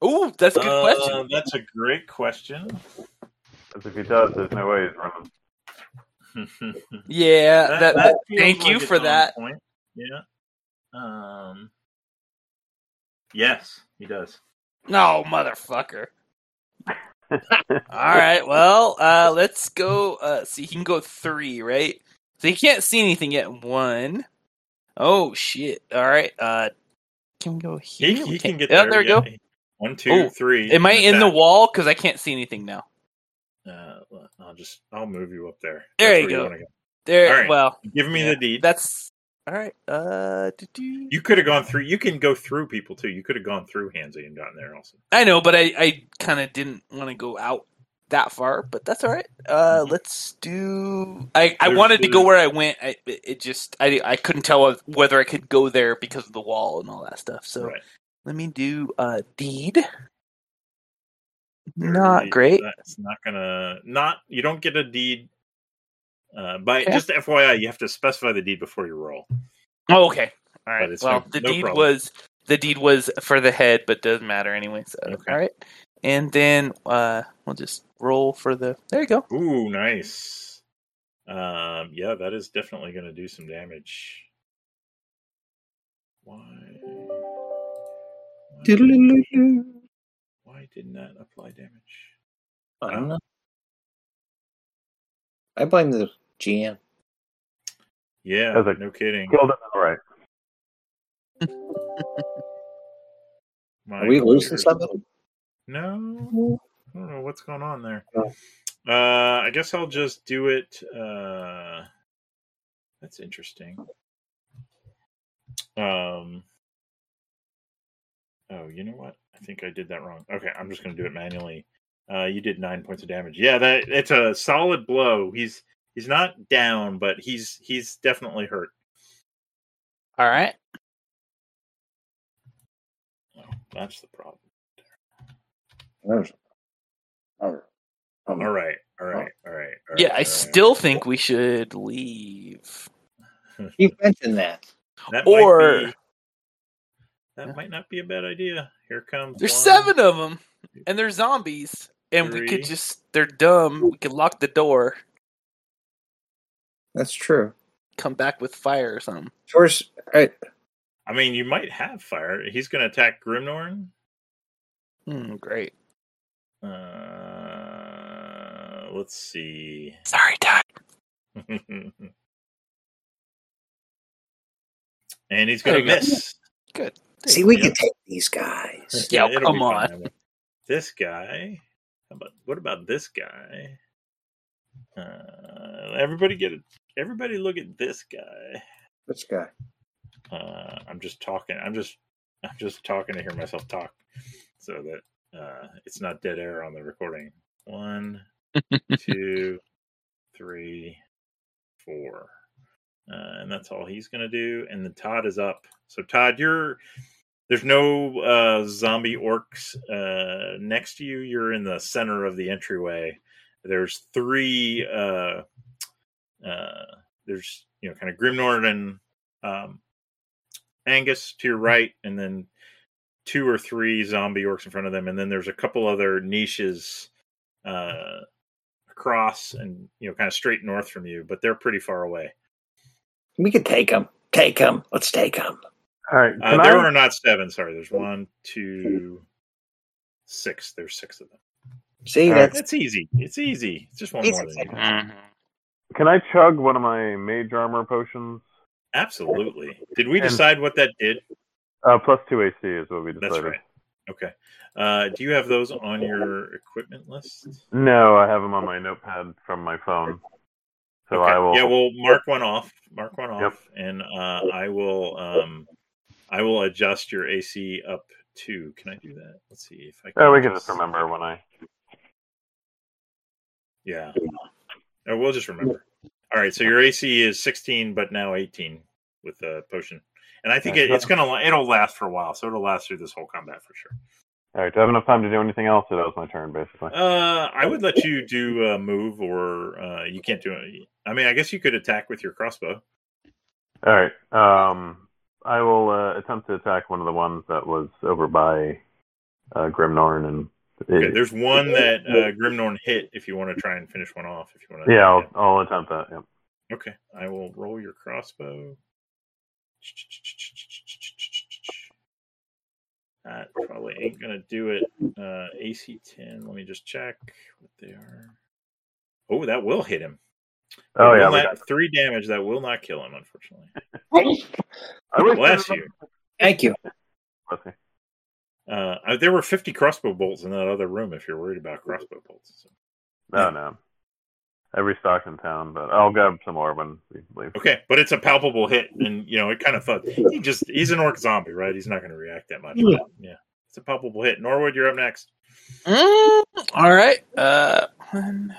S4: Ooh, that's a good
S3: Uh,
S4: question.
S3: That's a great question. <laughs>
S2: Because if he does, there's no way he's running.
S4: Yeah,
S3: That-
S4: that,
S3: that feels
S4: thank
S3: like
S4: you
S3: it's
S4: for
S3: on
S4: that.
S3: Point. Yeah. Um. Yes, he does.
S4: No, motherfucker. All right, well, uh, let's go. Uh, see, he can go three, right? So he can't see anything yet. One. Oh shit! All right. Uh, can we go here?
S3: He,
S4: We
S3: he can
S4: can't-
S3: get
S4: Yeah,
S3: there.
S4: there we
S3: yeah.
S4: go.
S3: One, two,
S4: Oh,
S3: three.
S4: Am I in the
S3: Attack.
S4: wall? Because I can't see anything now.
S3: Uh, I'll just I'll move you up there.
S4: There
S3: That's
S4: you
S3: where
S4: go.
S3: wanna
S4: There.
S3: All right.
S4: Well,
S3: Give me
S4: yeah,
S3: the deed.
S4: That's all right. Uh, do-do.
S3: You could have gone through. You can go through people too. You could have gone through Hansi and gotten there also.
S4: I know, but I, I kind of didn't want to go out that far, but that's all right. Uh,
S3: Mhm.
S4: Let's do. I, I
S3: There's
S4: wanted to go
S3: the-
S4: where I went. I it it just I I couldn't tell whether I could go there because of the wall and all that stuff. So
S3: right.
S4: let me do uh deed.
S3: Very
S4: Not
S3: deed.
S4: great.
S3: That's not gonna not. You don't get a deed. Uh, by
S4: Okay.
S3: just FYI, you have to specify the deed before you roll.
S4: Oh, okay. All right.
S3: But it's
S4: Well,
S3: no-
S4: the
S3: no
S4: deed
S3: problem.
S4: was the deed was for the head, but doesn't matter anyway. So
S3: Okay.
S4: all right. And then uh, we'll just roll for the. There you go.
S3: Ooh, nice. Um, yeah, that is definitely going to do some damage. Why? Why, did, why didn't that apply damage?
S7: I don't know.
S1: I blame the GM.
S3: Yeah,
S2: That was a-
S3: no kidding.
S2: Killed him. All right.
S3: My
S1: Are we losing
S3: computer's-
S1: something?
S3: No, I don't know what's going on there.
S1: Oh.
S3: Uh, I guess I'll just do it. Uh, that's interesting. Um, oh, you know what? I think I did that wrong. Okay, I'm just going to do it manually. Uh, you did nine points of damage. Yeah, that it's a solid blow. He's he's not down, but he's he's definitely hurt.
S4: All right.
S3: Oh, that's the problem.
S7: There's- oh,
S3: All right, all right, all right. All right
S4: Yeah,
S3: all
S4: I
S3: right.
S4: still think we should leave.
S1: You mentioned that.
S3: that
S4: or-
S3: might be, that
S4: Yeah.
S3: might not be a bad idea. Here comes
S4: There's
S3: one.
S4: seven of them, and they're zombies, and we
S3: Three.
S4: could just—they're dumb. We could lock the door,
S1: That's true.
S4: come back with fire or something.
S1: First, I,
S3: I mean, you might have fire. He's going to attack Grimnorn.
S4: Hmm, great.
S3: Uh, let's see. <laughs>
S4: Sorry, Todd.
S3: and he's going
S4: There you
S3: to
S4: go.
S3: miss.
S4: Good. There
S1: see,
S4: you
S1: we
S3: Yeah.
S1: can take these guys.
S4: Yeah,
S3: it'll
S4: come
S3: be fine
S4: on.
S3: that way. This guy. How about what about this guy? Uh, everybody get it. Everybody look at this guy.
S1: This guy.
S3: Uh, I'm just talking. I'm just. <laughs> I'm just talking to hear myself talk, so that uh, it's not dead air on the recording. One, two, three, four. Uh, and that's all he's going to do. And then Todd is up. So, Todd, you're. There's no uh, zombie orcs uh, next to you. You're in the center of the entryway. There's three. Uh, uh, there's, you know, kind of Grimnord and um, Angus to your right, and then two or three zombie orcs in front of them. And then there's a couple other niches uh, across and, you know, kind of straight north from you, but they're pretty far away.
S1: We could take them. Take them. Let's take them.
S2: All right.
S3: Uh,
S2: Can
S3: there
S2: I,
S3: are not seven. Sorry, there's one, two, six. There's six of them.
S1: See,
S2: All
S1: that's
S3: It's easy. It's easy. It's just one
S1: Easy.
S3: more than you.
S2: can I chug one of my mage armor potions?
S3: Absolutely. Did we
S2: And-
S3: decide what that did?
S2: Uh, plus two AC is what we decided.
S3: That's right. Okay. Uh, do you have those on your equipment list?
S2: No, I have them on my notepad from my phone. So
S3: okay.
S2: I will.
S3: Yeah, we'll mark one off. Mark one off, and uh, I will. Um, I will adjust your AC up to. Can I do that? Let's see if I. Can
S2: Oh, we can just
S3: adjust-
S2: remember when I.
S3: Yeah. Oh, we'll just remember. All right. So your AC is 16, but now 18 with the potion. And I think it, it's gonna la- it'll last for a while, so it'll last through this whole combat for sure.
S2: All right, do I have enough time to do anything else? So that was my turn, basically.
S3: Uh, I would let you do a move, or uh, you can't do it. I mean, I guess you could attack with your crossbow.
S2: All right. Um, I will uh, attempt to attack one of the ones that was over by uh, Grimnorn and.
S3: Okay, there's one that uh, Grimnorn hit. If you want to try and finish one off, if you want to.
S2: yeah, I'll, I'll attempt that. Yeah.
S3: Okay, I will roll your crossbow. That probably ain't gonna do it. Uh, AC ten. Let me just check what they are. Oh, that will hit him.
S2: Oh
S3: It will
S2: yeah. we
S3: not-
S2: got-
S3: three damage. That will not kill him, unfortunately.
S2: I wish-
S3: Bless you.
S1: thank you.
S2: Bless you.
S3: Uh, uh, there were fifty crossbow bolts in that other room. If you're worried about crossbow bolts, so.
S2: No, no. Every stock's in town, but I'll grab some more when we leave.
S3: okay, but it's a palpable hit, and you know it kind of thought he just he's an orc zombie, right? He's not going to react that much. but, yeah, it's a palpable hit. Norwood, you're up next.
S4: Mm, all right. Uh, one.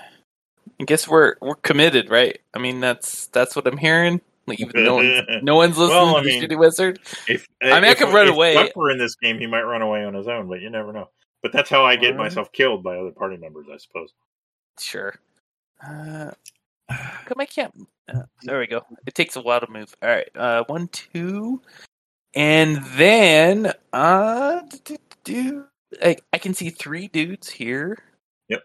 S4: I guess we're we're committed, right? I mean, that's that's what I'm hearing. Like, even
S3: <laughs>
S4: no one's no one's listening
S3: Well, I
S4: to
S3: mean-
S4: the shitty wizard.
S3: If
S4: I mean, I
S3: if-
S4: could run
S3: if
S4: away.
S3: Buck were in this game, he might run away on his own, but you never know. But that's how I get
S4: Alright.
S3: myself killed by other party members, I suppose.
S4: Sure. Uh, how come I can't? Uh, there we go. It takes a while to move. All right. Uh, one, two, and then uh, do, do, I, I can see three dudes here.
S3: Yep.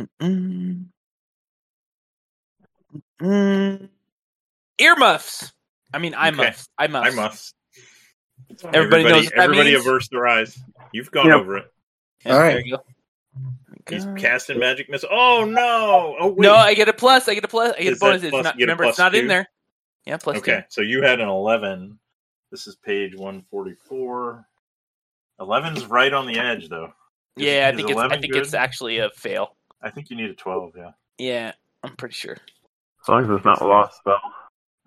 S4: Mm-mm. Mm-mm. Earmuffs. I mean, eye
S3: Okay.
S4: muffs. Eye muffs.
S3: I must.
S4: Everybody, knows what that
S3: everybody
S4: means.
S3: averse their eyes. You've gone
S2: Yep.
S3: over it.
S4: Yeah,
S1: All
S4: There
S1: right.
S4: you go.
S3: He's
S4: God.
S3: casting magic miss. Oh no! Oh wait.
S4: No, I get a plus. I get a plus. I get
S3: Is that
S4: a bonus. It's
S3: plus-
S4: not.
S3: you get a
S4: Remember, it's
S3: plus
S4: not in
S3: two?
S4: there. Yeah, plus
S3: okay, so you had an eleven. This is page one forty four. 11's right on the edge, though.
S4: two.
S3: Is-
S4: Yeah, I
S3: is
S4: think it's. I
S3: 11
S4: think
S3: good?
S4: it's actually a fail.
S3: I think you need a twelve. Yeah.
S4: Yeah, I'm pretty sure.
S2: As long as it's not lost spell.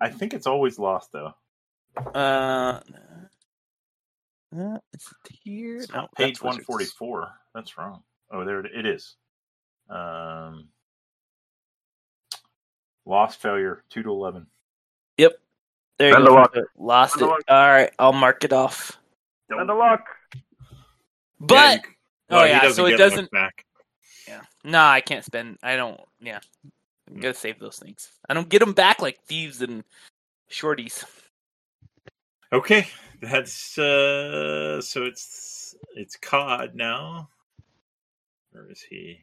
S3: I think it's always lost though.
S4: Uh, uh, is it here?
S3: It's
S4: no,
S3: not page
S4: that's
S3: one
S4: wizards.
S3: forty four. That's wrong. Oh, there it, it is. Um, lost failure two to eleven.
S4: Yep. There you
S2: Spend
S4: go.
S2: the luck.
S4: Lost
S2: Spend
S4: it.
S2: the luck.
S4: All right, I'll mark it off.
S2: And the luck.
S4: But
S3: Yeah, you-
S4: oh
S3: well, he
S4: yeah,
S3: doesn't
S4: so it
S3: get luck
S4: doesn't.
S3: back.
S4: Yeah. Nah, I can't spend. I don't. Yeah, I'm
S3: Hmm.
S4: gonna save those things. I don't get them back like thieves and shorties.
S3: Okay, that's uh. So it's it's Cod now. Where is he?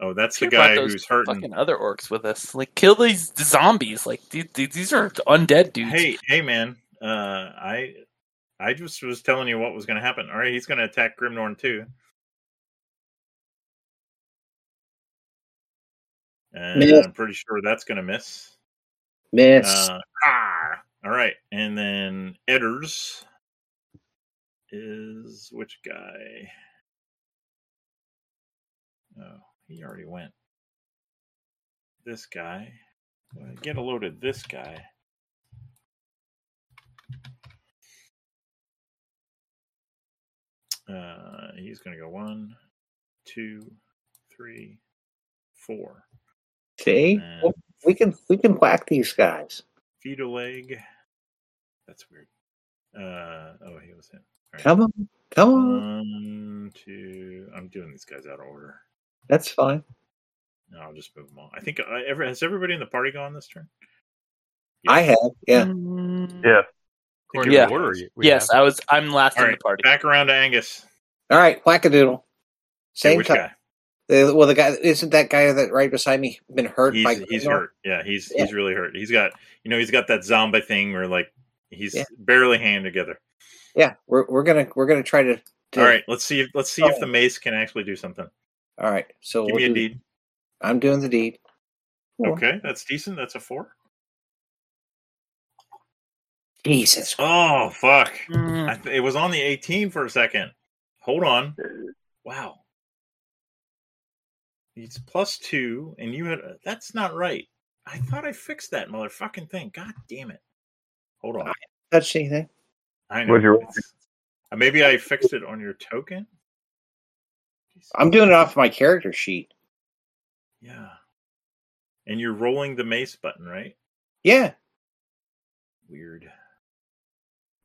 S3: Oh, that's the
S4: Should've brought
S3: guy
S4: those
S3: who's hurting.
S4: Fucking other orcs with us. Like, kill these zombies. Like, dude, dude, these are undead dudes.
S3: Hey, hey, man. Uh, I I just was telling you what was going to happen. All right, he's going to attack Grimnorn too. And
S1: Miss.
S3: I'm pretty sure that's going to miss.
S1: Miss.
S3: Uh, ah, all right, and then Edders is which guy? Oh, he already went. This guy. Well, Get a load of this guy. Uh, he's going to go one, two, three, four.
S1: See,
S3: And
S1: we can we can whack these guys.
S3: fetal leg. That's weird. Uh oh, he was him.
S1: Come on, come
S3: Mm.
S1: on.
S3: One, two. I'm doing these guys out of order.
S1: That's fine.
S3: No, I'll just move them all. I think I ever has everybody in the party gone this turn?
S1: I have. Yeah.
S4: Mm,
S2: Yeah.
S3: I think
S4: Yeah.
S3: everybody
S5: Order
S3: has.
S5: you- we
S4: yes,
S5: have.
S4: I was. I'm last
S3: All
S4: in
S3: right,
S4: the party.
S3: back around to Angus.
S1: All right. Whack a doodle.
S3: Same
S1: Same time.
S3: guy?
S1: The- well, the guy isn't that guy that right beside me been hurt
S3: he's,
S1: by
S3: he's
S1: Grindel?
S3: hurt. Yeah, he's
S1: Yeah.
S3: he's really hurt. He's got you know he's got that zombie thing where like he's
S1: Yeah.
S3: barely hanging together.
S1: Yeah, we're we're gonna we're gonna try to. to-
S3: All right, let's see if let's see if the mace can actually do something.
S1: all right. So
S3: Give
S1: Oh. we'll
S3: me a
S1: do-
S3: deed.
S1: I'm doing the deed. Cool.
S3: Okay, that's decent. That's a four.
S1: Jesus,
S3: Oh fuck!
S4: Mm.
S3: I th- it was on the eighteen for a second. Hold on. Wow. It's plus two, and you had that's not right. I thought I fixed that motherfucking thing. God damn it! Hold on.
S1: touched anything?
S3: I
S2: What'd you-
S3: It's- uh, Maybe I fixed it on your token.
S1: I'm doing it off my character sheet.
S3: Yeah. And you're rolling the mace button, right?
S1: Yeah,
S3: Weird.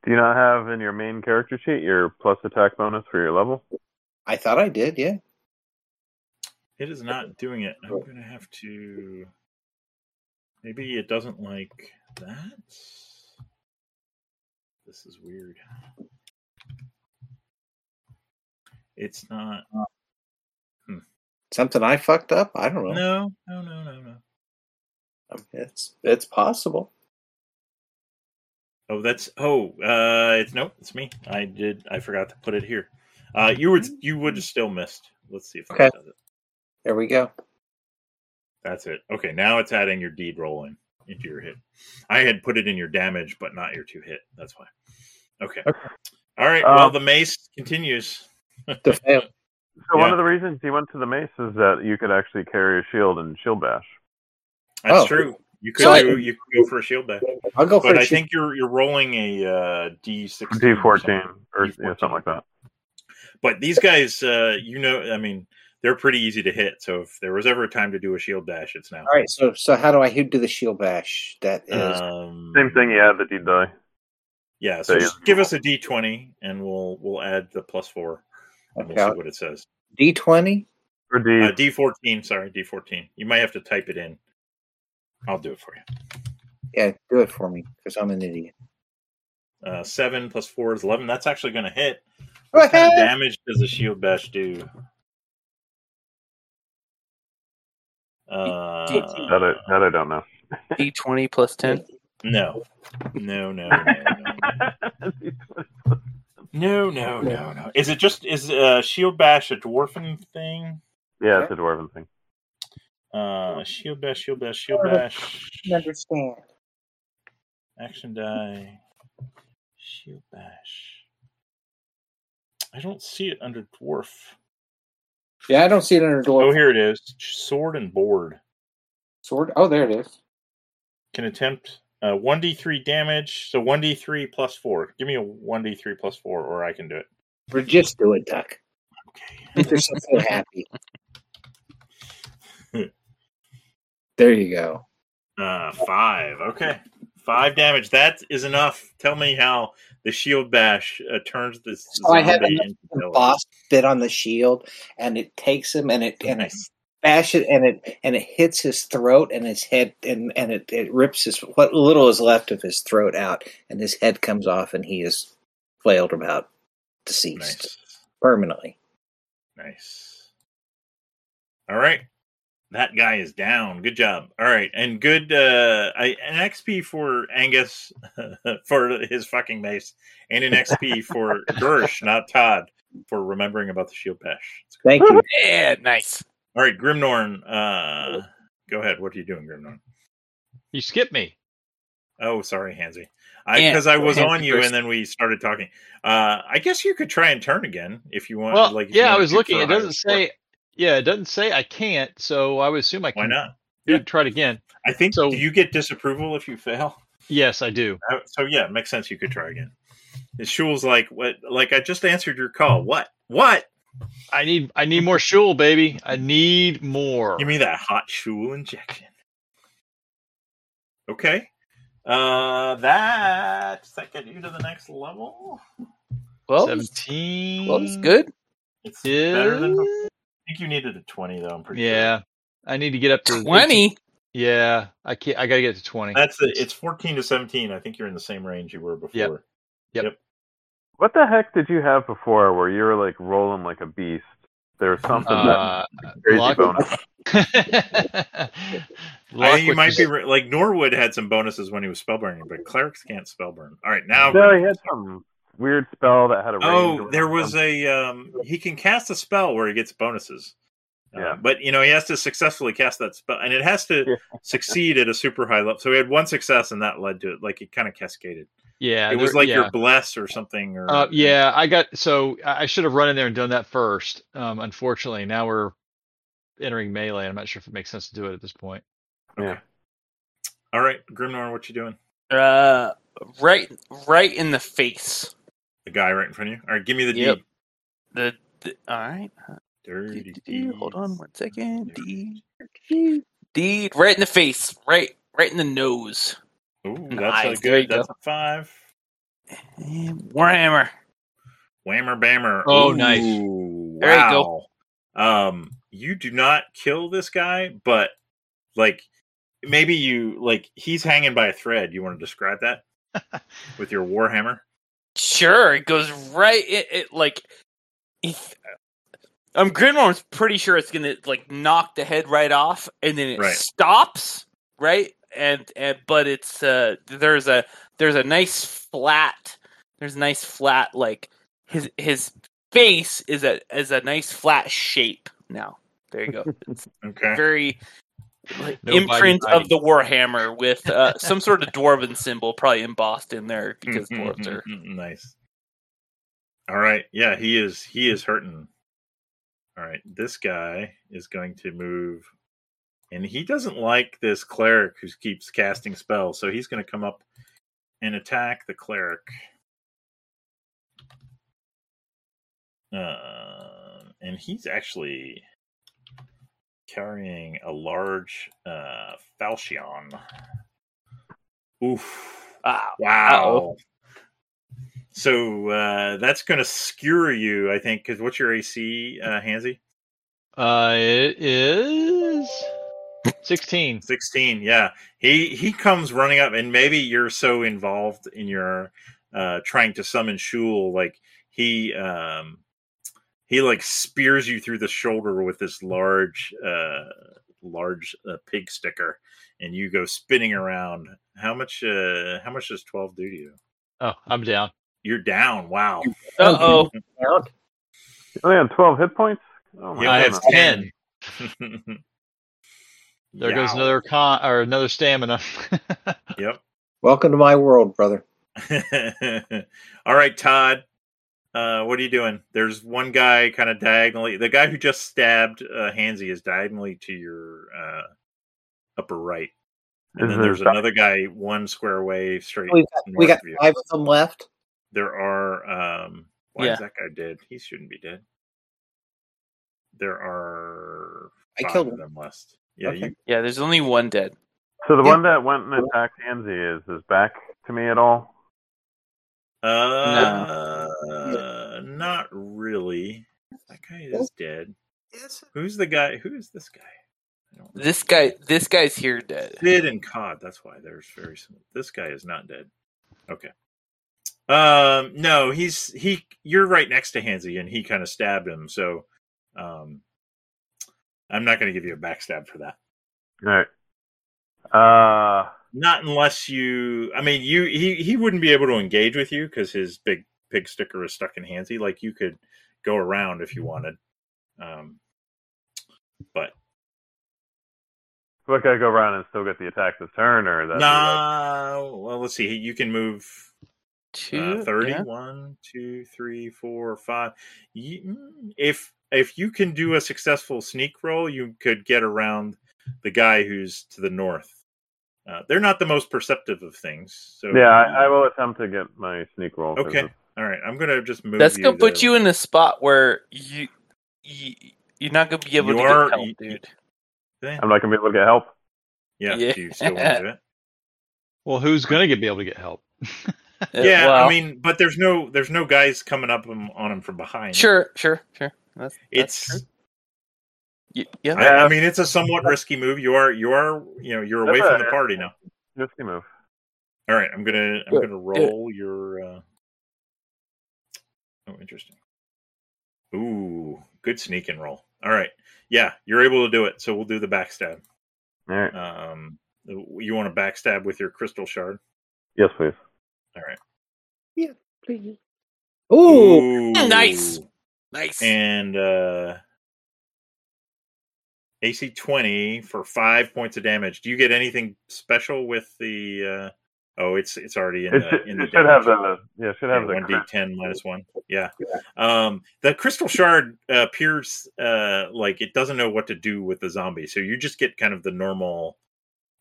S2: Do you not have in your main character sheet your plus attack bonus for your level?
S1: I thought I did. Yeah.
S3: It is not doing it. I'm gonna have to. Maybe it doesn't like that. This is weird. It's not.
S1: Something I fucked up. I don't know.
S3: No, no, no, no, no.
S1: It's it's possible.
S3: Oh, that's oh, uh, it's no, it's me. I did. I forgot to put it here. Uh, you would you would have still missed. Let's see if
S1: Hmm. Okay.
S3: that does it.
S1: There we go.
S3: That's it. Okay, now it's adding your deed roll in into your hit. I had put it in your damage, but not your two hit. That's why. Okay. All right.
S1: Um,
S2: Uh,
S3: well, the mace continues. <laughs>
S1: The fail.
S2: So one
S3: Yeah.
S2: of the reasons he went to the mace is that you could actually carry a shield and shield bash.
S3: That's
S1: Oh.
S3: true. You could
S1: So-
S3: do, you could go for a shield back,
S1: I'll go for
S3: but I
S1: a sheet.
S3: think you're you're rolling a uh, D six
S2: D fourteen or
S3: D14.
S2: yeah, something like that.
S3: But these guys, uh, you know, I mean, they're pretty easy to hit. So if there was ever a time to do a shield dash, it's now.
S1: All right. So so how do I do the shield bash? That is
S3: Um,
S2: Same thing. Yeah, the D die.
S3: Yeah, so
S2: So,
S3: just
S2: yeah.
S3: give us a D twenty, and we'll we'll add the plus four, and we'll
S1: Okay.
S3: see what it says.
S1: D twenty.
S2: Or D.
S3: Uh, D fourteen, sorry, D fourteen. You might have to type it in. I'll do it for you.
S1: Yeah, do it for me because I'm an idiot.
S3: Uh, seven plus four is eleven. That's actually going to hit.
S1: Oh,
S3: What kind of damage does a shield bash do? Uh,
S2: that I that I don't know.
S4: D20 plus 10.
S3: no, no, no, no, no. No, no, no, no. Is it just is uh, shield bash a dwarven thing?
S2: yeah, it's a dwarven thing.
S3: Uh, shield bash, shield bash, shield bash.
S8: understand.
S3: Action die. Shield bash. I don't see it under dwarf.
S1: Yeah, I don't see it under
S3: Oh,
S1: dwarf
S3: here it is. Sword and board
S1: sword. Oh, there it is.
S3: can attempt uh, 1d3 damage. So 1d3 plus 4. Give me a 1d3 plus 4, or I can do it.
S1: Or just do it, Duck.
S3: Okay.
S1: Make yourself
S3: <laughs>
S1: feel happy. There you go.
S3: Uh, five. Okay. Five damage. That is enough. Tell me how the shield bash uh, turns this
S1: So I had
S3: zombie
S1: enough
S3: into
S1: The
S3: villain.
S1: boss bit on the shield, and it takes him, and it and it bash it, and it and it hits his throat and his head, and and it, it rips his what little is left of his throat out, and his head comes off, and he is flailed about, deceased
S3: Nice.
S1: permanently.
S3: Nice. All right. That guy is down. Good job. All right. And good uh I an XP for Angus <laughs> for his fucking mace. And an XP
S5: <laughs>
S3: for Gersh, not Todd, for remembering about the shield bash. It's
S1: Thank
S3: <laughs>
S1: you.
S4: Yeah, nice.
S3: good. All right, Grimnorn, uh go ahead. What are you doing, Grimnorn?
S5: You skipped me.
S3: Oh, sorry, Hansy. I
S4: Yeah,
S3: because I was
S4: Hansi
S3: on you
S4: first.
S3: and then we started talking. Uh I guess you could try and turn again if you want
S5: Well,
S3: like if you
S5: yeah, I
S3: wanna
S5: was
S3: shoot
S5: looking.
S3: for a
S5: It
S3: higher
S5: doesn't
S3: score.
S5: say. Yeah, it doesn't say I can't. So I would assume I
S3: why
S5: can
S3: not?
S5: do
S3: Yeah.
S5: try it again.
S3: I think
S5: So-
S3: do you get disapproval if you fail?
S5: Yes, I do.
S3: Uh, so yeah, it makes sense. You could try again. And Shul's like, what? Like I just answered your call. What? What?
S5: I need I need more shul, baby. I need more.
S3: Give me that hot Shul injection. Okay. Uh, that does that get you to the next level?
S4: 12? is-
S5: 17.
S4: 12 is good.
S3: It's
S5: Yeah.
S3: better than. I think you needed a twenty though. I'm pretty sure.
S5: Yeah, I need to get up to
S4: 20?
S5: Yeah, I can't. I gotta get to twenty.
S3: That's it. It's fourteen to seventeen. I think you're in the same range you were before.
S5: Yep.
S2: What the heck did you have before where you were like rolling like a beast There's something
S5: Uh,
S2: that crazy
S5: luck- <laughs>
S2: bonus.
S3: I
S5: Luck
S3: think you
S5: with
S3: might be
S5: this-
S3: re- like Norwood had some bonuses when he was spellburning, but clerics can't spellburn. All right, now
S2: No, he had some weird spell that had a. range
S3: oh,
S2: or
S3: there was
S2: something.
S3: a um, he can cast a spell where he gets bonuses. Uh,
S2: Yeah.
S3: but you know he has to successfully cast that spell, and it has to
S2: Yeah. <laughs>
S3: succeed at a super high level. So he had one success, and that led to it. Like it kind of cascaded.
S5: yeah,
S3: it was
S5: there-
S3: like
S5: yeah.
S3: your bless or something. Or
S5: Uh, yeah, I got so I I should have run in there and done that first. Um, unfortunately, now we're entering melee. I'm not sure if it makes sense to do it at this point.
S3: All right, Grimnor, what you doing?
S4: Uh, right, right in the face.
S3: The guy right in front of you. All right, give me the
S4: Yep.
S3: D.
S4: The, the all right.
S3: Dirty D.
S4: Hold on one second. D, D, D, right in the face. Right, right in the nose.
S3: Ooh,
S4: Nice,
S3: that's a
S4: there you
S3: good. That's a five.
S4: And Warhammer.
S3: Whammer bammer.
S5: Oh, nice.
S3: Ooh,
S4: There you
S3: wow. Um, you do not kill this guy, but like maybe you like he's hanging by a thread. You want to describe that with your warhammer?
S4: Sure, it goes right. It, it like, if, um, Grimworm's pretty sure it's gonna like knock the head right off, and then it
S3: Right.
S4: stops. Right, and and but it's uh, there's a there's a nice flat. There's a nice flat like his his face is a is a nice flat shape now. There you go. It's
S3: Okay.
S4: very like,
S5: No
S4: imprint
S5: bitey bitey.
S4: of the warhammer with uh, some sort of dwarven symbol probably embossed in there because dwarves are
S3: Mm-hmm, nice. All right. Yeah, he is he is hurting. All right. This guy is going to move and he doesn't like this cleric who keeps casting spells, so he's going to come up and attack the cleric. Um, and he's actually carrying a large uh falchion. Oof.
S4: Ah,
S3: Wow. So uh, that's going to skewer you, I think, because what's your AC, uh, Hansy?
S5: Uh, it is sixteen.
S3: 16, yeah. He he comes running up, and maybe you're so involved in your uh, trying to summon Shul, like he um, he like spears you through the shoulder with this large uh, large uh, pig sticker, and you go spinning around. How much uh, how much does 12 do to you?
S5: Oh, I'm down.
S3: You're down. Wow.
S4: uh-oh
S2: You only had 12 hit points. Oh my
S3: Yeah,
S5: I
S3: I
S5: have
S3: know.
S2: goodness.
S5: ten.
S1: <laughs>
S5: There goes
S3: Yow.
S5: another con or another stamina. <laughs>
S1: Welcome to my world, brother.
S3: <laughs> All right, Todd. Uh, what are you doing? There's one guy kind of diagonally. The guy who just stabbed uh, Hansy is diagonally to your uh, upper right, and
S2: Is
S3: then
S2: there
S3: there's
S2: di-
S3: another guy one square away straight.
S1: We got, we
S3: north
S1: got
S3: of you.
S1: five of them left.
S3: There are. Um, why is
S4: Yeah.
S3: that guy dead? He shouldn't be dead. There are.
S1: I
S3: five
S1: killed
S3: of
S1: him.
S3: them left. Yeah,
S1: Okay.
S3: you
S4: yeah there's only one dead
S2: So the one that went and attacked Anzi is is back to me at all?
S3: Uh, not really. That guy is dead. Who's the guy? Who is this guy? I don't know.
S4: this guy this guy's here dead
S3: Sid and Cod. That's why there's very. sim- This guy is not dead. Okay. Um. No, he's he. You're right next to Hansy, and he kind of stabbed him. So, um, I'm not going to give you a backstab for that.
S2: All right. Uh,
S3: Not unless you. I mean, you. He he wouldn't be able to engage with you because his big pig sticker is stuck in Hansy. Like you could go around if you wanted. Um, but
S2: so I gotta go around and still get the attack this turn, or that?
S3: nah. Well, let's see. You can move
S4: two
S3: uh, 30,
S4: yeah.
S3: one, two, three, four, five. You- mm, If if you can do a successful sneak roll, you could get around the guy who's to the north. Uh, they're not the most perceptive of things. So
S2: Yeah, I, I will attempt to get my sneak roll. 'cause
S3: Okay.
S2: it's-
S3: All right. I'm gonna just move.
S4: that's
S3: you
S4: gonna put
S3: to-
S4: you in a spot where you, you you're not gonna be able
S3: You
S4: to
S3: are-
S4: get help
S3: you-
S4: dude
S3: Yeah.
S2: I'm not gonna be able to get help.
S3: yeah. Do you still want to do it?
S4: <laughs>
S5: well, who's gonna get, be able to get help? <laughs>
S4: Uh,
S3: yeah.
S4: well,
S3: I mean, but there's no there's no guys coming up on on him from behind.
S4: sure sure sure that's, that's
S3: It's.
S4: true. Y- yeah
S3: I, I mean, it's a somewhat risky move. You are, you are, you know, you're away
S2: That's
S3: from
S2: a-
S3: the party now.
S2: Risky move.
S3: All right, I'm gonna, I'm
S4: Do it,
S3: gonna
S4: do it.
S3: roll your. Uh... Oh, interesting. Ooh, good sneak and roll. All right. Yeah, you're able to do it. So we'll do the backstab.
S2: All right.
S3: Um, you want to backstab with your crystal shard?
S2: Yes, please.
S3: All right.
S1: Ooh, Ooh.
S4: Nice. Nice.
S3: And uh, AC 20 for five points of damage. Do you get anything special with the? Uh, oh, it's it's already in
S2: It
S3: the.
S2: should,
S3: in the
S2: it should have
S3: damage.
S2: the yeah, it should have the
S3: one d
S2: crit.
S3: ten minus one. Yeah. Um, the crystal shard uh, appears uh, like it doesn't know what to do with the zombie, so you just get kind of the normal.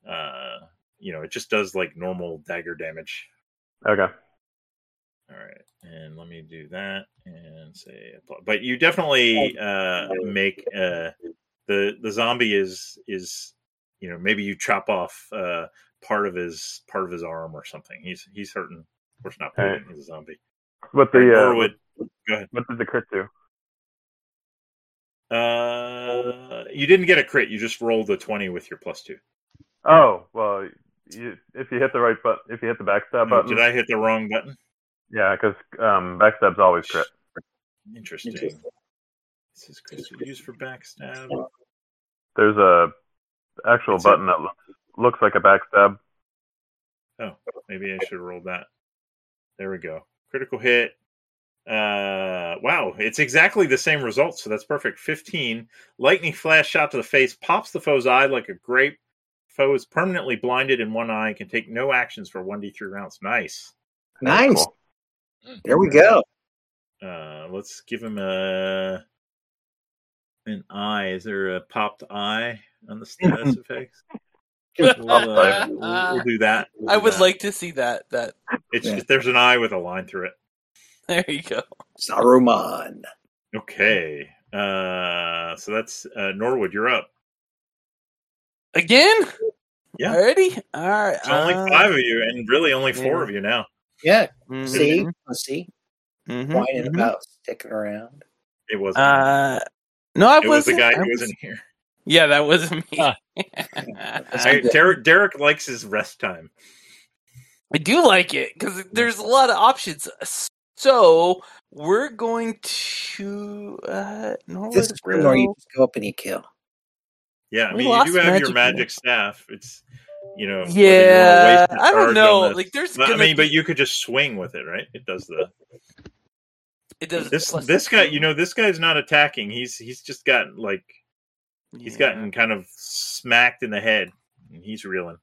S3: Uh, you know, it just does like normal dagger damage.
S2: Okay.
S3: All right, and let me do that and say, apply. but you definitely uh, make uh, the the zombie is is you know maybe you chop off uh, part of his part of his arm or something. He's he's hurting. Of course, not
S2: All right.
S3: moving. He's a zombie.
S2: What the uh,
S3: Norwood.
S2: what did the crit do?
S3: Uh, you didn't get a crit. You just rolled a twenty with your plus two.
S2: Oh well, you, if you hit the right button, if you hit the
S3: Oh,
S2: backstab button,
S3: did I hit the wrong button?
S2: yeah, because um, backstab's always crit.
S3: Interesting.
S1: Interesting.
S3: This is Chris used for backstab.
S1: Oh,
S2: There's a actual
S3: It's a-
S2: button that looks, looks like a backstab.
S3: Oh, maybe I should roll that. There we go. Critical hit. Uh, wow, it's exactly the same result, so that's perfect. 15. Lightning flash shot to the face, pops the foe's eye like a grape. Foe is permanently blinded in one eye and can take no actions for 1d3 rounds. Nice.
S1: nice.
S2: Cool.
S1: There we go.
S3: uh let's give him a an eye is there a popped eye on the status effects we'll, uh,
S2: Popped
S3: we'll, we'll do that We'll
S4: I
S3: do
S4: would
S3: that.
S4: like to see that. That
S3: it's
S1: Yeah.
S3: just- there's an eye with a line through it
S4: there you go.
S1: Saruman.
S3: okay uh so that's uh norwood you're up
S4: Again?
S3: Yeah.
S4: Already? All right.
S3: it's only
S4: uh,
S3: five of you and really only four
S4: yeah.
S3: of you now
S1: Yeah.
S4: mhm,
S1: See,
S3: Mm-hmm.
S1: see,
S4: mhm,
S1: whining
S4: mhm.
S1: about sticking around.
S3: it was
S4: Uh, no, I
S3: it was the
S4: wasn't.
S3: guy
S4: I
S3: who
S4: was-
S3: wasn't here
S4: <laughs> Yeah, that wasn't me. <laughs>
S5: Huh.
S1: I'm
S3: I,
S4: I,
S1: good.
S3: derek, derek likes his rest time
S4: do like it because there's a lot of options. So we're going to uh, Norwood.
S1: This is room where you
S4: will-
S1: just go up and you kill.
S3: Yeah, I
S4: We
S3: mean, you do
S4: lost
S3: have your
S4: magic now.
S3: magic staff. It's you know, whether you wanna
S4: Yeah,
S3: waste your
S4: I
S3: charge
S4: don't
S3: on
S4: know.
S3: this-
S4: Like, there's
S3: But, I
S4: gonna
S3: mean,
S4: be-
S3: but you could just swing with it, right? It does the
S4: it does
S3: this
S4: plus
S3: this guy.
S4: two.
S3: You know, this guy's not attacking. He's he's just gotten like he's
S4: Yeah.
S3: gotten kind of smacked in the head, and he's reeling.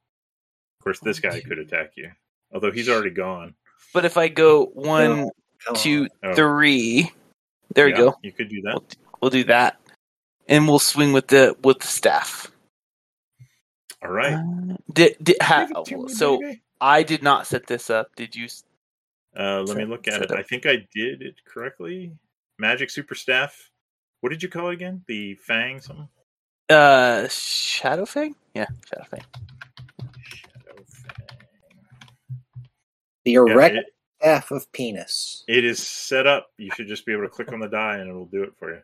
S3: Of course, this guy could attack you, although he's already gone.
S4: But if I go one,
S1: No, Come
S4: two,
S1: on.
S3: Oh.
S4: three, there
S3: Yeah,
S4: we go.
S3: You could do that.
S4: We'll do that, and we'll swing with the with the staff.
S3: All right.
S4: Uh, did, did, ha,
S3: Give it to me,
S4: so
S3: baby.
S4: I did not set this up. Did you? s-
S3: Uh, let me
S4: set-
S3: look at
S4: set
S3: it.
S4: up.
S3: I think I did it correctly. Magic super staff. What did you call it again? The fang something.
S4: Uh, Shadow Fang? Yeah, Shadow Fang.
S3: Shadow fang.
S1: The
S3: Yeah,
S1: erect
S3: it,
S1: staff of penis.
S3: it is set up. You should just be able to click on the die and it'll do it for you.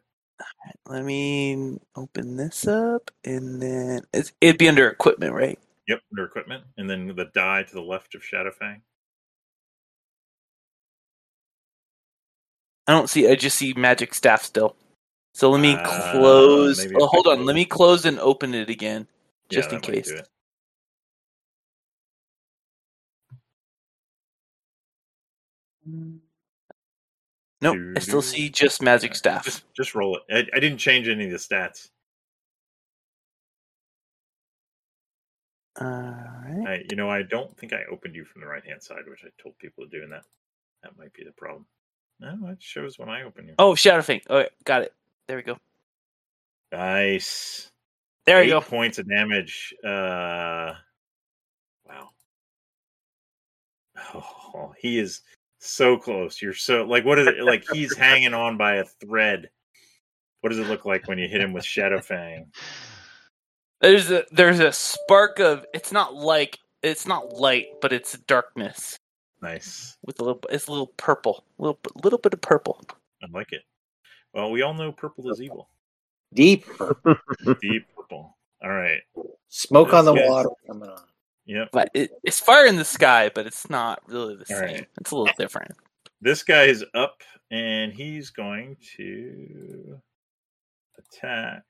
S4: Let me open this up, and then it's, it'd be under equipment, right?
S3: Yep, under equipment, and then the die to the left of Shadowfang.
S4: I don't see. I just see magic staff still. So let me
S3: Uh,
S4: close.
S3: maybe if
S4: Oh,
S3: I
S4: hold on.
S3: close
S4: Let me
S3: it.
S4: close and open it again,
S3: Yeah,
S4: just in
S3: that might
S4: case.
S3: do it.
S4: Nope. I
S3: Do-do.
S4: still see just magic
S3: Yeah,
S4: staff.
S3: Just, just roll it. I, I didn't change any of the stats.
S4: All right.
S3: I, you know, I don't think I opened you from the right hand side, which I told people to do, and that that might be the problem. No, it shows when I open you.
S4: Oh, Shadow Fang. Okay, got it. There we go.
S3: Nice.
S4: There
S3: Eight
S4: you go.
S3: points of damage. Uh, wow. Oh, he is so close. You're so like what is it like?
S4: <laughs>
S3: He's hanging on by a thread. What does it look like when you hit him with Shadow Fang?
S4: There's a there's a spark of. It's not like it's not light, but it's darkness
S3: Nice.
S4: with a little. It's a little purple. little little bit of purple.
S3: I like it. Well, we all know purple
S4: <laughs>
S3: is evil.
S1: Deep
S3: Deep purple. All right.
S1: smoke on the
S3: Yes.
S1: water coming on.
S3: Yep.
S4: But it, it's fire in the sky, but it's not really the
S3: All
S4: same.
S3: right.
S4: It's a little different.
S3: This guy is up and he's going to attack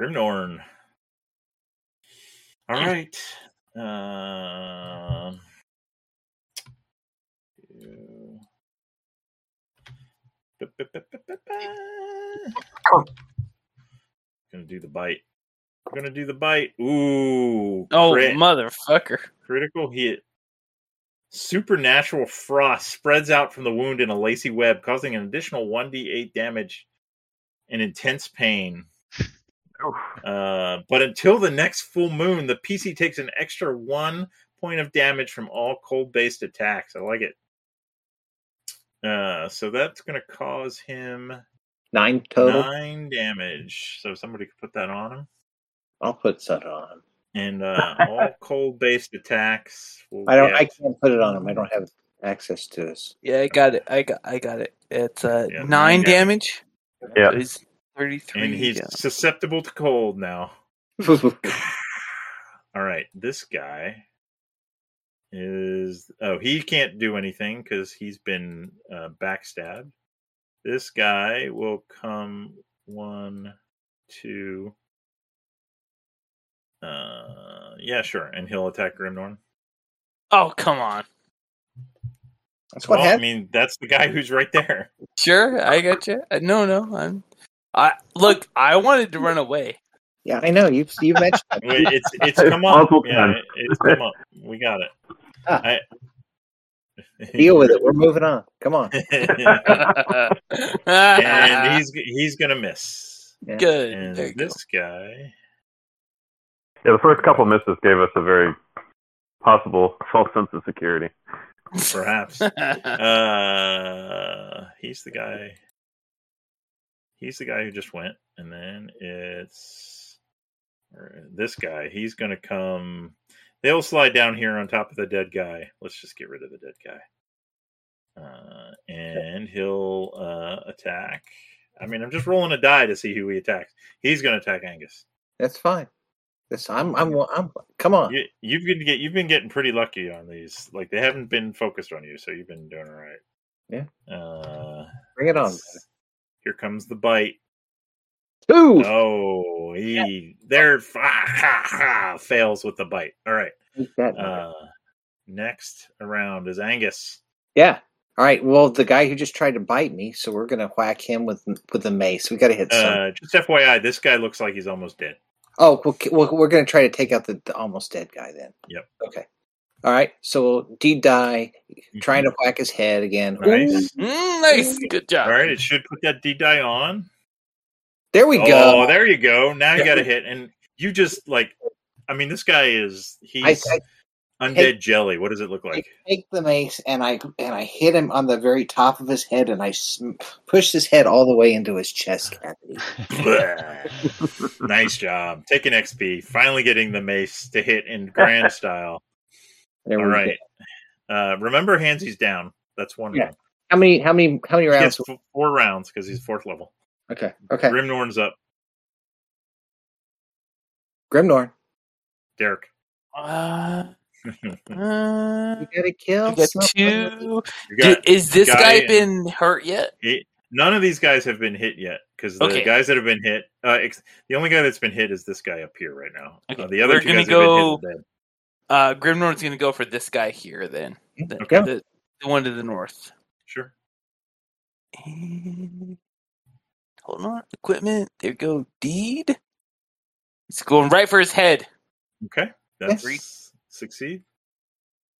S3: Grimnorn. All right. Um, you- Ba- ba- ba- ba- ba- ba. Gonna do the bite. Gonna do the bite. Ooh.
S4: Oh,
S3: crit.
S4: motherfucker.
S3: Critical hit. Supernatural frost spreads out from the wound in a lacy web, causing an additional 1d8 damage and intense pain.
S2: Oof.
S3: Uh, but until the next full moon, the PC takes an extra one point of damage from all cold based attacks. I like it. Uh, so that's going to cause him
S1: Nine total.
S3: nine damage. So somebody could put that on him.
S1: I'll put that on. him.
S3: And uh,
S1: <laughs>
S3: all cold based attacks. Will
S1: I don't.
S3: get-
S1: I can't put it on him. I don't have access to this. <laughs>
S4: Yeah, I got it. I got I got it. It's uh
S3: Yeah,
S4: nine,
S3: nine
S4: damage.
S2: Yeah.
S4: So he's thirty three.
S3: and he's susceptible to cold now. All right, this guy is oh he can't do anything because he's been uh, backstabbed. This guy will come one, two. Uh, yeah, sure, and he'll attack Grimnorn.
S4: Oh come on.
S1: That's what
S3: well, I
S1: happened.
S3: mean, that's the guy who's right
S1: <laughs>
S3: there.
S4: Sure,
S3: Oh.
S4: I got you. Uh, No, no, I'm. I look. I wanted to run away.
S1: Yeah, I know. You
S3: <laughs>
S1: you mentioned that.
S3: Wait, It's it's come up.
S2: Multiple
S3: Yeah,
S2: times.
S3: it's come up. We got it.
S1: Ah.
S3: I,
S1: Deal with it. We're moving on. Come
S3: <laughs>
S1: on. <laughs>
S4: <laughs>
S3: and
S4: and
S3: he's he's gonna miss.
S4: good.
S3: And
S4: There you go.
S3: this
S4: <laughs>
S3: guy,
S2: Yeah, the first couple misses gave us a very possible false sense of security.
S3: perhaps, uh, he's the guy. He's the guy who just went, and then it's or this guy. He's gonna come. They'll slide down here on top of the dead guy. Let's just get rid of the dead guy. Uh, and he'll uh, attack. I mean, I'm just rolling a die to see who he attacks. He's going to attack Angus.
S1: That's fine. This I'm I'm I'm. Come on.
S3: You, you've been get you've been getting pretty lucky on these. Like they haven't been focused on you, so you've been doing all right. Yeah. Uh,
S1: Bring it on.
S3: Here comes the bite.
S1: Two.
S3: Oh, he there fails with the bite. All right.
S1: Take that.
S3: Uh, next around is Angus.
S1: yeah. All right. Well, the guy who just tried to bite me, so we're gonna whack him with with a mace. We got to hit some.
S3: Uh, just FYI, this guy looks like he's almost dead.
S1: Oh, well, c- well, we're going to try to take out the, the almost dead guy then.
S3: Yep.
S1: Okay. All right. So we'll D die, trying to whack his head again.
S3: Mm-hmm. Nice.
S1: Ooh,
S4: <laughs> Mm, nice. Good job.
S3: All right, it should put that D die on.
S1: there we
S3: Oh,
S1: go.
S3: there you go. Now you
S1: <laughs>
S3: got a hit, and you just like, I mean, this guy is
S1: I,
S3: he's
S1: I
S3: undead
S1: take-
S3: jelly. What does it look
S1: <laughs>
S3: like?
S1: take the mace and I and I hit him on the very top of his head and I sm- pushed his head all the way into his chest
S3: <sighs>
S1: cavity.
S3: Bleh. nice job, taking XP. Finally getting the mace to hit in
S1: <laughs>
S3: grand style.
S1: There
S3: All
S1: we go.
S3: right. Uh, remember, Hansy's down. That's one
S1: Yeah,
S3: round.
S1: How many? How many? How many
S3: He
S1: rounds?
S3: gets f- four rounds because he's fourth level.
S1: Okay. Okay.
S3: Grimnorn's up.
S1: Grimnorn,
S3: Derek. <laughs>
S4: Uh,
S3: You
S4: uh, <laughs>
S1: you gotta kill.
S4: I got
S1: somebody.
S4: two.
S3: got-
S4: Dude, is this
S3: guy
S4: guy
S3: in-
S4: been hurt yet?
S3: It, none of these guys have been hit yet because the
S4: Okay.
S3: guys that have been hit, uh, ex- the only guy that's been hit is this guy up here right now.
S4: Okay,
S3: Uh, the other
S4: we're
S3: two
S4: gonna
S3: guys have been hit
S4: go-
S3: and dead.
S4: Uh, Grimnorn's gonna go for this guy here then. The,
S1: Okay.
S4: the, the one to the north.
S3: Sure.
S4: And hold on, equipment. There you go, deed. It's going right for his head.
S3: Okay. That's succeed.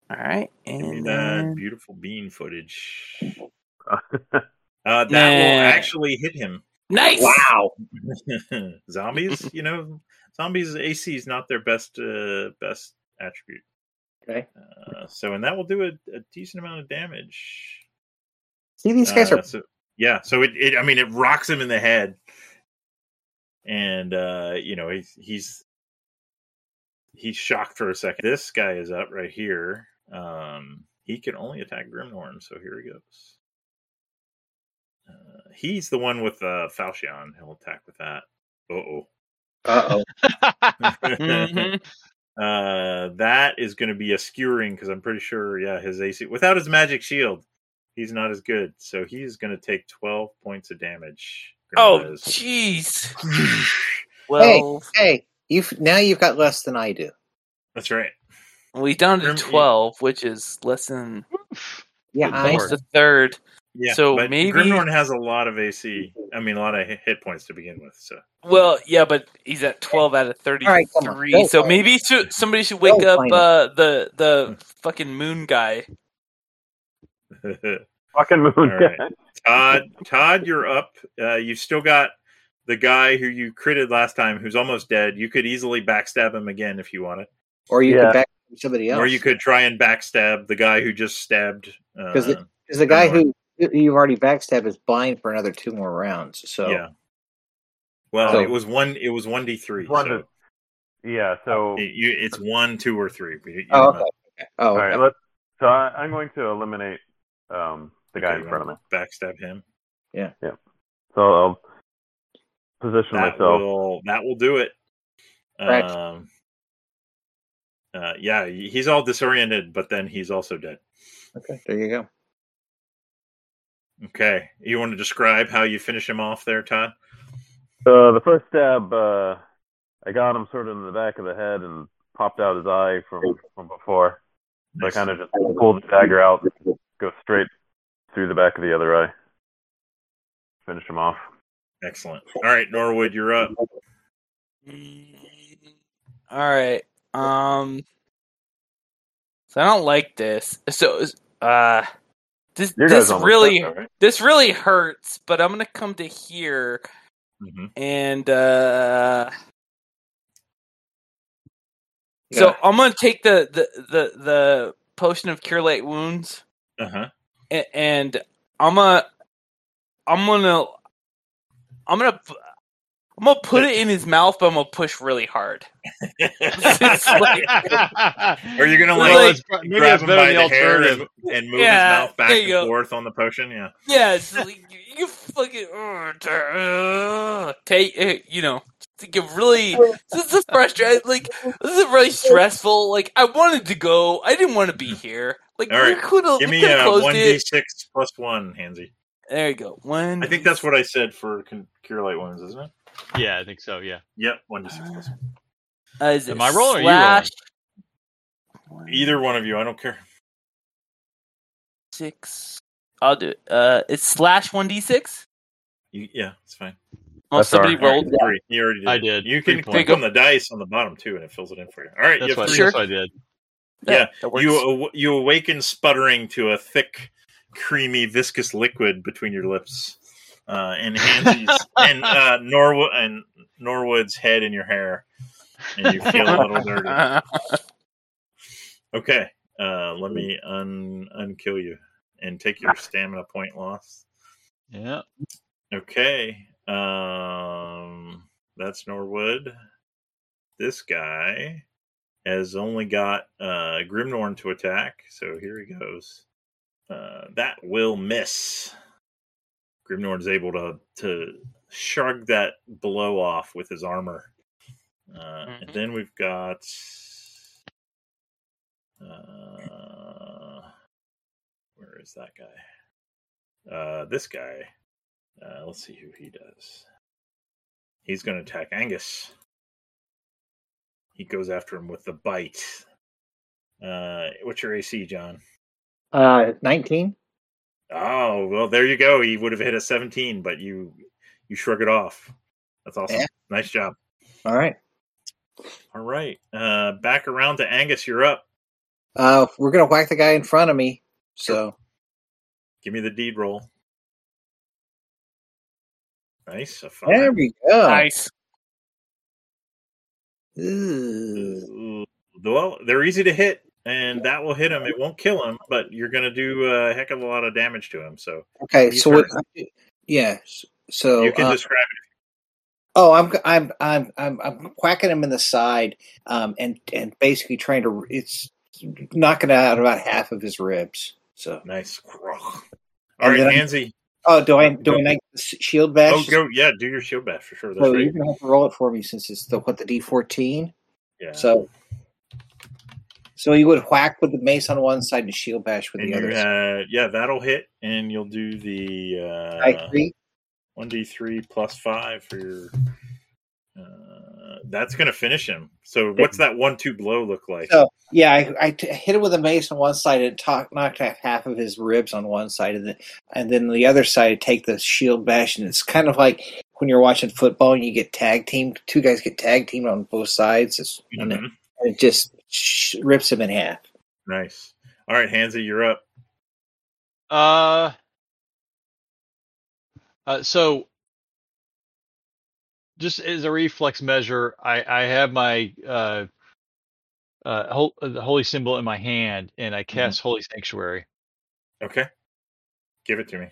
S4: All right,
S3: Give me
S4: and
S3: that
S4: then,
S3: beautiful bean footage. <laughs>
S2: Uh,
S3: Uh, that will
S4: Nah.
S3: actually hit him. <laughs>
S4: nice.
S1: Wow.
S3: zombies, you know, zombies AC is not their best uh, best attribute.
S1: Okay.
S3: Uh, so, and that will do a, a decent amount of damage.
S1: See, these guys
S3: Uh,
S1: are.
S3: so- yeah so it, it i mean it rocks him in the head and uh you know he's he's he's shocked for a second this guy is up right here um he can only attack grimnorn so here he goes uh, he's the one with uh falchion he'll attack with that uh-oh <laughs>
S1: Uh Mm-hmm.
S4: Mhm.
S3: uh that is going to be a skewering because i'm pretty sure yeah his ac without his magic shield He's not as good, so he's going to take twelve points of damage.
S4: Oh,
S3: Grimnaz.
S4: jeez.
S1: Hey,
S4: Well,
S1: hey, you've now you've got less than I do.
S3: <laughs> that's right.
S4: we down to
S3: Grim-
S4: twelve, which is less than
S1: Yeah,
S5: Good
S1: I
S5: lord.
S4: almost a third.
S3: Yeah.
S4: So
S3: but
S4: maybe-
S3: Grimnorn has a lot of AC. I mean, a lot of hi- hit points to begin with. So
S4: Well, yeah, but he's at twelve out of
S1: come on.
S4: thirty-three.
S1: Go
S4: so
S1: find it.
S4: maybe should, somebody should wake
S1: Go
S4: up
S1: find it.
S4: uh, the
S3: Hmm.
S4: the fucking moon guy.
S2: Fucking moon.
S3: All right. <laughs> Todd, Todd, you're up. Uh, you've still got the guy who you critted last time, who's almost dead. You could easily backstab him again if you want it,
S1: Or you
S2: Yeah.
S1: could back somebody else.
S3: or you could try and backstab the guy who just stabbed. Uh,
S1: 'Cause it- because the guy who who you've already backstabbed is blind for another two more rounds. So
S3: yeah. Well,
S1: So-
S3: it was one. It was one d three.
S2: One
S3: So
S2: Yeah. So
S3: it- you, it's one, two, or three. You- you
S1: Oh,
S3: don't
S1: okay.
S3: know.
S1: Oh,
S2: all
S1: okay.
S2: right. Let's. So I, I'm going to eliminate um, the guy
S3: Okay,
S2: in
S3: you
S2: front of me.
S3: wanna Backstab him.
S2: So I'll position
S3: That
S2: myself.
S3: will that will do it.
S1: Correct.
S3: Um, uh, yeah, he's all disoriented, but then he's also dead.
S1: okay. There you go.
S3: Okay. You want to describe how you finish him off there, Todd?
S2: So the first stab, uh, I got him sort of in the back of the head and popped out his eye from from before. So I kind of just pulled the dagger out, go straight through the back of the other eye, finish him off.
S3: Excellent. All right, Norwood, you're up.
S4: Mm, All right. Um. So I don't like this. So uh, this
S2: Your
S4: this
S2: guy's almost
S4: really
S2: done, right?
S4: this really hurts. But I'm gonna come to here
S3: hmm
S4: and uh.
S1: You
S4: So
S1: gotta-
S4: I'm gonna take the the the, the potion of cure light wounds
S3: Uh
S4: <laughs>
S3: huh.
S4: a- and I'm gonna I'm gonna I'm gonna p- I'm gonna put it in his mouth, but I'm gonna push really hard. <laughs>
S2: <laughs>
S4: It's
S3: Are you gonna
S4: Like,
S3: like,
S5: well, it's, pro- maybe
S3: grab
S5: that's
S3: him
S5: better
S3: by
S5: than
S3: the
S5: the
S3: hair
S5: alternative.
S3: and, and move
S4: Yeah,
S3: his mouth back
S4: there you
S3: and
S4: go.
S3: forth on the potion? Yeah.
S4: Yeah, it's just like, you, you fucking uh, t- uh, take uh, you know. To get really, this is frustrating. Like this is really stressful. Like I wanted to go, I didn't want to be here. Like
S3: Mm-hmm. All right,
S4: we could <laughs> have
S3: Give me
S4: could've
S3: uh
S4: closed
S3: one d
S4: it.
S3: six plus one, Hansy.
S4: There you go. One.
S3: I think that's what I said for con- cure light wounds, isn't it?
S5: Yeah, I think so. Yeah.
S3: Yep, one d six plus one.
S4: uh, is
S5: Am
S4: it
S5: I rolling or are you
S4: slash one,
S3: Either one of you, I don't care.
S4: six? I'll do it. Uh, it's slash one d six.
S3: You, yeah, it's fine.
S4: Well,
S2: That's
S4: somebody
S2: all
S3: All right,
S4: rolled.
S3: three. You already did.
S5: I did.
S3: You
S5: Three
S3: can
S5: points.
S3: click on the dice on the bottom too, and it fills it in for you. All right, you
S5: That's
S3: have
S5: what,
S3: three
S5: that's what I did.
S3: Yeah,
S4: that works.
S3: You aw- you awaken sputtering to a thick, creamy, viscous liquid between your lips, uh, and Hansy's
S5: <laughs>
S3: and uh, Norwood and Norwood's head in your hair, and you feel a little
S5: <laughs>
S3: dirty. Okay, uh, let me un unkill you and take your stamina point loss.
S5: Yeah.
S3: Okay, um, that's Norwood. This guy has only got uh, Grimnorn to attack, so here he goes. Uh, that will miss. Grimnorn is able to to shrug that blow off with his armor, uh, and
S4: Mhm.
S3: then we've got. Uh, where is that guy? Uh, this guy. Uh, let's see who he does. He's going to attack Angus. He goes after him with the bite. Uh, what's your AC, John?
S1: Uh, nineteen.
S3: Oh, well, there you go. He would have hit a 17, but you you shrug it off. That's awesome.
S1: Yeah.
S3: Nice job.
S1: All right.
S3: All right. Uh, back around to Angus. You're up.
S1: Uh, we're gonna whack the guy in front of me. So
S3: Give me the deed roll. Nice. A five.
S1: there we go.
S4: <laughs> nice.
S1: Ooh.
S3: Ooh, Well, they're easy to hit, and that will hit him. It won't kill him, but you're going to do a heck of a lot of damage to him. So
S1: Okay.
S3: You
S1: So what? Yeah. So
S3: you can
S1: uh,
S3: describe
S1: Oh, I'm I'm I'm I'm I'm quacking him in the side, um, and and basically trying to it's knocking out about half of his ribs. So,
S3: it. Nice. All
S1: And
S3: right,
S1: then-
S3: Hansy.
S1: oh, do I
S3: Go-
S1: do I
S3: go.
S1: make the s- shield bash?
S3: Oh, go. Yeah, do your shield bash for sure. That's
S1: so you're
S3: right.
S1: gonna have to roll it for me since it's the what the D fourteen.
S3: Yeah.
S1: So So you would whack with the mace on one side and shield bash with
S3: And
S1: the other.
S3: you,
S1: side.
S3: uh, yeah, that'll hit, and you'll do the uh,
S1: I agree.
S3: One d three plus five for your. Uh, that's gonna finish him. So what's that one two blow look like?
S1: So yeah, I, I t- hit him with a mace on one side and talk, knocked off half of his ribs on one side, and then and then the other side I take the shield bash, and it's kind of like when you're watching football and you get tag teamed. Two guys get tag teamed on both sides, it's, and, it,
S3: Mhm.
S1: and it just sh- rips him in half.
S3: Nice. All right, Hansa, you're up.
S5: Uh, uh, so just as a reflex measure, I, I have my uh, uh, hol- the holy symbol in my hand, and I cast Holy Sanctuary.
S3: Okay, give it to me.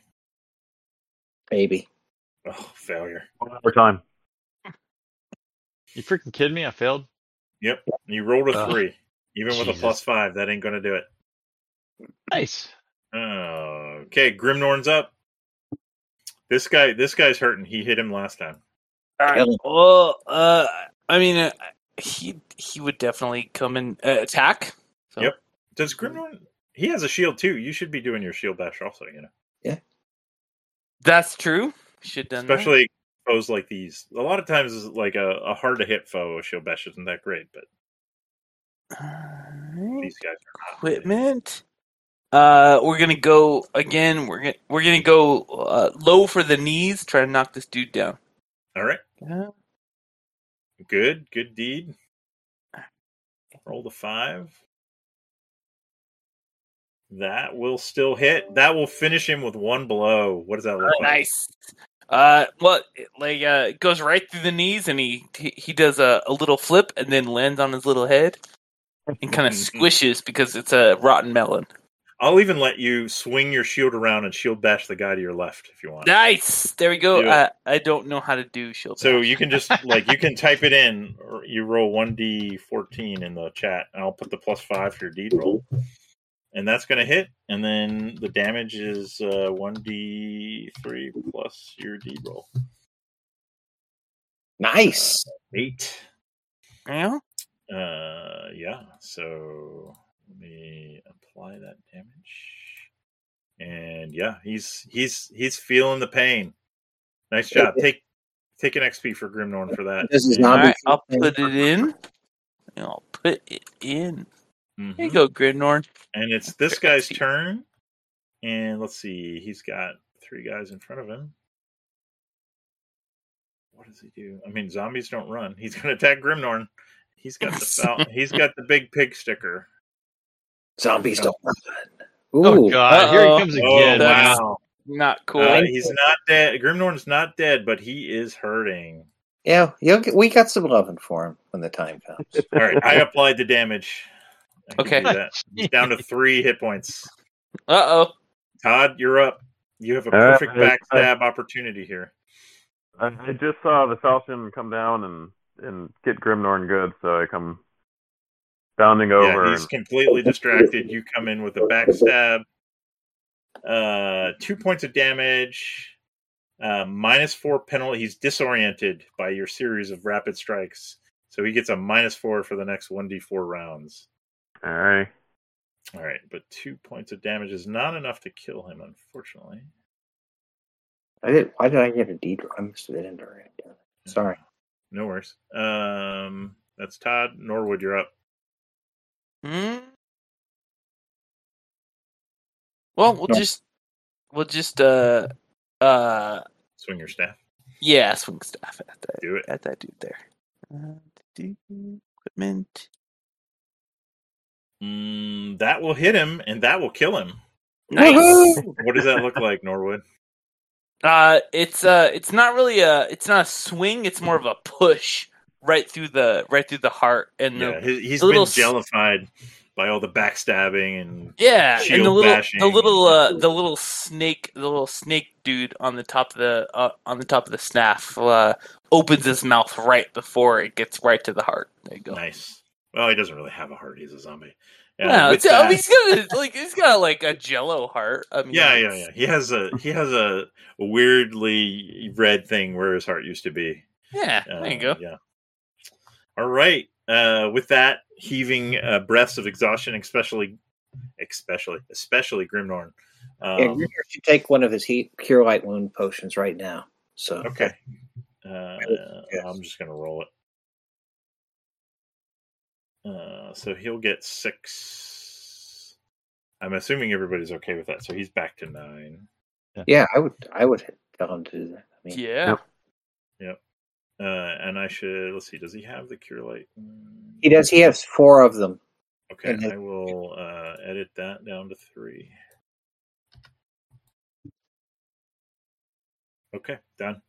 S1: Maybe
S3: Oh, failure.
S2: One more time.
S5: You freaking kidding me? I failed.
S3: Yep, you rolled a
S5: Ugh.
S3: three. Even with a
S5: Jesus.
S3: plus five, that ain't gonna do it.
S5: Nice.
S3: Okay, Grimnorn's up. This guy, this guy's hurting. He hit him last time.
S1: Kill him.
S4: Well, uh, I mean, uh, he he would definitely come and uh, attack. So.
S3: Yep. Does Grimnorn? He has a shield too. You should be doing your shield bash also. You know,
S4: That's true. Should done that.
S3: especially foes like these. A lot of times, it's like a, a hard to hit foe, a shield bash isn't that great. But
S4: Alright,
S3: these guys are not.
S4: equipment. Uh, we're gonna go again. We're gonna we're gonna go uh, low for the knees. Try to knock this dude down.
S3: All right,
S4: Yeah.
S3: good, good deed. Roll the five. That will still hit. That will finish him with one blow. What does that look like?
S4: Oh, nice. Uh, well, it, like uh, it goes right through the knees, and he he, he does a, a little flip, and then lands on his little head,
S3: <laughs>
S4: and kind of squishes because it's a rotten melon.
S3: I'll even let you swing your shield around and shield bash the guy to your left if you want.
S4: Nice. There we go.
S3: Do it.
S4: Uh, I don't know how to do shield.
S3: so
S4: bash.
S3: you can just like you can type it in or you roll 1d14 in the chat and I'll put the plus 5 for your deed roll. And that's going to hit and then the damage is uh 1d3 plus your deed roll.
S1: Nice.
S3: 8.
S4: Yeah.
S3: Uh yeah. So let me apply that damage. And yeah, he's he's he's feeling the pain. Nice job. Take take an XP for Grimnorn for that.
S1: This is
S4: All
S1: not-
S4: right. I'll
S1: Obviously-
S4: put it in. I'll put it in.
S3: Mhm.
S4: There you go,
S3: Mm-hmm.
S4: Gridnorn.
S3: And it's this guy's turn. And let's see, he's got three guys in front of him. What does he do? I mean, zombies don't run. He's gonna attack Grimnorn. He's got the
S2: <laughs>
S3: foul, he's got the big pig sticker. Uh,
S1: Zombies don't run.
S5: Oh
S1: Ooh,
S5: God! Here
S4: Uh-oh.
S5: he comes
S3: Oh
S5: again.
S4: That's-
S3: wow.
S4: Not cool.
S3: Uh, he's not dead. Grimnorn's not dead, but he is hurting.
S1: yeah, you'll get, we got some loving for him when the time comes.
S3: All right,
S2: <laughs>
S3: I applied the damage. I can
S4: Okay.
S3: do that.
S5: <laughs>
S3: He's down
S4: <laughs>
S3: to three hit points.
S4: Uh oh.
S3: Todd, you're up. You have a
S2: All right,
S3: perfect
S2: I-
S3: backstab opportunity here.
S2: I, I just saw the falchion come down and and get Grimnorn good, so I come bounding over
S3: Yeah, he's
S2: and
S3: completely distracted. You come in with a backstab. Uh, two points of damage. Uh, minus four penalty. He's disoriented by your series of rapid strikes, so he gets a minus four for the next one d four rounds.
S2: all right.
S3: All right, but two points of damage is not enough to kill him, unfortunately.
S1: I did. Why did I get a deed? roll? I must have been already. done. Sorry.
S3: Uh, No worries. Um, that's Todd Norwood. You're up.
S4: Hmm. Well, we'll just we'll just uh uh
S3: Swing your staff.
S4: yeah, swing staff at that
S3: Do it.
S4: at that dude there. Uh, do equipment.
S3: Mm, that will hit him, and that will kill him.
S4: Nice.
S3: What does that look like, Norwood?
S4: Uh, it's uh, it's not really a, it's not a swing. It's more of a push right through the right through the heart and
S3: Yeah,
S4: the
S3: he, he's
S4: A
S3: been
S4: little s-
S3: jellified by all the backstabbing and
S4: yeah, and the
S3: Shield
S4: little
S3: bashing.
S4: the little uh, the little snake the little snake dude on the top of the uh, on the top of the staff uh, opens his mouth right before it gets right to the heart. There you go.
S3: nice. Well, he doesn't really have a heart. He's a zombie. Yeah,
S4: Yeah,
S3: with
S4: it's, I mean,
S3: that-
S4: he's got a, like he's got like a Jello heart. I mean,
S3: yeah, yeah,
S4: it's-
S3: yeah. He has a he has a weirdly red thing where his heart used to be.
S4: yeah.
S3: Uh,
S4: there you go.
S3: Yeah. All right. Uh, with that, heaving uh, breaths of exhaustion, especially, especially, especially Grimnorn. Um,
S1: Yeah, you should take one of his heat cure light wound potions right now. So
S3: Okay. Uh, I'm just going to roll it. Uh, so he'll get six. I'm assuming everybody's okay with that. So he's back to nine.
S1: yeah, I would I would tell him to do that. I mean,
S4: Yeah.
S3: Yep. Uh, and I should, let's see, does he have the cure light? Mm.
S1: he does. He has four of them.
S3: Okay,
S1: And
S3: I will uh, edit that down to three. Okay, done.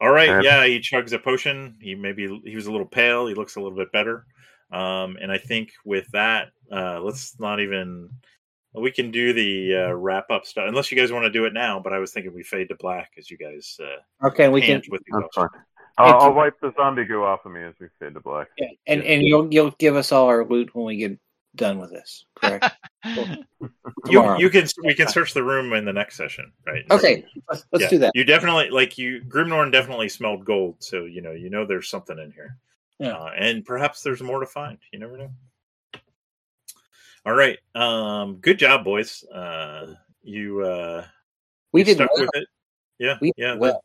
S3: All right,
S2: Okay.
S3: yeah, he chugs a potion. He maybe he was a little pale. He looks a little bit better. Um, and I think with that, uh, let's not even. We can do the uh, wrap up stuff unless you guys want to do it now. But I was thinking we fade to black as you guys uh,
S1: Okay, and we can
S3: can't with the
S2: That's fine.
S3: exhaustion.
S2: I'll,
S1: It's-
S2: I'll wipe the zombie goo off of me as we fade to black.
S1: yeah, and and you'll you'll give us all our loot when we get done with this.
S3: <laughs>
S1: Correct.
S3: You,
S1: Tomorrow.
S3: you can we can search the room in the next session, right?
S1: Okay, let's, let's
S3: Yeah,
S1: do that.
S3: You definitely like you Grimnorn definitely smelled gold, so you know you know there's something in here.
S1: Yeah.
S3: Uh, and perhaps there's more to find. You never know. All right. Um good job, boys. Uh you uh
S1: We
S3: you
S1: did
S3: stuck
S1: well.
S3: with it. Yeah.
S1: We did
S3: yeah. the-
S1: well.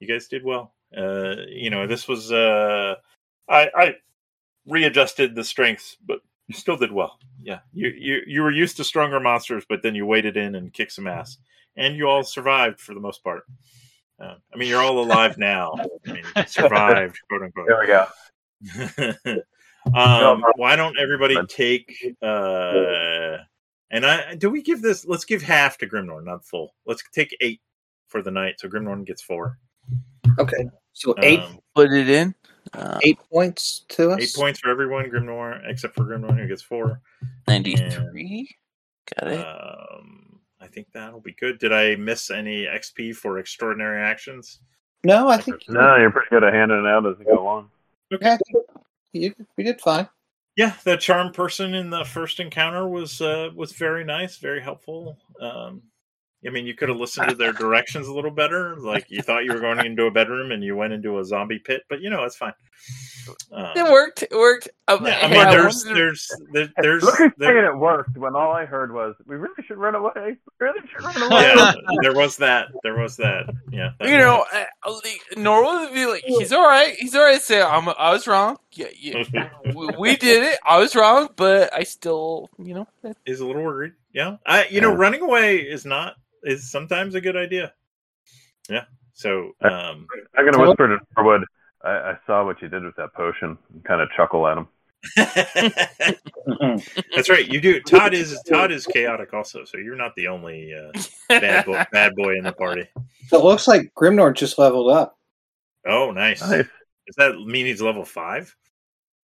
S3: you guys did well. Uh you know, this was uh I I readjusted the strengths, but you still did well. Yeah. You you you were used to stronger monsters, but then you waded in and kicked some ass. And you all survived for the most part. Uh, I mean, you're all alive now. I mean, survived, quote unquote.
S2: There we
S3: <laughs>
S2: go.
S3: um, why don't everybody take? Uh, and I do we give this? Let's give half to Grimnorn, not full. Let's take eight for the night, so Grimnorn gets four.
S1: Okay, so eight
S3: Um,
S4: Put it in. Uh,
S1: eight points to us.
S3: eight points for everyone, Grimnorn, except for Grimnorn, who gets four.
S4: 93. Got it.
S3: Um, I think that'll be good. Did I miss any XP for extraordinary actions?
S1: No, I think
S2: No, you're pretty good at handing it out as we go along.
S1: yeah, I think you we did <laughs> fine.
S3: yeah the charm person in the first encounter was uh was very nice very helpful um i mean you could have listened to
S4: <laughs>
S3: their directions a little better like you thought you were going into a bedroom and you went into a zombie pit but you know it's fine um,
S4: It worked. It worked. Um,
S3: yeah, i
S4: and
S3: mean there's
S4: wanted to-
S3: there's there- there's
S2: Look at
S3: there-
S2: saying it worked when all I heard was, "We really should run away. We really should run away."
S3: <laughs> yeah there was that there was that
S4: <laughs>
S3: yeah that
S4: you know, uh,
S3: was-
S4: I, I, like, normal would be like, he's all right. He's all right. Say, I'm, I was wrong. Yeah, yeah.
S3: <laughs>
S4: we, we did it. I was wrong, but I still, you know, that-
S3: is a little worried yeah i you know
S2: Yeah.
S3: running away is not is sometimes a good idea yeah so um
S2: I'm gonna
S1: Tell-
S2: whisper to Norwood. I, I saw what you did with that potion and kind of chuckle at him.
S3: That's right. You do. Todd
S2: <laughs>
S3: is Todd is chaotic also, so you're not the only uh, bad
S4: <laughs>
S3: boy, bad boy in the party.
S1: So it looks like Grimnor just leveled up.
S3: Oh, nice.
S2: Nice.
S3: Does that mean he's level five?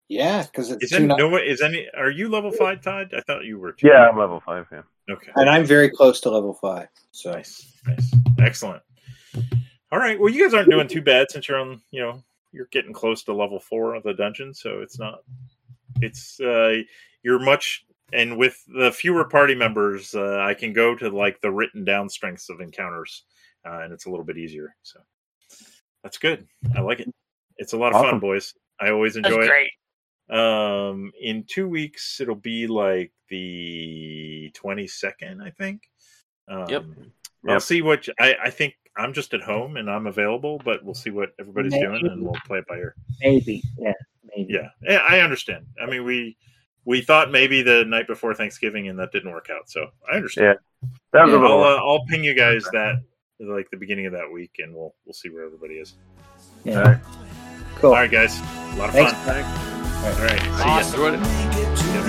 S1: Yeah, because it's
S3: Is
S1: two
S3: any,
S1: nine-
S3: no one- is any? Are you level five, Todd? I thought you were. Too.
S2: Yeah, I'm level five. Yeah.
S3: Okay.
S1: and I'm very close to level five. So
S3: Nice. Nice. Excellent. All right. Well, you guys aren't doing too bad since you're on. You know, you're getting close to level four of the dungeon, so it's not. It's uh, you're much. And with the fewer party members, uh, I can go to like the written down strengths of encounters, uh, and it's a little bit easier. So that's good. I like it. It's a lot of fun,
S2: Awesome.
S3: boys. I always
S4: that's
S3: enjoy it
S4: great.
S3: um in two weeks it'll be like the 22nd i think um,
S4: Yep.
S3: i'll
S2: Yep.
S3: see what I, I think i'm just at home and i'm available but we'll see what everybody's
S1: Maybe.
S3: doing and we'll play it by ear
S1: maybe, yeah, maybe.
S3: yeah Yeah, i understand i mean we we thought maybe the night before thanksgiving and that didn't work out so i understand
S2: That was
S1: Yeah.
S2: a little.
S3: i'll uh, i'll ping you guys that like the beginning of that week and we'll we'll see where everybody is
S1: yeah.
S2: All right.
S1: Cool.
S3: all right guys a lot of
S1: Thanks.
S3: fun all right see ya.
S4: Awesome.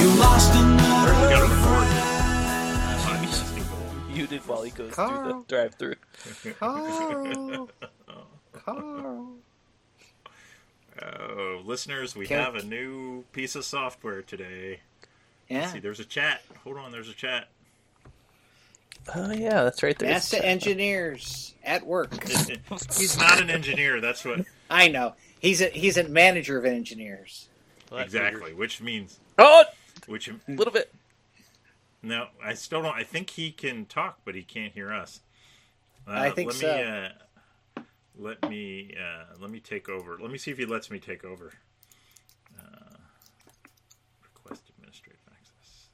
S3: We gotta record.
S4: You did while he goes through
S1: Carl.
S4: the drive-through.
S1: Carl. Carl.
S3: Oh, listeners, we
S1: Can-
S3: have a new piece of software today.
S1: Yeah.
S3: See, there's a chat. Hold on, there's a chat.
S4: Oh yeah, that's right there.
S1: Master engineers at work.
S3: He's not an engineer. That's what
S1: I know. He's a he's a manager of engineers.
S3: exactly, which means
S4: Oh,
S3: Which
S4: a little bit.
S3: No, I still don't. I think he can talk, but he can't hear us. Uh,
S1: I think
S3: let
S1: so.
S3: Me, uh, let me uh, let me take over. Let me see if he lets me take over. Uh, request administrative access.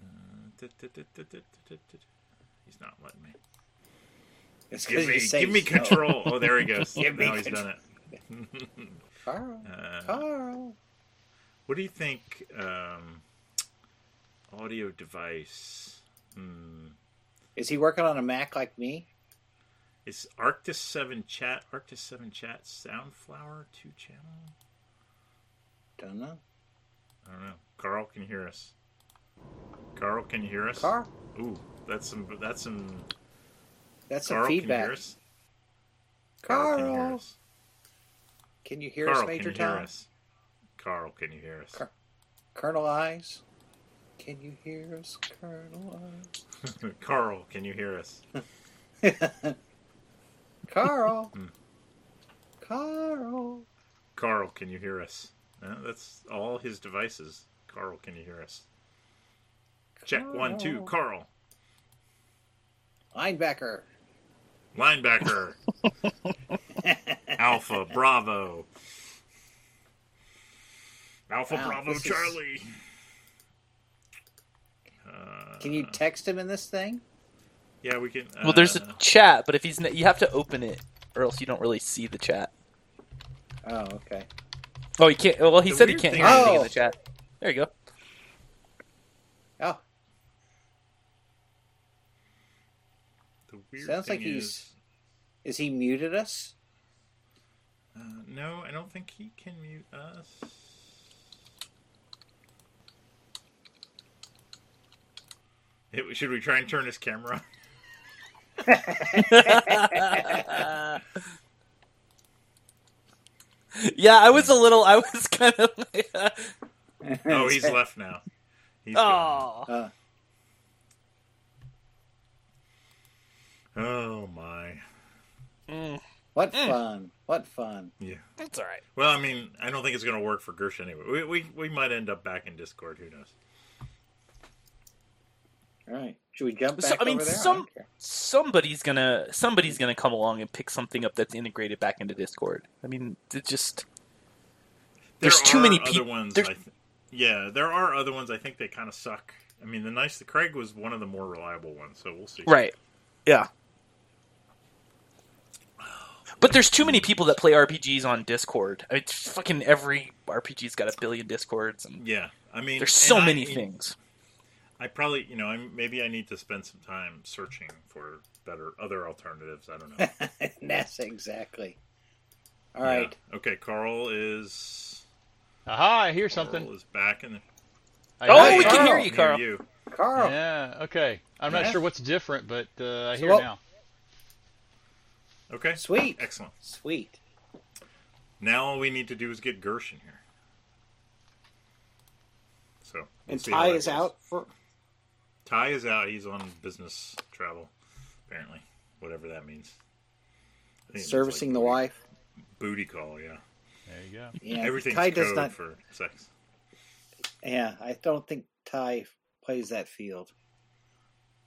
S3: Uh, da- da- da- da- da- da- da- da- He's not letting
S1: <laughs>
S3: me.
S1: It's 'cause
S3: Give
S1: you
S3: me,
S1: say
S3: give me
S1: so.
S3: control. Oh, there he goes.
S1: <laughs> Give me
S3: now he's
S1: control.
S3: done it.
S1: Carl,
S3: uh,
S1: Carl.
S3: what do you think? Um, audio device. Hmm.
S1: Is he working on a Mac like me?
S3: Is Arctis Seven Chat Arctis Seven Chat Soundflower two channel?
S1: Don't know.
S3: I don't know. Carl can hear us. Carl can you hear us.
S1: Carl,
S3: Ooh, that's some. That's some.
S1: that's
S3: Carl
S1: some
S3: can
S1: feedback.
S3: hear us.
S1: Carl,
S3: can hear us.
S1: can you hear
S3: Carl
S1: us,
S3: can
S1: Major
S3: you hear
S1: Tom?
S3: us. Carl, can you hear us?
S1: Car- Colonel Eyes, can you hear us, Colonel Eyes?
S3: <laughs> Carl, can you hear us?
S1: Carl,
S3: Hmm.
S1: Carl.
S3: Carl, can you hear us? Uh, that's all his devices. Carl, can you hear us? Check one, two. Carl,
S1: Linebacker. <laughs>
S3: linebacker, Alpha, Bravo, Alpha,
S1: Wow,
S3: Bravo,
S1: this is-
S3: Charlie. Uh,
S1: Can you text him in this thing?
S3: Yeah, we can. Uh,
S4: Well, there's a chat, but if he's n- you have to open it, or else you don't really see the chat.
S1: Oh, okay.
S4: Oh, he can't. Well, he
S3: The
S4: said he
S3: weird
S4: can't
S3: thing
S4: hear anything in
S1: is-
S4: the chat. There you go. <laughs>
S1: Oh,
S3: the weird
S1: sounds
S3: thing
S1: like he's-
S3: is-
S1: is he muted us?
S3: Uh, no, I don't think he can mute us. It- should we try and turn his camera on?
S4: yeah, I was a little. I was <laughs> kind of. Like, uh,
S1: <laughs>
S3: Oh, he's left now. He's gone.
S4: oh,
S1: Uh,
S3: Oh my.
S4: Mm,
S1: what
S4: Mm.
S1: fun! What fun!
S4: that's all right.
S3: Well, I mean, I don't think it's going to work for Gersh anyway. We, we we might end up back in Discord. Who knows?
S1: All right, should we jump
S4: So,
S1: back
S4: I mean,
S1: over there?
S4: some-
S1: don't care. <laughs>
S4: Somebody's gonna somebody's gonna come along and pick something up that's integrated back into Discord. I mean, it just There's
S3: there
S4: too
S3: are
S4: many
S3: other
S4: peop-
S3: ones. I
S4: there's-
S3: th- yeah, there are other ones. I think they kind of suck. I mean, the nice the Craig was one of the more reliable ones, so we'll see.
S4: right. Yeah. But there's too many people that play RPGs on Discord. I mean, it's fucking every RPG's got a billion Discords, and
S3: Yeah, I mean,
S4: there's so
S3: and I-
S4: many things. <laughs>
S3: I probably, you know, I maybe I need to spend some time searching for better other alternatives. I don't know.
S1: That's exactly. <laughs> All
S3: Yeah.
S1: right.
S3: Okay, Carl is
S5: Aha! I hear something.
S3: Carl is back in the
S5: I
S4: Oh,
S5: hear
S4: we
S5: you.
S4: can
S1: Carl.
S4: hear you, Carl.
S3: you.
S5: Oh.
S1: Carl.
S5: Yeah. Okay. I'm not
S1: Yeah.
S5: sure what's different, but uh, I
S1: So
S5: hear
S1: what-
S5: now.
S3: Okay.
S1: Sweet.
S3: Excellent.
S1: Sweet.
S3: Now all we need to do is get Gersh in here. So we'll
S1: And
S3: see how
S1: Ty
S3: that
S1: is
S3: goes.
S1: out for.
S3: Ty is out. He's on business travel, apparently. Whatever that means. I think it means,
S1: servicing
S3: like,
S1: the
S3: booty-
S1: wife.
S3: Booty call, yeah.
S5: There you go.
S1: Yeah,
S3: <laughs> Everything's
S1: Ty
S3: code
S1: does not.
S3: for sex.
S1: Yeah, I don't think Ty plays that field.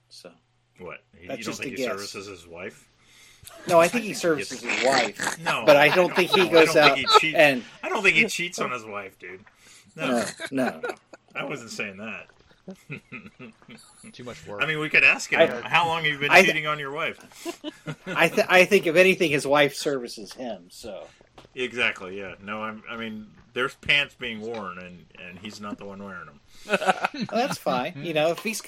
S1: So
S3: What? You, you
S1: That's
S3: don't
S1: just
S3: think
S1: a
S3: he
S1: guess.
S3: services his wife?
S1: no, I think he services
S3: <laughs>
S1: his wife,
S3: No.
S1: but I don't think he
S3: no, I
S1: goes
S3: don't
S1: out
S3: think he cheats.
S1: and
S3: I don't think he cheats on his wife, dude. No,
S1: no, no.
S3: I wasn't saying that.
S5: Too much work.
S3: I mean, we could ask him.
S1: I-
S3: how long have you been
S1: I-
S3: cheating on your wife?
S1: I th- I think if anything, his wife services him. So
S3: Exactly. Yeah. No. I'm. I mean, there's pants being worn, and and he's not the one wearing them.
S1: Well, that's fine.
S4: Mm-hmm.
S1: You know, if he's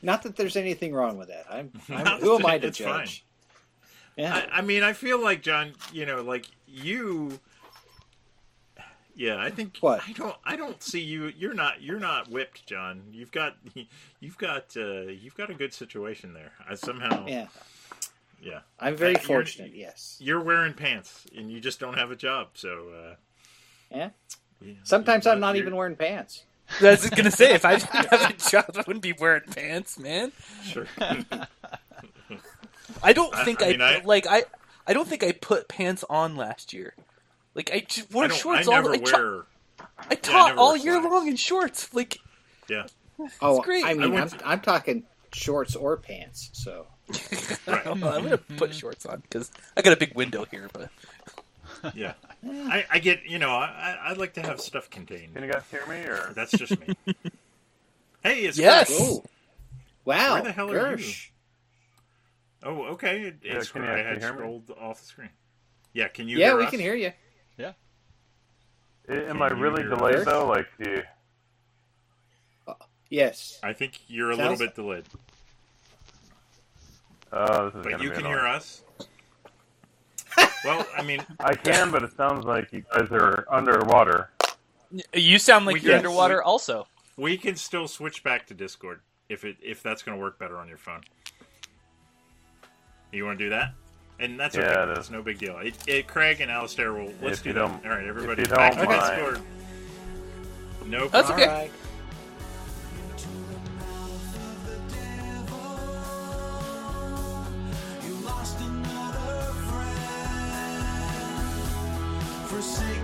S1: not that there's anything wrong with that.
S3: <laughs>
S1: I'm,
S3: Not
S1: I'm who am I
S3: that
S1: to
S3: it's fine.
S1: judge? Yeah,
S3: I, I mean, I feel like John. You know, like you. Yeah, I think
S1: What?
S3: I don't. I don't see you. You're not. You're not whipped, John. You've got. <laughs> You've got. Uh, you've got a good situation there. I somehow.
S1: yeah.
S3: yeah.
S1: I'm very
S3: Uh, you're-
S1: fortunate. Yes.
S3: You're wearing pants, and you just don't have a job. So. Uh,
S1: Yeah.
S3: yeah,
S1: Sometimes
S3: you're
S1: I'm not
S3: you're-
S1: even wearing pants.
S4: I was gonna say if I didn't have a job, I wouldn't be wearing pants, man.
S1: <laughs>
S3: Sure.
S4: I don't
S3: I-
S4: think
S3: I
S4: I,
S3: mean, I-
S4: like I. I don't think I put pants on last year. Like I just
S3: I
S4: wore
S3: don't-
S4: shorts
S3: I
S4: all
S3: never
S4: the like, Char-
S3: wear.
S4: I taught all year long in shorts. Like,
S3: yeah,
S1: Oh,
S4: great.
S1: I
S4: I
S1: mean, I am
S4: went-
S1: I'm talking shorts or pants. So
S4: I'm gonna put shorts on because I got a big window here. But
S1: <laughs>
S3: yeah. I, I get, you know, I, I- I like to have stuff contained.
S2: Can you guys hear me? Or
S3: that's just
S4: <laughs>
S3: me. hey, it's
S4: Yes!
S3: Gersh.
S4: Whoa.
S1: Wow,
S3: Where the hell
S1: Gersh.
S3: are you? Oh, okay. It,
S2: Yeah,
S3: it's
S2: can you
S3: I
S2: actually
S3: had
S2: hear me?
S3: scrolled off the screen. Yeah, can you?
S1: yeah,
S3: hear
S1: we
S3: us?
S1: can hear you.
S2: am I
S3: Can you
S2: really
S3: hear
S2: delayed
S1: us?
S2: though? Like, do you,
S1: Yes.
S3: I think you're a
S1: Sounds-
S3: little bit delayed,
S2: oh, this is
S3: but
S2: gonna
S3: you
S2: be
S3: can
S2: annoying.
S3: hear
S1: <laughs>
S3: us. well, I mean,
S2: I can, but it sounds like you guys are underwater.
S4: you sound like
S3: We
S4: you're
S3: can-
S4: underwater.
S3: we-
S4: also,
S3: we can still switch back to Discord if it if that's going to work better on your phone. You want to do that? And that's
S2: Yeah,
S3: okay.
S2: it is.
S3: It's no big deal. It, it, Craig and Alistair will. Let's
S2: If
S3: do
S2: you
S3: that.
S2: don't-
S3: All right, everybody,
S2: you don't
S3: back to
S2: mind.
S3: Discord. No problem.
S4: That's okay.
S1: Alright.
S8: You lost another friend. Forsaken